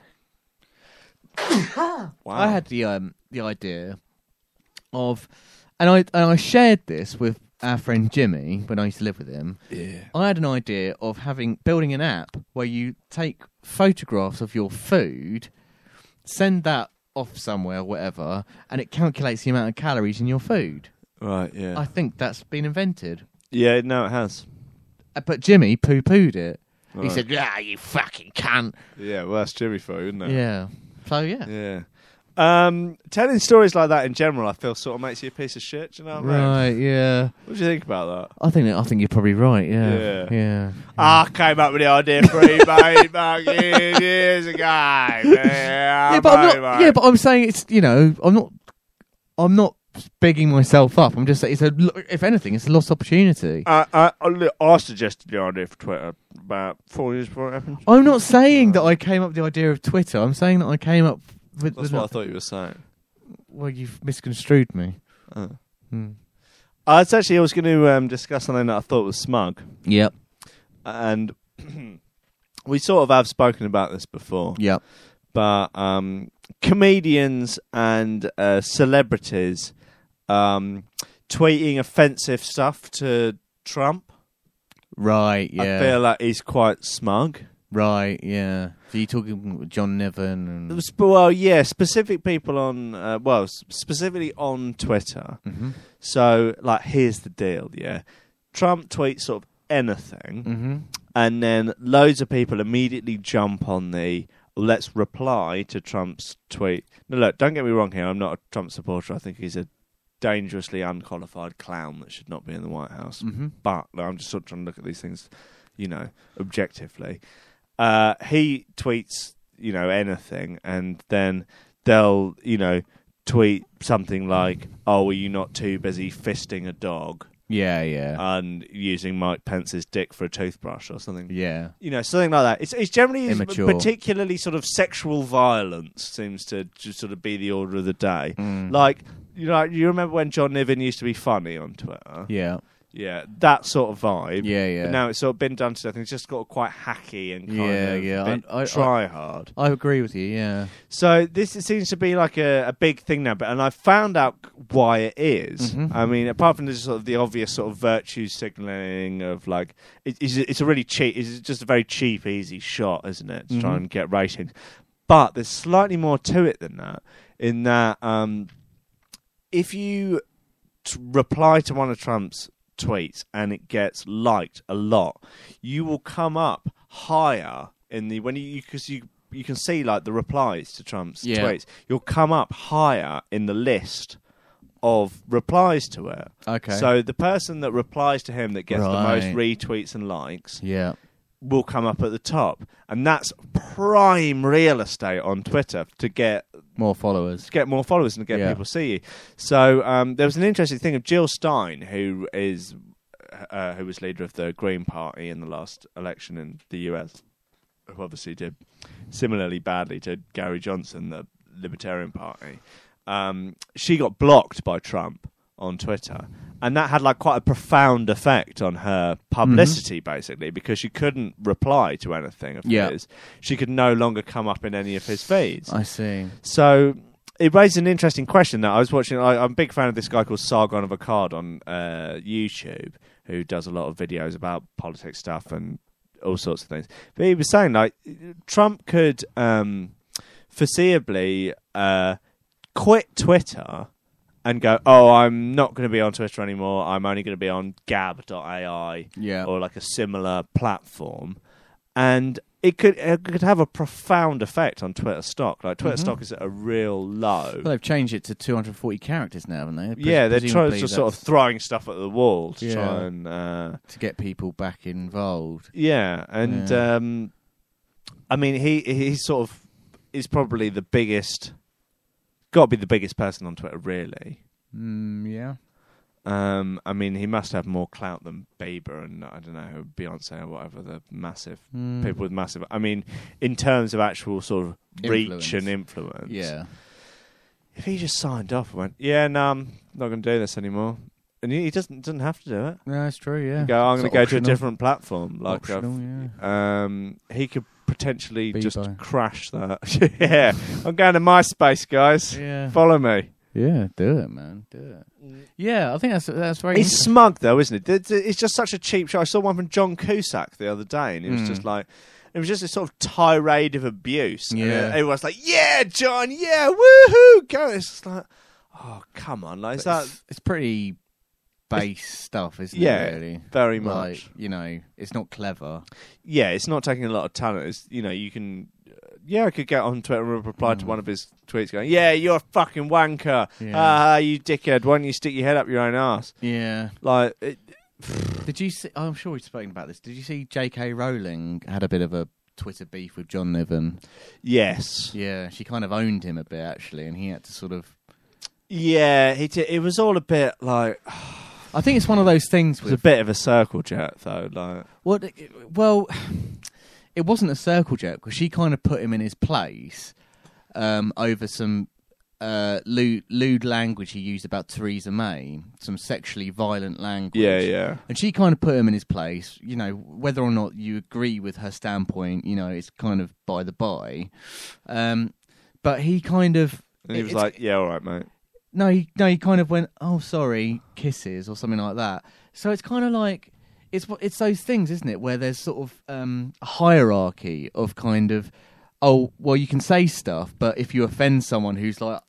Speaker 1: Wow.
Speaker 2: I had the um the idea of, and I and I shared this with our friend Jimmy when I used to live with him.
Speaker 1: Yeah.
Speaker 2: I had an idea of having building an app where you take photographs of your food, send that off somewhere, whatever, and it calculates the amount of calories in your food.
Speaker 1: Right. Yeah.
Speaker 2: I think that's been invented.
Speaker 1: yeah. No, it has.
Speaker 2: Uh, But Jimmy poo pooed it. He
Speaker 1: Right.
Speaker 2: said, "Yeah, you fucking cunt."
Speaker 1: Yeah. Well, that's Jimmy for you, isn't it?
Speaker 2: Yeah. So yeah.
Speaker 1: Yeah. Um, telling stories like that in general, I feel sort of makes you a piece of shit. Do you know what I mean?
Speaker 2: Right, yeah.
Speaker 1: What do you think about that?
Speaker 2: I think I think you're probably right. Yeah,
Speaker 1: Yeah.
Speaker 2: yeah.
Speaker 1: I came up with the idea for eBay fucking years ago. Yeah,
Speaker 2: Yeah, but I'm not. Yeah, but I'm saying it's you know I'm not. I'm not bigging myself up. I'm just saying it's a lo- if anything it's a lost opportunity.
Speaker 1: I, I, I, Uh, look, I suggested the idea for Twitter about four years before it happened.
Speaker 2: I'm not saying that I came up with the idea of Twitter. I'm saying that I came up with.
Speaker 1: That's
Speaker 2: with
Speaker 1: what I thought you were saying.
Speaker 2: Well, you've misconstrued me. Hmm.
Speaker 1: I was actually I was going to um, discuss something that I thought was smug.
Speaker 2: Yep.
Speaker 1: And we sort of have spoken about this before.
Speaker 2: Yep.
Speaker 1: But um, comedians and uh, celebrities um, tweeting offensive stuff to Trump.
Speaker 2: Right. Yeah.
Speaker 1: I feel like he's quite smug.
Speaker 2: Right. Yeah. So you talking with John Niven and
Speaker 1: It was- Well, yeah, specific people on, uh, well, s- specifically on Twitter.
Speaker 2: Mhm.
Speaker 1: So, like, here's the deal, yeah. Trump tweets sort of anything,
Speaker 2: Mhm.
Speaker 1: and then loads of people immediately jump on the let's reply to Trump's tweet. No, look, don't get me wrong here. I'm not a Trump supporter. I think he's a dangerously unqualified clown that should not be in the White House.
Speaker 2: Mhm.
Speaker 1: But like, I'm just sort of trying to look at these things, you know, objectively. Uh, he tweets, you know, anything, and then they'll, you know, tweet something like, "Oh, were you not too busy fisting a dog?"
Speaker 2: Yeah, yeah.
Speaker 1: and using Mike Pence's dick for a toothbrush or something.
Speaker 2: Yeah.
Speaker 1: you know, something like that. It's it's generally is
Speaker 2: Immature.
Speaker 1: particularly sort of sexual violence seems to just sort of be the order of the day.
Speaker 2: Mm.
Speaker 1: Like you know, you remember when John Niven used to be funny on Twitter?
Speaker 2: Yeah.
Speaker 1: Yeah, that sort of vibe.
Speaker 2: Yeah, yeah.
Speaker 1: But now it's sort of been done to death, and it's just got quite hacky and kind
Speaker 2: yeah,
Speaker 1: of
Speaker 2: yeah.
Speaker 1: bit
Speaker 2: I, I,
Speaker 1: try
Speaker 2: I-
Speaker 1: hard.
Speaker 2: I agree with you. Yeah.
Speaker 1: So this seems to be like a, a big thing now, but and I found out why it is.
Speaker 2: Mhm.
Speaker 1: I mean, apart from the sort of the obvious sort of virtue signalling of like, it, it's, it's a really cheap, it's just a very cheap, easy shot, isn't it, to try
Speaker 2: Mhm.
Speaker 1: and get ratings. But there's slightly more to it than that. In that, um, if you t- reply to one of Trump's tweets and it gets liked a lot, you will come up higher in the when you because you you can see like the replies to Trump's
Speaker 2: Yeah.
Speaker 1: tweets. You'll come up higher in the list of replies to it.
Speaker 2: Okay.
Speaker 1: So the person that replies to him that gets the most
Speaker 2: Right.
Speaker 1: retweets and likes
Speaker 2: Yeah.
Speaker 1: will come up at the top. And that's prime real estate on Twitter to get
Speaker 2: More followers.
Speaker 1: to get more followers and get
Speaker 2: Yeah.
Speaker 1: people to see you. So um, there was an interesting thing of Jill Stein, who is uh, who was leader of the Green Party in the last election in the US, who obviously did similarly badly to Gary Johnson, the Libertarian Party. Um, she got blocked by Trump on Twitter, and that had like quite a profound effect on her publicity, basically, because she couldn't reply to anything of
Speaker 2: Mm-hmm. Yeah.
Speaker 1: his. She could no longer come up in any of his feeds.
Speaker 2: I see.
Speaker 1: So it raised an interesting question that I was watching. I, I'm a big fan of this guy called Sargon of Akkad on uh, YouTube, who does a lot of videos about politics stuff and all sorts of things. But he was saying like Trump could um, foreseeably uh, quit Twitter and go, oh, I'm not going to be on Twitter anymore. I'm only going to be on Gab.ai
Speaker 2: Yeah.
Speaker 1: or like a similar platform, and it could it could have a profound effect on Twitter stock. Like Twitter
Speaker 2: Mhm.
Speaker 1: stock is at a real low.
Speaker 2: Well, they've changed it to 240 characters now, haven't they? Pres-
Speaker 1: yeah, they're trying
Speaker 2: presumably
Speaker 1: to sort of throwing stuff at the wall to
Speaker 2: Yeah.
Speaker 1: try and uh,
Speaker 2: to get people back involved.
Speaker 1: Yeah, and
Speaker 2: Yeah.
Speaker 1: Um, I mean, he he sort of is probably the biggest, got to be the biggest person on Twitter, really.
Speaker 2: Mm, yeah.
Speaker 1: Um, I mean, he must have more clout than Bieber and I don't know Beyonce or whatever the massive
Speaker 2: Mm.
Speaker 1: people with massive. I mean, in terms of actual sort of reach
Speaker 2: Influence.
Speaker 1: and influence.
Speaker 2: Yeah.
Speaker 1: If he just signed off and went, yeah, no, I'm not going to do this anymore, and he, he doesn't doesn't have to do it.
Speaker 2: No, that's true, yeah.
Speaker 1: You go, I'm
Speaker 2: It's
Speaker 1: going to go to a
Speaker 2: optional.
Speaker 1: different platform. Like,
Speaker 2: Optional,
Speaker 1: I've- um, he could potentially just
Speaker 2: Bebo.
Speaker 1: crash that. yeah, I'm going to MySpace, guys.
Speaker 2: Yeah.
Speaker 1: follow me.
Speaker 2: Yeah, do it, man. Do it. Yeah, I think that's that's very.
Speaker 1: Mm. It's
Speaker 2: interesting.
Speaker 1: smug though, isn't it? Th- th- It's just such a cheap shot. I saw one from John Cusack the other day, and it was
Speaker 2: Mm.
Speaker 1: just like it was just a sort of tirade of abuse. And
Speaker 2: Yeah.
Speaker 1: everyone's like, "Yeah, John, yeah, woohoo, go!" It's just like, oh, come on, like is
Speaker 2: But
Speaker 1: that?
Speaker 2: it's, it's pretty base stuff, isn't
Speaker 1: Yeah,
Speaker 2: it? Really,
Speaker 1: very
Speaker 2: Like,
Speaker 1: much.
Speaker 2: you know, it's not clever.
Speaker 1: yeah, it's not taking a lot of talent. It's you know you can. Yeah, I could get on Twitter and reply to one of his tweets going, "Yeah, you're a fucking wanker.
Speaker 2: Hmm. Yeah.
Speaker 1: Ah, you dickhead. Why don't you stick your head up your own ass?"
Speaker 2: Yeah.
Speaker 1: Like, it,
Speaker 2: Did you see? I'm sure we've spoken about this. Did you see J.K. Rowling had a bit of a Twitter beef with John Niven?
Speaker 1: Yes.
Speaker 2: Yeah, she kind of owned him a bit actually, and he had to sort of.
Speaker 1: yeah, he did, it was all a bit like.
Speaker 2: I think it's one of those things.
Speaker 1: It was a bit of a circle jerk, though. Like,
Speaker 2: Well, it- well, it wasn't a circle jerk because she kind of put him in his place um, over some uh, lewd, lewd language he used about Theresa May, some sexually violent language.
Speaker 1: Yeah, yeah.
Speaker 2: And she kind of put him in his place. You know, whether or not you agree with her standpoint, you know, it's kind of by the by. Um, but he kind of.
Speaker 1: and he was
Speaker 2: it's-
Speaker 1: like, "Yeah, all right, mate."
Speaker 2: no, he, no, he kind of went, oh, sorry, kisses or something like that. So it's kind of like it's what- it's those things, isn't it, where there's sort of um, a hierarchy of kind of, oh, well, you can say stuff, but if you offend someone who's like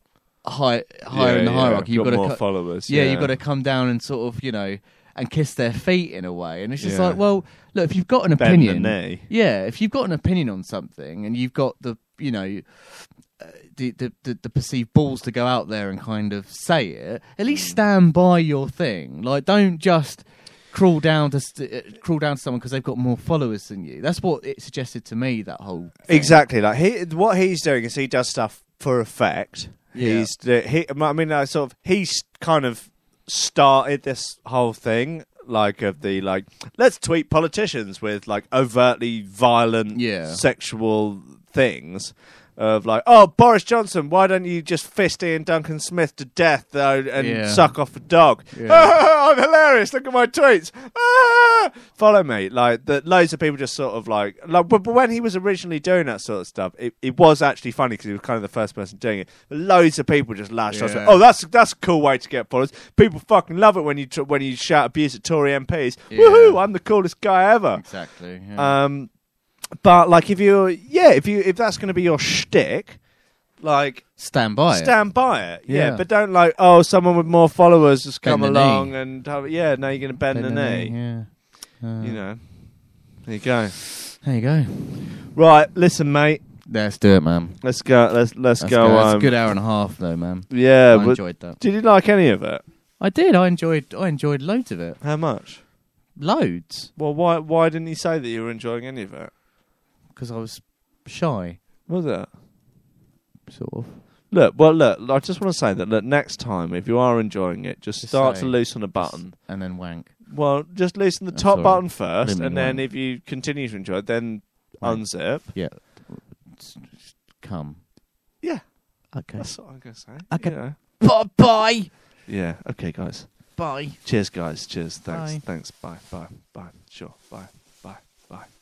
Speaker 2: high, higher
Speaker 1: Yeah,
Speaker 2: in the
Speaker 1: yeah,
Speaker 2: hierarchy, you've
Speaker 1: got
Speaker 2: got
Speaker 1: more
Speaker 2: to
Speaker 1: followers,
Speaker 2: Yeah,
Speaker 1: yeah.
Speaker 2: you've got to come down and sort of you know and kiss their feet in a way, and it's just
Speaker 1: Yeah.
Speaker 2: like, well, look, if you've got an
Speaker 1: Bend the
Speaker 2: opinion,
Speaker 1: knee.
Speaker 2: yeah, if you've got an opinion on something and you've got the you know uh, the, the the the perceived balls to go out there and kind of say it, at least stand by your thing. Like, don't just crawl down to st- uh, crawl down to someone because they've got more followers than you. That's what it suggested to me. That whole
Speaker 1: Exactly. Like he, what he's doing is he does stuff for effect.
Speaker 2: Yeah.
Speaker 1: He's he. I mean, I sort of he's kind of started this whole thing, like of the like let's tweet politicians with like overtly violent,
Speaker 2: Yeah.
Speaker 1: sexual things. Of like, oh Boris Johnson, why don't you just fist Ian Duncan Smith to death though, and
Speaker 2: Yeah.
Speaker 1: suck off a dog? I'm hilarious. Look at my tweets. Ah! Follow me. Like that, loads of people just sort of like, like. But, but when he was originally doing that sort of stuff, it, it was actually funny because he was kind of the first person doing it. But loads of people just lashed out.
Speaker 2: Yeah.
Speaker 1: Oh, that's that's a cool way to get followers. People fucking love it when you tr- when you shout abuse at Tory MPs.
Speaker 2: Yeah.
Speaker 1: Woohoo! I'm the coolest guy ever.
Speaker 2: Exactly.
Speaker 1: Um, but like if you, are yeah, if you if that's going to be your shtick, like
Speaker 2: stand by it.
Speaker 1: stand by it. Yeah.
Speaker 2: Yeah.
Speaker 1: but don't like oh, someone with more followers has
Speaker 2: Bend
Speaker 1: come
Speaker 2: the knee.
Speaker 1: along and have, yeah, now you're going to bend, the, knee.
Speaker 2: yeah. Uh,
Speaker 1: You know, there you go.
Speaker 2: There you go.
Speaker 1: Right, listen, mate.
Speaker 2: Let's do it, man.
Speaker 1: Let's go. Let's let's
Speaker 2: That's
Speaker 1: go.
Speaker 2: good. That's a
Speaker 1: um,
Speaker 2: good hour and a half, though, man.
Speaker 1: Yeah,
Speaker 2: I
Speaker 1: but
Speaker 2: enjoyed that.
Speaker 1: Did you like any of it?
Speaker 2: I did. I enjoyed. I enjoyed loads of it.
Speaker 1: How much?
Speaker 2: Loads,
Speaker 1: Well, why why didn't you say that you were enjoying any of it?
Speaker 2: because I was shy,
Speaker 1: Was it?
Speaker 2: sort of.
Speaker 1: Look, well, look. I just want to say that. Look, next time, if you are enjoying it, just,
Speaker 2: Just
Speaker 1: start
Speaker 2: say-
Speaker 1: to loosen a button
Speaker 2: and then wank.
Speaker 1: Well, just loosen the
Speaker 2: That's
Speaker 1: top
Speaker 2: all right.
Speaker 1: button first,
Speaker 2: Limit
Speaker 1: and then
Speaker 2: wank.
Speaker 1: if you continue to enjoy it, then
Speaker 2: Wank.
Speaker 1: unzip.
Speaker 2: Yeah. S- s- Come.
Speaker 1: Yeah.
Speaker 2: Okay.
Speaker 1: That's what I'm gonna say.
Speaker 2: Okay.
Speaker 1: Yeah.
Speaker 2: Bye bye.
Speaker 1: Yeah. Okay, guys.
Speaker 2: Bye.
Speaker 1: Cheers, guys. Cheers. Thanks.
Speaker 2: Bye.
Speaker 1: Thanks. Bye. Bye. Bye. Sure. Bye. Bye. Bye.